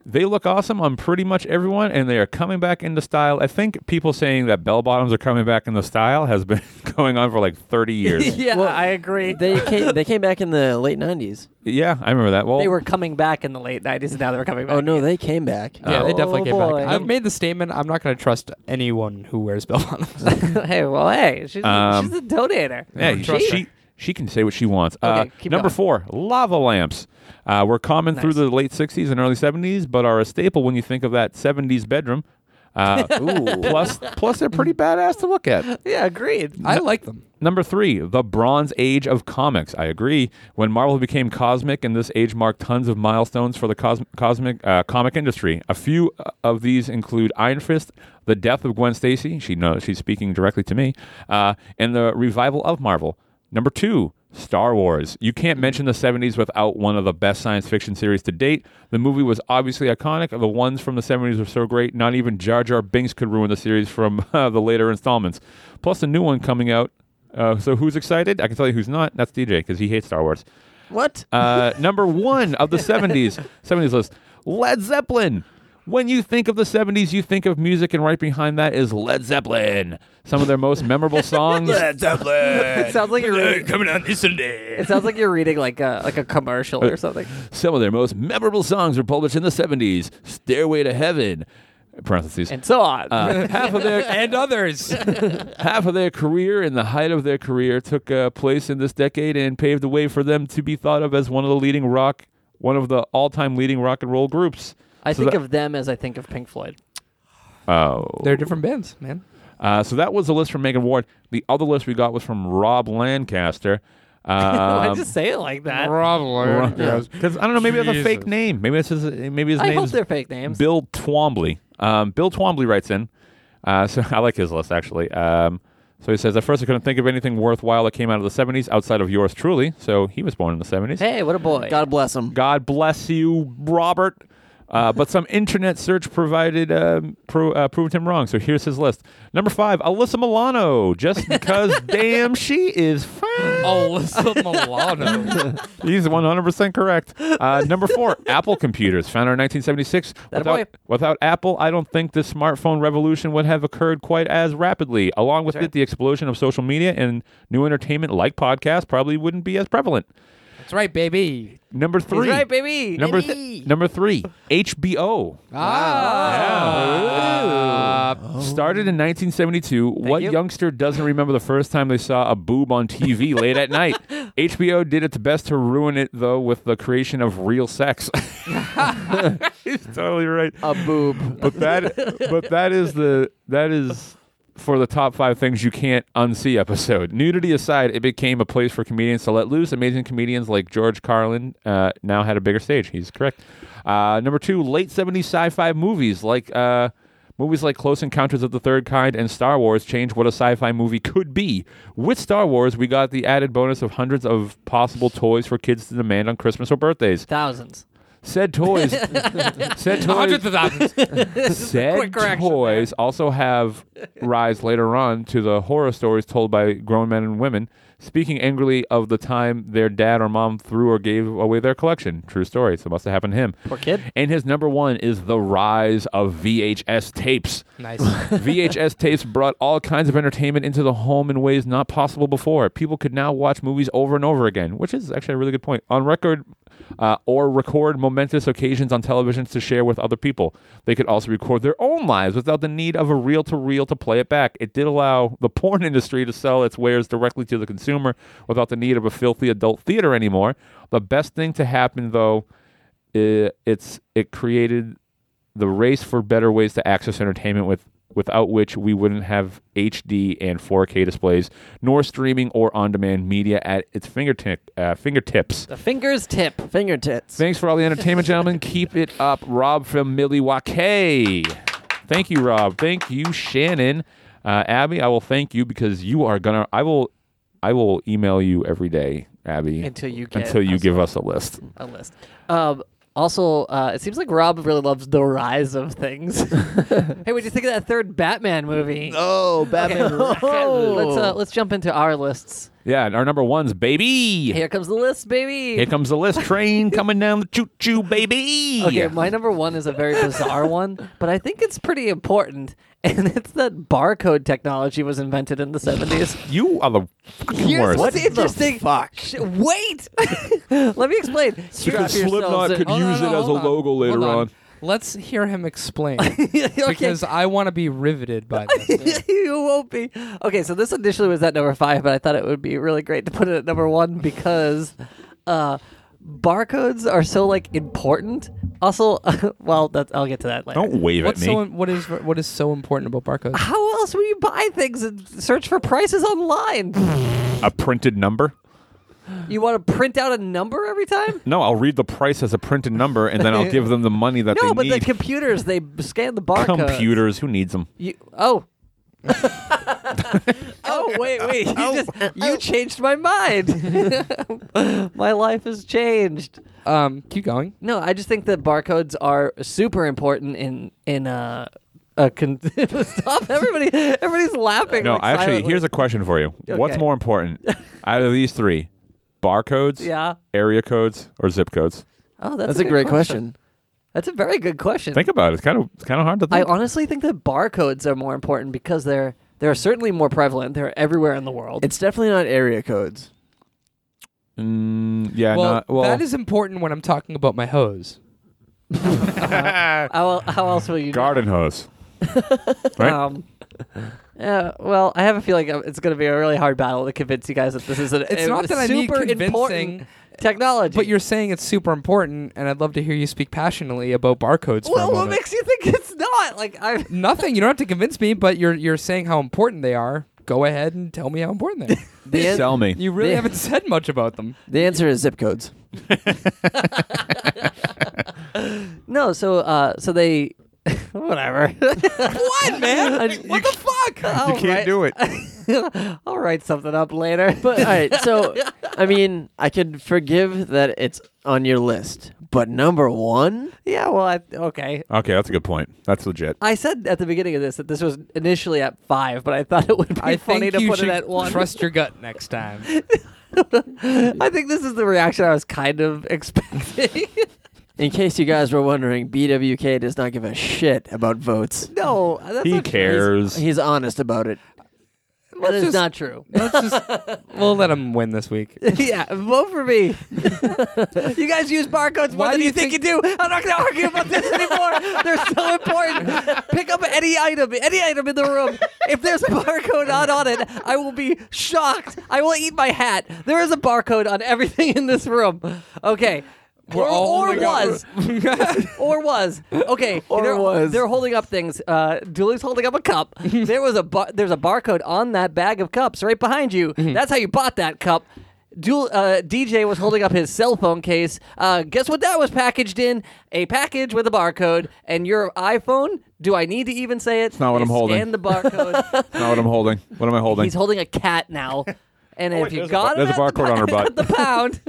They look awesome on pretty much everyone, and they are coming back into style. I think people saying that bell bottoms are coming back into style has been going on for like thirty years. yeah, Well, I agree. They came, they came back in the late '90s. yeah, I remember that. Well, They were coming back in the late nineties, and now they're coming back. Oh no, they came back. Uh, Yeah, they definitely Oh, came boy. back. I've made the statement. I'm not going to trust anyone who wears bell bottoms. hey, well, hey, she's, Um, she's a donator. Yeah, she, Jeez. she she can say what she wants. Okay, uh, keep number going. four, lava lamps. Uh, were common through the Nice. late '60s and early '70s, but are a staple when you think of that '70s bedroom. Uh, plus, plus they're pretty badass to look at. yeah, agreed. I like them. Number three, the Bronze Age of comics. I agree. When Marvel became cosmic, and this age marked tons of milestones for the cos- cosmic uh, comic industry. A few uh, of these include Iron Fist, the death of Gwen Stacy. She knows she's speaking directly to me, uh, and the revival of Marvel. Number two, Star Wars. You can't mention the 70s without one of the best science fiction series to date. The movie was obviously iconic. The ones from the 70s were so great, not even Jar Jar Binks could ruin the series from uh, the later installments. Plus, a new one coming out. Uh, so, who's excited? I can tell you who's not. That's DJ, because he hates Star Wars. What? Uh, number one of the 70s, 70s list, Led Zeppelin. When you think of the 70s, you think of music, and right behind that is Led Zeppelin. Some of their most memorable songs. Led Zeppelin. It sounds like you're reading. coming on this Sunday. It sounds like you're reading like a like a commercial Uh, or something. Some of their most memorable songs were published in the 70s. Stairway to Heaven, parentheses. And so on. Uh, half of their And others. half of their career and the height of their career took uh, place in this decade and paved the way for them to be thought of as one of the leading rock, one of the all-time leading rock and roll groups. I so think that- of them as I think of Pink Floyd. Oh, They're different bands, man. uh, so that was the list from Megan Ward. The other list we got was from Rob Lancaster. Why'd Um, you say it like that? Probably. Because I don't know, maybe that's a fake Jesus. name. Maybe it's his, maybe his I name hope they're fake names. Bill Twombly. Um, Bill Twombly writes in. Uh, so I like his list actually. Um, so he says, at first I couldn't think of anything worthwhile that came out of the 70s outside of yours truly. So he was born in the 70s. hey, what a boy. God bless them. God bless you, Robert. Uh, but some internet search provided um, pro, uh, proved him wrong. So here's his list. Number five, Alyssa Milano. Just because, damn, she is fine. Oh. Alyssa Milano. He's 100% correct. Uh, number four, Apple computers, founded in 1976. Without, boy. without Apple, I don't think this smartphone revolution would have occurred quite as rapidly. Along with it, the explosion of social media and new entertainment like podcasts probably wouldn't be as prevalent. That's right, baby. Number three, right, baby. number th- number three, HBO. Ah. Yeah. Started in 1972. what you. youngster doesn't remember the first time they saw a boob on TV late at night? HBO did its best to ruin it, though, with the creation of real sex. He's totally right. A boob. But that, but that is the that is for the top five things you can't unsee episode. Nudity aside, it became a place for comedians to let loose. Amazing comedians like George Carlin uh, now had a bigger stage. He's correct. Uh, number two, late 70s sci-fi movies like. Uh, Movies like Close Encounters of the Third Kind and Star Wars changed what a sci fi movie could be. With Star Wars, we got the added bonus of hundreds of possible toys for kids to demand on Christmas or birthdays. Thousands. Said toys. said toys. Hundreds of thousands. Said quick correction toys also have rise later on to the horror stories told by grown men and women, speaking angrily of the time their dad or mom threw or gave away their collection. True story. So it must have happened to him. Poor kid. And his number one is the rise of VHS tapes. nice. VHS tapes brought all kinds of entertainment into the home in ways not possible before. People could now watch movies over and over again, which is actually a really good point. On record uh, or record momentous occasions on televisions to share with other people. They could also record their own lives without the need of a reel to reel to play it back. It did allow the porn industry to sell its wares directly to the consumer without the need of a filthy adult theater anymore. The best thing to happen, though, i it's it created the race for better ways to access entertainment with without which we wouldn't have HD and 4K displays nor streaming or on-demand media at its fingertip uh, fingertips. The fingers tip. Finger tits. Thanks for all the entertainment, gentlemen. Keep it up, Rob from Milwaukee. Thank you, Rob. Thank you, Shannon. Uh, Abby, I will thank you because you are gonna. I will. I will email you every day, Abby, Until you get until you us give us a list. a list. Um, also, uh, it seems like Rob really loves the rise of things. hey, what do you think of that third Batman movie? Oh, Batman. Let's uh, let's jump into our lists. Yeah, and our number one's baby. Here comes the list, baby. Here comes the list train coming down the choo choo, baby. Okay, my number one is a very bizarre one, but I think it's pretty important, and it's that barcode technology was invented in the 70s. you are the fucking Here's worst. what's interesting. Sh- wait! Let me explain. Strap Because Slipknot yourselves in- could Oh, no, use no, it as a hold on. logo later Hold on. Let's hear him explain Okay. because I want to be riveted by this. you won't be. Okay, so this initially was at number five, but I thought it would be really great to put it at number one because uh, barcodes are so like important. Also, well, that's, I'll get to that later. Don't wave What's at me. so what is what is so important about barcodes? How else will you buy things and search for prices online? a printed number? you want to print out a number every time? No, I'll read the price as a printed number, and then I'll give them the money that No, they but need. the computers they scan the barcode. Computers, who needs them? You, oh. oh wait, wait! You just Oh. you changed my mind. my life has changed. Um, keep going. No, I just think that barcodes are super important in in uh, a con- stop. Everybody, everybody's laughing. No, like, actually, silently. here's a question for you. What's Okay. more important out of these three? Barcodes, yeah. area codes, or zip codes? Oh, that's, That's a good great question. That's a very good question. Think about it. It's kind of it's kind of hard to I think. honestly think that barcodes are more important because they're they're certainly more prevalent. They're everywhere in the world. It's definitely not area codes. Mm, yeah, well, not, well that is important when I'm talking about my hose. how, how else will you know? garden hose. right? Um, yeah, well, I have a feeling uh, it's going to be a really hard battle to convince you guys that this is an It's a not that I need super important convincing, technology. but you're saying it's super important, and I'd love to hear you speak passionately about barcodes for well, a what moment. makes you think it's not? Like I, Nothing. You don't have to convince me, but you're you're saying how important they are. Go ahead and tell me how important they are. The, an- Sell me. You really Yeah. haven't said much about them. the answer is zip codes. no. So, uh, so they, whatever. what man? what the fuck? you can't do it. it. I'll write something up later. But all right, so I mean, I could forgive that it's on your list, but number one, yeah, well, I, okay. Okay, that's a good point. That's legit. I said at the beginning of this that this was initially at five, but I thought it would be I funny think to you put should it at one. trust your gut next time. I think this is the reaction I was kind of expecting. in case you guys were wondering, BWK does not give a shit about votes. no, that's He not true. cares. He's honest about it. That is just- not true. Let's just we'll let him win this week. yeah, vote for me. you guys use barcodes more Why than do you you think, think- you do. I'm not going to argue about this anymore. They're so important. Pick up any item, any item in the room. If there's a barcode not on it, I will be shocked. I will eat my hat. There is a barcode on everything in this room. Okay. or all- or oh my God. was. or was. Okay. Or they're, was. They're holding up things. Uh, Dooley's holding up a cup. Mm-hmm. there was a bar- there's a barcode on that bag of cups right behind you. That's how you bought that cup. Dual, uh, DJ was holding up his cell phone case. Uh, guess what that was packaged in? A package with a barcode and your iPhone. Do I need to even say it? It's not what I'm holding. And the barcode. Not what I'm holding. What am I holding? Oh, He's holding a cat now. And if you there's a got bar- him there's a at the barcode on her pu- butt. at the pound,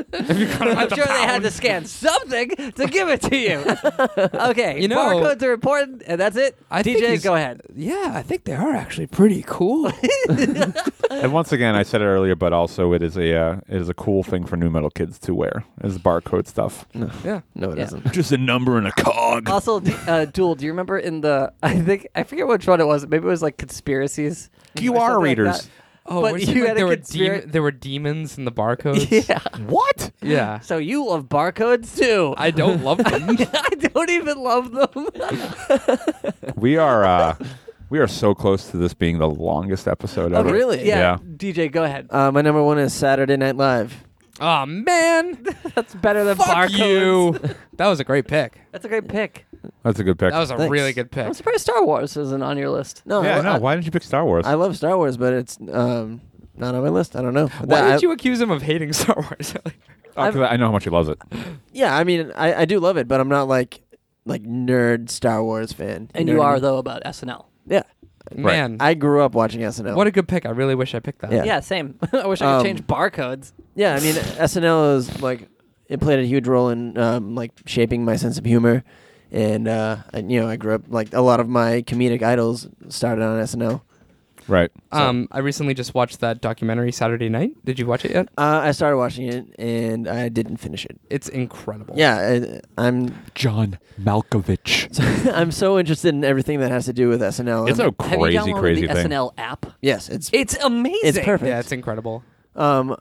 I'm sure they had to scan something to give it to you. Okay, You know- barcodes are important, and that's it. I think DJ, he's- go ahead. Yeah, I think they are actually pretty cool. and once again, I said it earlier, but also it is a uh, it is a cool thing for new metal kids to wear is barcode stuff. yeah. No, it Yeah. doesn't. Just a number and a cog. Also, d- uh, Duel, do you remember in the? I think I forget which one it was. Maybe it was like conspiracies. QR or something like readers. that. Oh, But but you like had a there were conspira- dem- there were demons in the barcodes. Yeah. What? Yeah. So you love barcodes too. I don't love them. I don't even love them. We are uh, we are so close to this being the longest episode Oh, ever. really? Yeah. Yeah. DJ, go ahead. Uh, my number one is Saturday Night Live. oh man, That's better than fuck barcodes. you. That was a great pick. That's a great pick. That's a good pick. That was a Thanks. really good pick. I'm surprised Star Wars isn't on your list. No, yeah, I, I know. Why didn't you pick Star Wars? I, I love Star Wars, but it's um, not on my list. I don't know. Why That- did I- you accuse him of hating Star Wars? Oh, 'cause I know how much he loves it. Yeah, I mean, I, I do love it, but I'm not like like nerd Star Wars fan. And know you what I are mean? though about SNL. Yeah, man, I grew up watching SNL. what a good pick. I really wish I picked that. Yeah. Yeah, same. I wish I could Um, change barcodes. yeah, I mean, SNL is like it played a huge role in um, like shaping my sense of humor, and uh, I, you know, I grew up like a lot of my comedic idols started on SNL. Right. Um, I recently just watched that documentary Saturday Night. Did you watch it yet? Uh, I started watching it and I didn't finish it. It's incredible. Yeah, I, I'm John Malkovich. I'm so interested in everything that has to do with SNL. It's I'm- a Have crazy, you downloaded crazy the thing. SNL app? yes, it's It's amazing. it's perfect. Yeah, it's incredible. um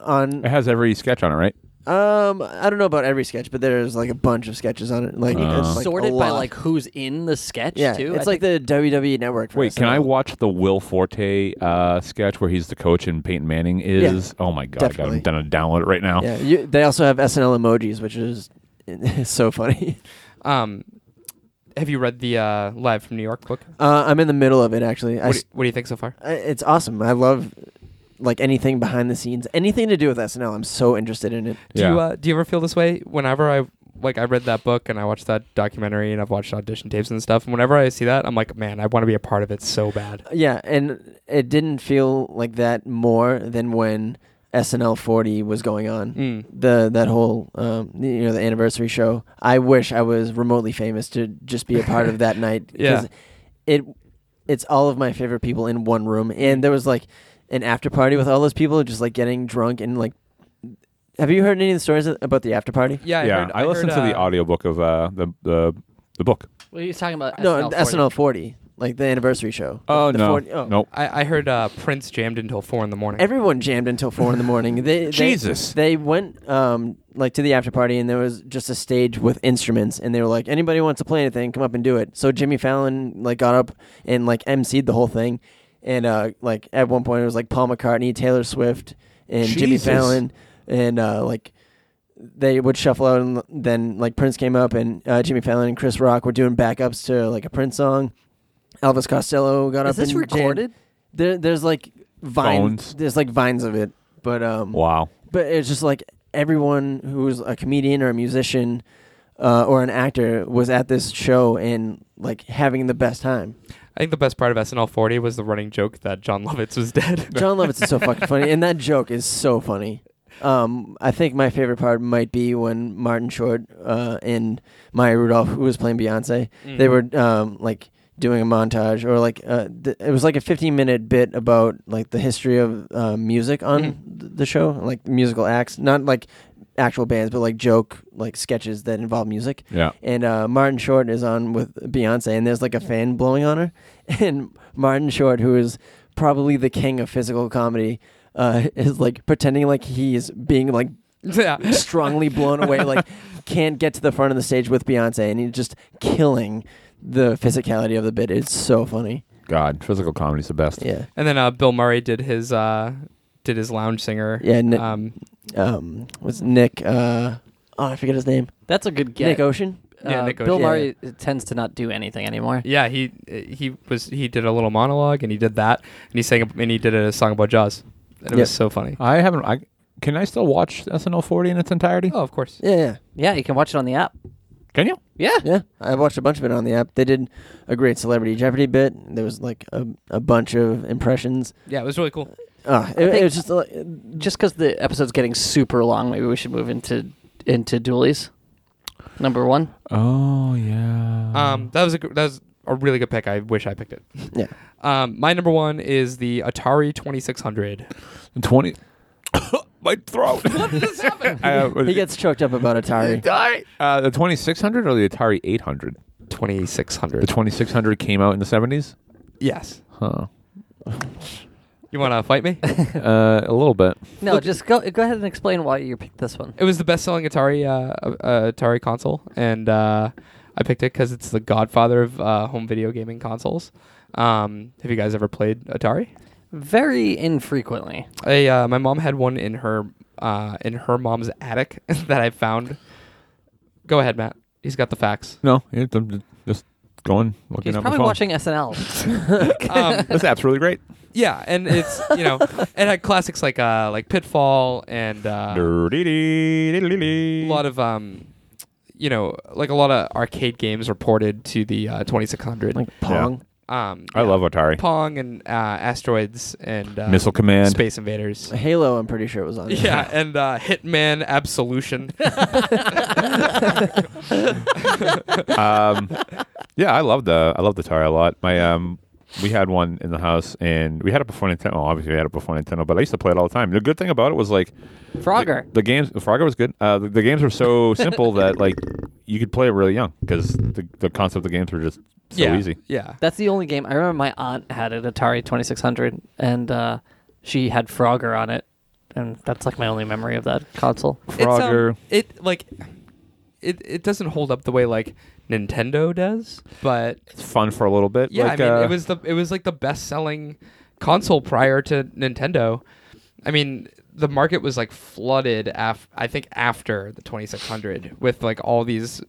on It has every sketch on it, right? Um, I don't know about every sketch, but there's like a bunch of sketches on it. Like, Uh. it's, like, a sorted by lot. like who's in the sketch yeah, too. it's I like the WWE network. For Wait, can I SNL. watch the Will Forte uh, sketch where he's the coach and Peyton Manning is? Oh my god, I definitely. got him to download it right now. Oh. Yeah, you, they also have SNL emojis, which is it's so funny. Um, have you read the uh, Live from New York book? Uh, I'm in the middle of it actually. I What do, s you, what do you think so far? I it's awesome. I love like anything behind the scenes, anything to do with SNL. I'm so interested in it. Do Yeah. you uh, do you ever feel this way? Whenever I like, I read that book and I watched that documentary and I've watched audition tapes and stuff. And whenever I see that, I'm like, man, I want to be a part of it so bad. Uh, Yeah, and it didn't feel like that more than when SNL 40 was going on. Mm. the that whole um, you know the anniversary show. I wish I was remotely famous to just be a part of that night. 'cause Yeah. it it's all of my favorite people in one room, and there was like an after party with all those people just like getting drunk and like. Have you heard any of the stories about the after party? Yeah, I, Yeah, heard, I, listened heard, to the uh, audiobook of uh, the the the book. What are you talking about? no, SNL 40? SNL 40, like the anniversary show. The no, 40 oh. nope. I, I heard uh, Prince jammed until four in the morning. Everyone jammed until four in the morning. They, they- Jesus. They went um, like to the after party, and there was just a stage with instruments, and they were like, "Anybody wants to play anything, come up and do it." So Jimmy Fallon like got up and like emceed the whole thing, and uh, like at one point it was like Paul McCartney, Taylor Swift, and Jimmy Jesus. Fallon, and uh, like they would shuffle out, and then like Prince came up, and uh, Jimmy Fallon and Chris Rock were doing backups to like a Prince song. Elvis Costello got Is up. this and jammed. recorded? There, there's like vines. Phones. There's like vines of it, but um, Wow. but it's just like everyone who's a comedian or a musician uh, or an actor was at this show and like having the best time. I think the best part of SNL 40 was the running joke that John Lovitz was dead. John Lovitz is so fucking funny, and that joke is so funny. Um, I think my favorite part might be when Martin Short uh, and Maya Rudolph, who was playing Beyonce, they were um, like doing a montage or like uh, th- it was like a 15 minute bit about like the history of uh, music on Mhm. th- the show like musical acts not like actual bands but like joke like sketches that involve music Yeah. and uh, Martin Short is on with Beyonce, and there's like a fan blowing on her, and Martin Short, who is probably the king of physical comedy, uh, is like pretending like he's being like yeah. strongly blown away, like can't get to the front of the stage with Beyonce, and he's just killing the physicality of the bit. It's so funny. God, physical comedy's the best. Yeah, And then uh, Bill Murray did his uh, did his lounge singer. yeah. Nick, um, Um, was Nick? Uh, oh, I forget his name. That's a good get. Nick Ocean. Yeah, Uh, Nick Bill Ocean. Murray tends to not do anything anymore. yeah, he he was he did a little monologue and he did that and he sang a- and he did a song about Jaws and it Yep. was so funny. I haven't. I Can I still watch SNL 40 in its entirety? Oh, of course. Yeah, yeah, Yeah, you can watch it on the app. Can you? Yeah. yeah. I watched a bunch of it on the app. They did a great Celebrity Jeopardy bit. There was like a, a bunch of impressions. Yeah, it was really cool. Uh, it, it was just uh, Just because the episode's getting super long, maybe we should move into into dualies. Number one. Oh, yeah. Um, that was a gr- that was a really good pick. I wish I picked it. yeah. Um, my number one is the Atari Twenty Six Hundred. 20. My throat. what is happening? Uh, He gets choked up about Atari. uh, the 2600 or the Atari 800? Twenty Six The Hundred. 2600 came out in the 70s? Yes. Huh. You want to fight me? Uh, a little bit. No, just go go ahead and explain why you picked this one. it was the best-selling Atari uh, uh, Atari console, and uh, I picked it because it's the godfather of uh, home video gaming consoles. Um, have you guys ever played Atari? Very infrequently. I, uh, my mom had one in her uh, in her mom's attic that I found. Go ahead, Matt. He's got the facts. No, it, I'm just going, looking He's at my probably phone. watching SNL. Um, This app's really great. yeah, and it's you know it had classics like uh, like Pitfall and uh, a A lot of um, you know like a lot of arcade games reported to the uh, 2600. Like Pong. um, I yeah. love Atari. Pong and uh, asteroids and uh, Missile Command. space invaders. Halo, I'm pretty sure it was on. there. Yeah, and uh, Hitman Absolution. um, yeah, I loved the I loved Atari a lot. My um, we had one in the house, and we had it before Nintendo. Well, obviously, we had it before Nintendo, but I used to play it all the time. The good thing about it was like Frogger. The, the games, Frogger was good. Uh, the, the games were so simple that like you could play it really young because the, the concept of the games were just so yeah, easy. Yeah. That's the only game I remember. My aunt had an Atari Twenty Six Hundred, and uh, she had Frogger on it, and that's like my only memory of that console. It's, um, Frogger. it like it it doesn't hold up the way like Nintendo does, but It's fun for a little bit. yeah, like, I mean uh, it was the it was like the best selling console prior to Nintendo. I mean the market was like flooded af- I think after the 2600 with like all these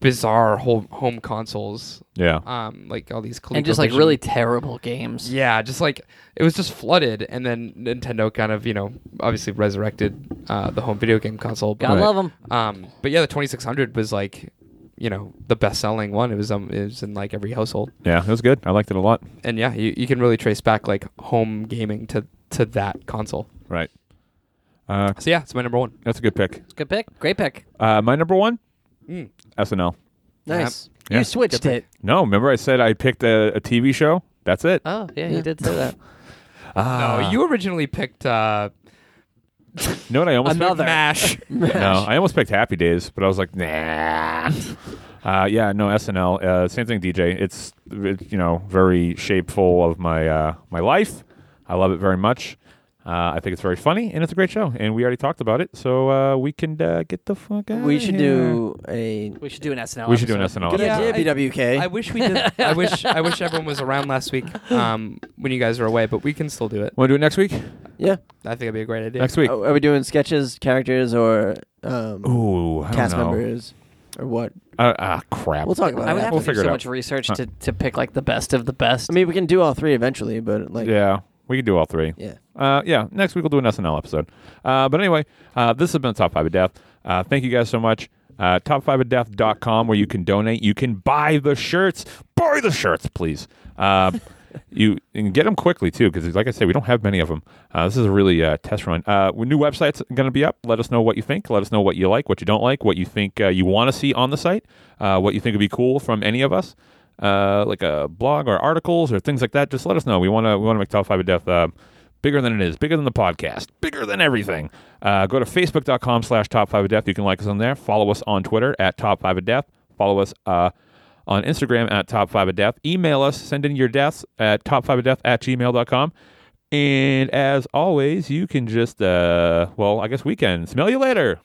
bizarre home home consoles yeah. um like all these and just like ColecoVision- really terrible games. yeah just like it was just flooded and then nintendo kind of you know obviously resurrected uh the home video game console but, Gotta love 'em. love them. um but yeah the 2600 was like you know the best selling one it was um it was in like every household yeah, it was good. I liked it a lot. and yeah you, you can really trace back like home gaming to to that console Right. Uh, so yeah it's my number one that's a good pick. Good pick. Great pick. Uh, my number one, Mm. SNL. Nice. Yeah. You switched it. No, remember I said I picked a, a TV show. That's it. Uh, Oh yeah, you did say that. no you originally picked uh You know what I almost picked? Another. mash No, I almost picked Happy Days, but I was like, nah. Uh, yeah, no SNL. Uh, same thing, DJ. It's it, you know very shapeful of my uh, my life. I love it very much. Uh, I think it's very funny and it's a great show. And we already talked about it, so uh, we can uh, get the fuck out. We should do a. We should do an SNL. We should do an episode. Oh, SNL. Good Yeah, episode. I- idea, BWK. I wish we did. I wish. I wish everyone was around last week um, when you guys were away, but we can still do it. Want to do it next week? yeah. I think it'd be a great idea. Next week. Are are we doing sketches, characters, or um, Ooh, I don't cast know. members, or what? Uh, ah, crap. We'll talk about I would it. have We'll to do figure so it out. much research Huh. to, to pick like the best of the best. I mean, we can do all three eventually, but like, yeah, we can do all three. yeah. Uh, yeah, next week we'll do an SNL episode. Uh, but anyway, uh, this has been Top 5 of Death. Uh, thank you guys so much. Uh, top5ofdeath.com where you can donate. You can buy the shirts. Buy the shirts, please. Uh, you and get them quickly too because like i said we don't have many of them uh, this is a really uh, test run uh, when new website's going to be up let us know what you think let us know what you like what you don't like what you think uh, you want to see on the site uh, what you think would be cool from any of us uh, like a blog or articles or things like that just let us know we want to we want to make top five of death uh, bigger than it is bigger than the podcast bigger than everything uh, go to facebook.com slash top five of death you can like us on there follow us on twitter at top five of death follow us uh, on Instagram at Top 5 of Death. Email us, send in your deaths at top5ofdeath at gmail.com. And as always, you can just, uh, well, I guess we can. Smell you later.